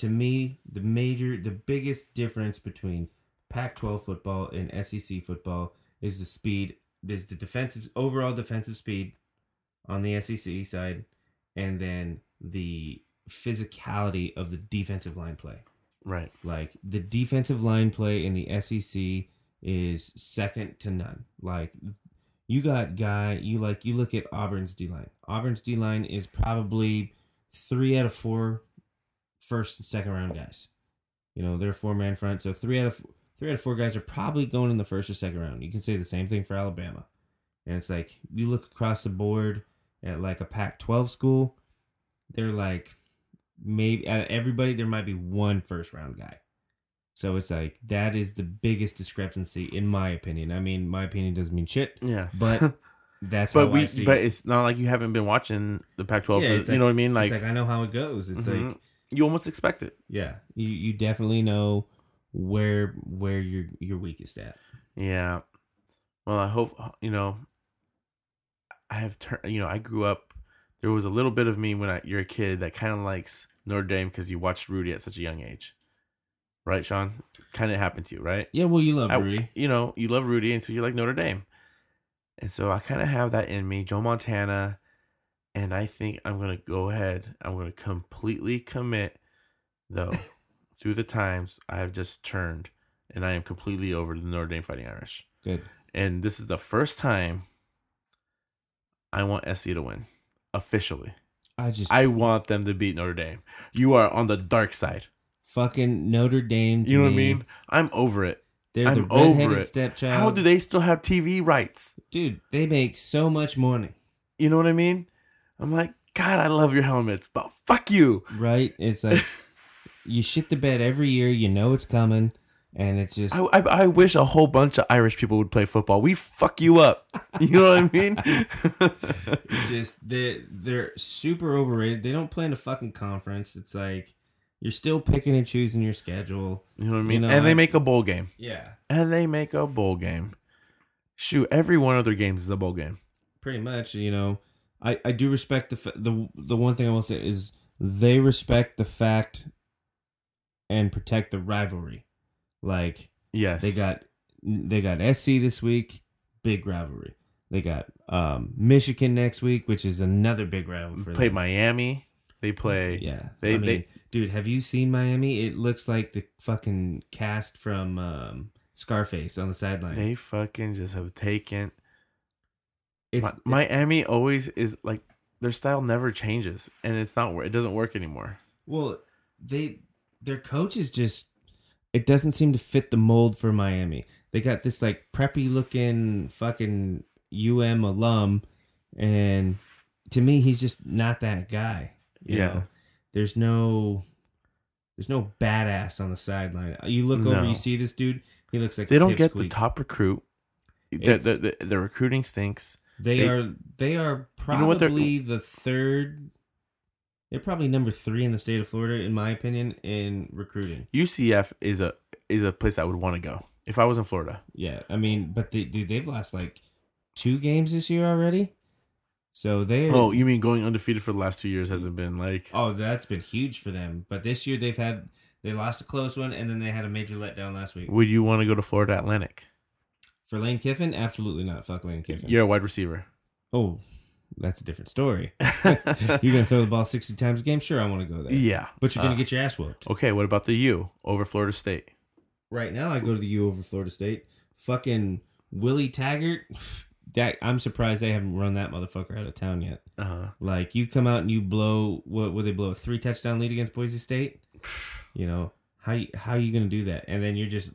Speaker 1: To me, the major, the biggest difference between Pac-12 football and SEC football is the speed. There's the defensive overall defensive speed on the SEC side, and then the physicality of the defensive line play.
Speaker 2: Right.
Speaker 1: Like the defensive line play in the SEC is second to none. Like you got guy, you like you look at Auburn's D line. Auburn's D line is probably three out of four first and second round guys. You know they're a four man front, so three out of three out of four guys are probably going in the first or second round. You can say the same thing for Alabama, and it's like you look across the board at like a Pac twelve school, they're like maybe out of everybody there might be one first round guy so it's like that is the biggest discrepancy in my opinion i mean my opinion doesn't mean shit
Speaker 2: Yeah.
Speaker 1: But that's
Speaker 2: but
Speaker 1: how
Speaker 2: we
Speaker 1: I see
Speaker 2: but
Speaker 1: it.
Speaker 2: it's not like you haven't been watching the Pac-12.
Speaker 1: Yeah,
Speaker 2: for-
Speaker 1: it's
Speaker 2: you
Speaker 1: like-
Speaker 2: know what I mean? Like,
Speaker 1: it's like i know how it goes it's
Speaker 2: Mhm.
Speaker 1: like
Speaker 2: you almost expect it.
Speaker 1: yeah you, you definitely know where where you're you're weakest at
Speaker 2: Yeah. Well, I hope uh, you know. I have turned. You know, I grew up. There was a little bit of me when I, you're a kid that kind of likes Notre Dame because you watched Rudy at such a young age, right, Sean? Kind of happened to you, right?
Speaker 1: yeah well you love
Speaker 2: I-
Speaker 1: rudy
Speaker 2: you know, you love Rudy, and so you like Notre Dame. And so I kind of have that in me, Joe Montana, and I think I'm gonna go ahead. I'm gonna completely commit, though. through the times, I have just turned, and I am completely over the Notre Dame Fighting Irish.
Speaker 1: good
Speaker 2: And this is the first time I want SC to win officially.
Speaker 1: i just
Speaker 2: I want them to beat Notre Dame. You are on the dark side.
Speaker 1: fucking notre dame to
Speaker 2: You know what I
Speaker 1: me,
Speaker 2: mean? I'm over it.
Speaker 1: they're the
Speaker 2: I'm over
Speaker 1: redheaded
Speaker 2: it.
Speaker 1: stepchild
Speaker 2: How do they still have TV rights?
Speaker 1: dude they make so much money
Speaker 2: You know what I mean? I'm like, God, I love your helmets, but fuck you.
Speaker 1: right? It's like you shit the bed every year. You know it's coming, and it's just
Speaker 2: I, I, I wish a whole bunch of Irish people would play football. We fuck you up. You know what I mean?
Speaker 1: it's just they they're super overrated. They don't play in a fucking conference. It's like you're still picking and choosing your schedule.
Speaker 2: you know what I mean?
Speaker 1: know,
Speaker 2: and they
Speaker 1: I-
Speaker 2: make a bowl game.
Speaker 1: Yeah,
Speaker 2: And they make a bowl game. Shoot, every one of their games is a bowl game.
Speaker 1: pretty much. You know, I I do respect the f- the the one thing I will say is they respect the fact and protect the rivalry. Like
Speaker 2: Yes.
Speaker 1: They got they got SC this week, big rivalry. They got um, Michigan next week, which is another big rival for
Speaker 2: play
Speaker 1: them.
Speaker 2: Miami. They play
Speaker 1: Yeah,
Speaker 2: they-
Speaker 1: I mean,
Speaker 2: they-
Speaker 1: dude, have you seen Miami? It looks like the fucking cast from um, Scarface on the sideline.
Speaker 2: they fucking just have taken
Speaker 1: it's,
Speaker 2: Mi- Miami always is like their style never changes and it's not wor- it doesn't work anymore.
Speaker 1: it's- well, they their coach is just it doesn't seem to fit the mold for Miami. They got this like preppy looking fucking UM alum, and to me, he's just not that guy. you
Speaker 2: Yeah.
Speaker 1: know? there's no there's no badass on the sideline. You look
Speaker 2: No.
Speaker 1: over, you see this dude. He looks like
Speaker 2: They
Speaker 1: a
Speaker 2: don't get the
Speaker 1: pipsqueak.
Speaker 2: top recruit. the,
Speaker 1: It's-
Speaker 2: the, the, the recruiting stinks.
Speaker 1: They,
Speaker 2: They-
Speaker 1: are they are
Speaker 2: You know what they're-
Speaker 1: probably the third. They're probably number three in the state of Florida, in my opinion, in recruiting.
Speaker 2: UCF is a is a place I would want to go if I was in Florida.
Speaker 1: Yeah, I mean, but they, dude, they've lost like two games this year already. So they.
Speaker 2: Oh, you mean going undefeated for the last two years hasn't been like
Speaker 1: Oh, that's been huge for them. But this year they've had they lost a close one, and then they had a major letdown last week.
Speaker 2: Would you want to go to Florida Atlantic?
Speaker 1: For Lane Kiffin, absolutely not. Fuck Lane Kiffin.
Speaker 2: You're a wide receiver.
Speaker 1: Oh, that's a different story.
Speaker 2: yeah.
Speaker 1: You're gonna throw the ball sixty times a game. Sure, I want to go there. But you're gonna
Speaker 2: Uh,
Speaker 1: get your ass whooped.
Speaker 2: Okay, what about the U over Florida State?
Speaker 1: Right now, I go to the U over Florida State. Fucking Willie Taggart. That I'm surprised they haven't run that motherfucker out of town yet.
Speaker 2: Uh-huh.
Speaker 1: Like you come out and you blow what would they blow a three touchdown lead against Boise State? You know how you- how you gonna do that? And then you're just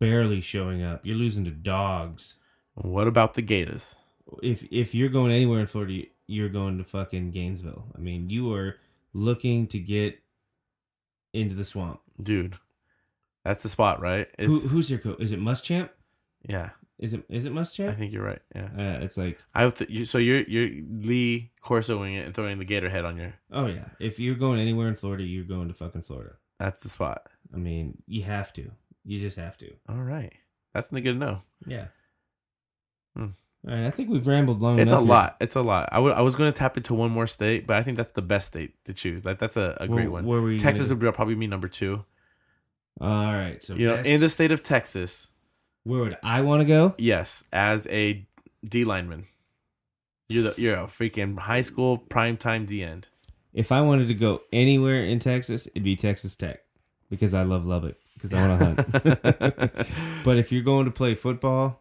Speaker 1: barely showing up. You're losing to dogs.
Speaker 2: What about the Gators?
Speaker 1: If if you're going anywhere in Florida, you're going to fucking Gainesville. I mean, you are looking to get into the swamp.
Speaker 2: Dude, that's the spot, right? It's,
Speaker 1: Who, who's your coach? Is it Muschamp?
Speaker 2: yeah,
Speaker 1: Is it is it
Speaker 2: I
Speaker 1: Muschamp?
Speaker 2: think you're right. Yeah.
Speaker 1: Uh, it's like
Speaker 2: I have to, you, so you're you're Lee Corsoing it and throwing the Gator head on your.
Speaker 1: Oh yeah. If you're going anywhere in Florida, you're going to fucking Florida.
Speaker 2: That's the spot.
Speaker 1: I mean, you have to. You just have to.
Speaker 2: All right. That's not good to know.
Speaker 1: Yeah.
Speaker 2: Hmm.
Speaker 1: All right. I think we've rambled long
Speaker 2: It's a
Speaker 1: enough. here.
Speaker 2: lot. It's a lot. I would- I was going to tap into one more state, but I think that's the best state to choose. Like that's a, a
Speaker 1: Where-
Speaker 2: great one.
Speaker 1: Where were you
Speaker 2: Texas
Speaker 1: gonna
Speaker 2: would probably be number two.
Speaker 1: go? All right. So
Speaker 2: You know,
Speaker 1: best-
Speaker 2: in the state of Texas,
Speaker 1: where would I want to go?
Speaker 2: yes, as a D lineman, you're the, you're a freaking high school primetime D end.
Speaker 1: If I wanted to go anywhere in Texas, it'd be Texas Tech because I love Lubbock because I want to hunt. but if you're going to play football,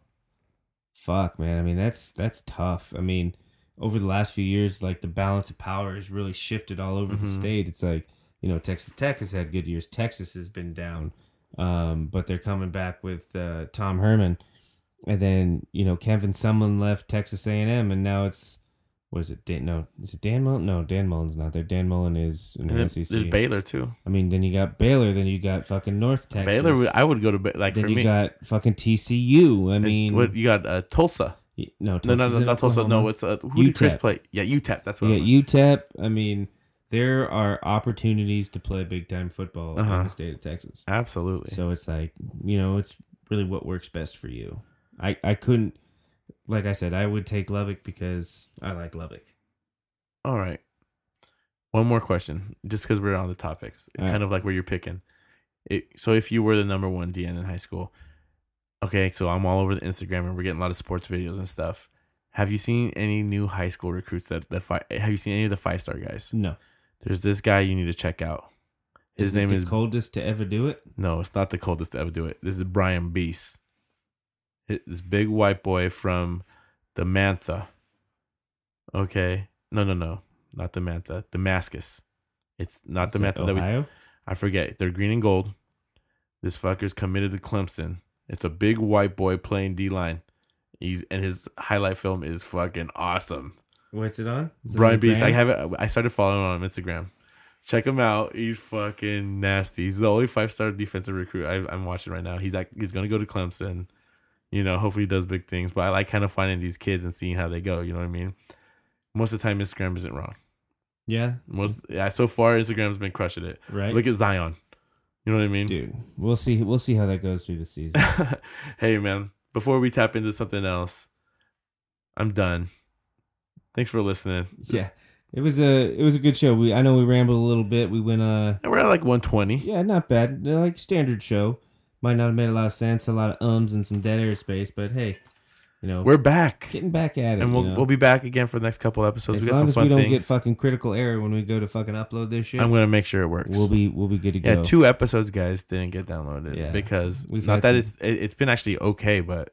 Speaker 1: fuck man. I mean, that's that's tough. I mean, over the last few years, like the balance of power has really shifted all over the
Speaker 2: Mhm.
Speaker 1: state. It's like you know, Texas Tech has had good years. Texas has been down, um, but they're coming back with uh, Tom Herman, and then you know, Kevin Sumlin left Texas A and M, and now it's. What is it? Dan, no, is it Dan Mullen? No, Dan Mullen's not there. Dan Mullen is in
Speaker 2: And then
Speaker 1: the SEC.
Speaker 2: there's Baylor too.
Speaker 1: I mean, then you got Baylor, then you got fucking North Texas.
Speaker 2: Baylor, would- I would go to Ba- like
Speaker 1: Then
Speaker 2: for
Speaker 1: you
Speaker 2: me.
Speaker 1: got fucking TCU. I
Speaker 2: and
Speaker 1: mean,
Speaker 2: what you got? Uh, Tulsa.
Speaker 1: y- no,
Speaker 2: No, no,
Speaker 1: Tulsa's
Speaker 2: no,
Speaker 1: in
Speaker 2: not Tulsa.
Speaker 1: Oklahoma.
Speaker 2: No,
Speaker 1: E
Speaker 2: it's uh, who did Chris
Speaker 1: UTEP.
Speaker 2: play? Yeah, UTEP. That's what.
Speaker 1: you
Speaker 2: I'm-
Speaker 1: got UTEP. I mean, there are opportunities to play big time football in
Speaker 2: Uh-huh.
Speaker 1: the state of Texas.
Speaker 2: Absolutely.
Speaker 1: So it's like you know, it's really what works best for you. I I couldn't, like I said, I would take Lubbock because I like Lubbock.
Speaker 2: All right. One more question, just because we're on the topics,
Speaker 1: All right.
Speaker 2: kind of like where you're picking. It, so if you were the number one DN in high school, okay, so I'm all over the Instagram and we're getting a lot of sports videos and stuff. Have you seen any new high school recruits that the five? Have you seen any of the five star guys?
Speaker 1: No,
Speaker 2: There's this guy you need to check out. His
Speaker 1: it
Speaker 2: name
Speaker 1: the
Speaker 2: is
Speaker 1: coldest to ever do it.
Speaker 2: no, it's not the coldest to ever do it. This is Brian Beast. This big white boy from the Mantha. Okay. No, no, no. Not the Mantha. Damascus. It's not the
Speaker 1: Is it
Speaker 2: Mantha that we
Speaker 1: Ohio.
Speaker 2: I forget. They're green and gold. This fucker's committed to Clemson. It's a big white boy playing D line. He's and his highlight film is fucking awesome.
Speaker 1: What's it on? Is it
Speaker 2: Brian
Speaker 1: on
Speaker 2: Beast. I
Speaker 1: Brand?
Speaker 2: have it. I started following him on Instagram. Check him out. He's fucking nasty. He's the only five star defensive recruit I, I'm watching right now. He's like he's gonna go to Clemson. You know, hopefully he does big things. But I like kind of finding these kids and seeing how they go. You know what I mean? Most of the time, Instagram isn't wrong.
Speaker 1: Yeah,
Speaker 2: Most yeah, so far Instagram's been crushing it.
Speaker 1: right.
Speaker 2: Look at Zion. You know what I mean?
Speaker 1: dude. We'll see. We'll see how that goes through the season.
Speaker 2: hey man, before we tap into something else, I'm done. Thanks for listening.
Speaker 1: yeah, it was a it was a good show. We I know we rambled a little bit. We went uh
Speaker 2: And We're at like 120.
Speaker 1: yeah not bad They're like standard show. Might not have made a lot of sense, a lot of ums and some dead air space, but hey, you know
Speaker 2: We're back.
Speaker 1: getting back at it.
Speaker 2: and we'll
Speaker 1: you know?
Speaker 2: we'll be back again for the next couple episodes.
Speaker 1: as
Speaker 2: we got
Speaker 1: long
Speaker 2: some
Speaker 1: as
Speaker 2: fun
Speaker 1: we don't get
Speaker 2: things.
Speaker 1: fucking critical error when we go to fucking upload this shit,
Speaker 2: I'm gonna make sure it works.
Speaker 1: we'll be we'll be good to
Speaker 2: yeah,
Speaker 1: go.
Speaker 2: two episodes, guys, didn't get downloaded
Speaker 1: Yeah.
Speaker 2: because
Speaker 1: We've
Speaker 2: not
Speaker 1: had
Speaker 2: that
Speaker 1: some-
Speaker 2: it's it, it's been actually okay, but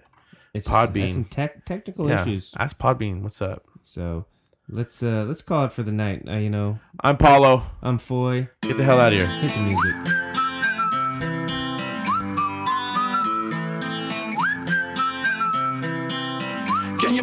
Speaker 1: it's just had
Speaker 2: Podbean.
Speaker 1: some tech technical
Speaker 2: yeah.
Speaker 1: issues,
Speaker 2: Ask Podbean, what's up?
Speaker 1: so let's uh let's call it for the night. Uh, you know,
Speaker 2: I'm Paulo.
Speaker 1: I'm Foy.
Speaker 2: Get the hell out of here.
Speaker 1: Hit the music.
Speaker 3: Can you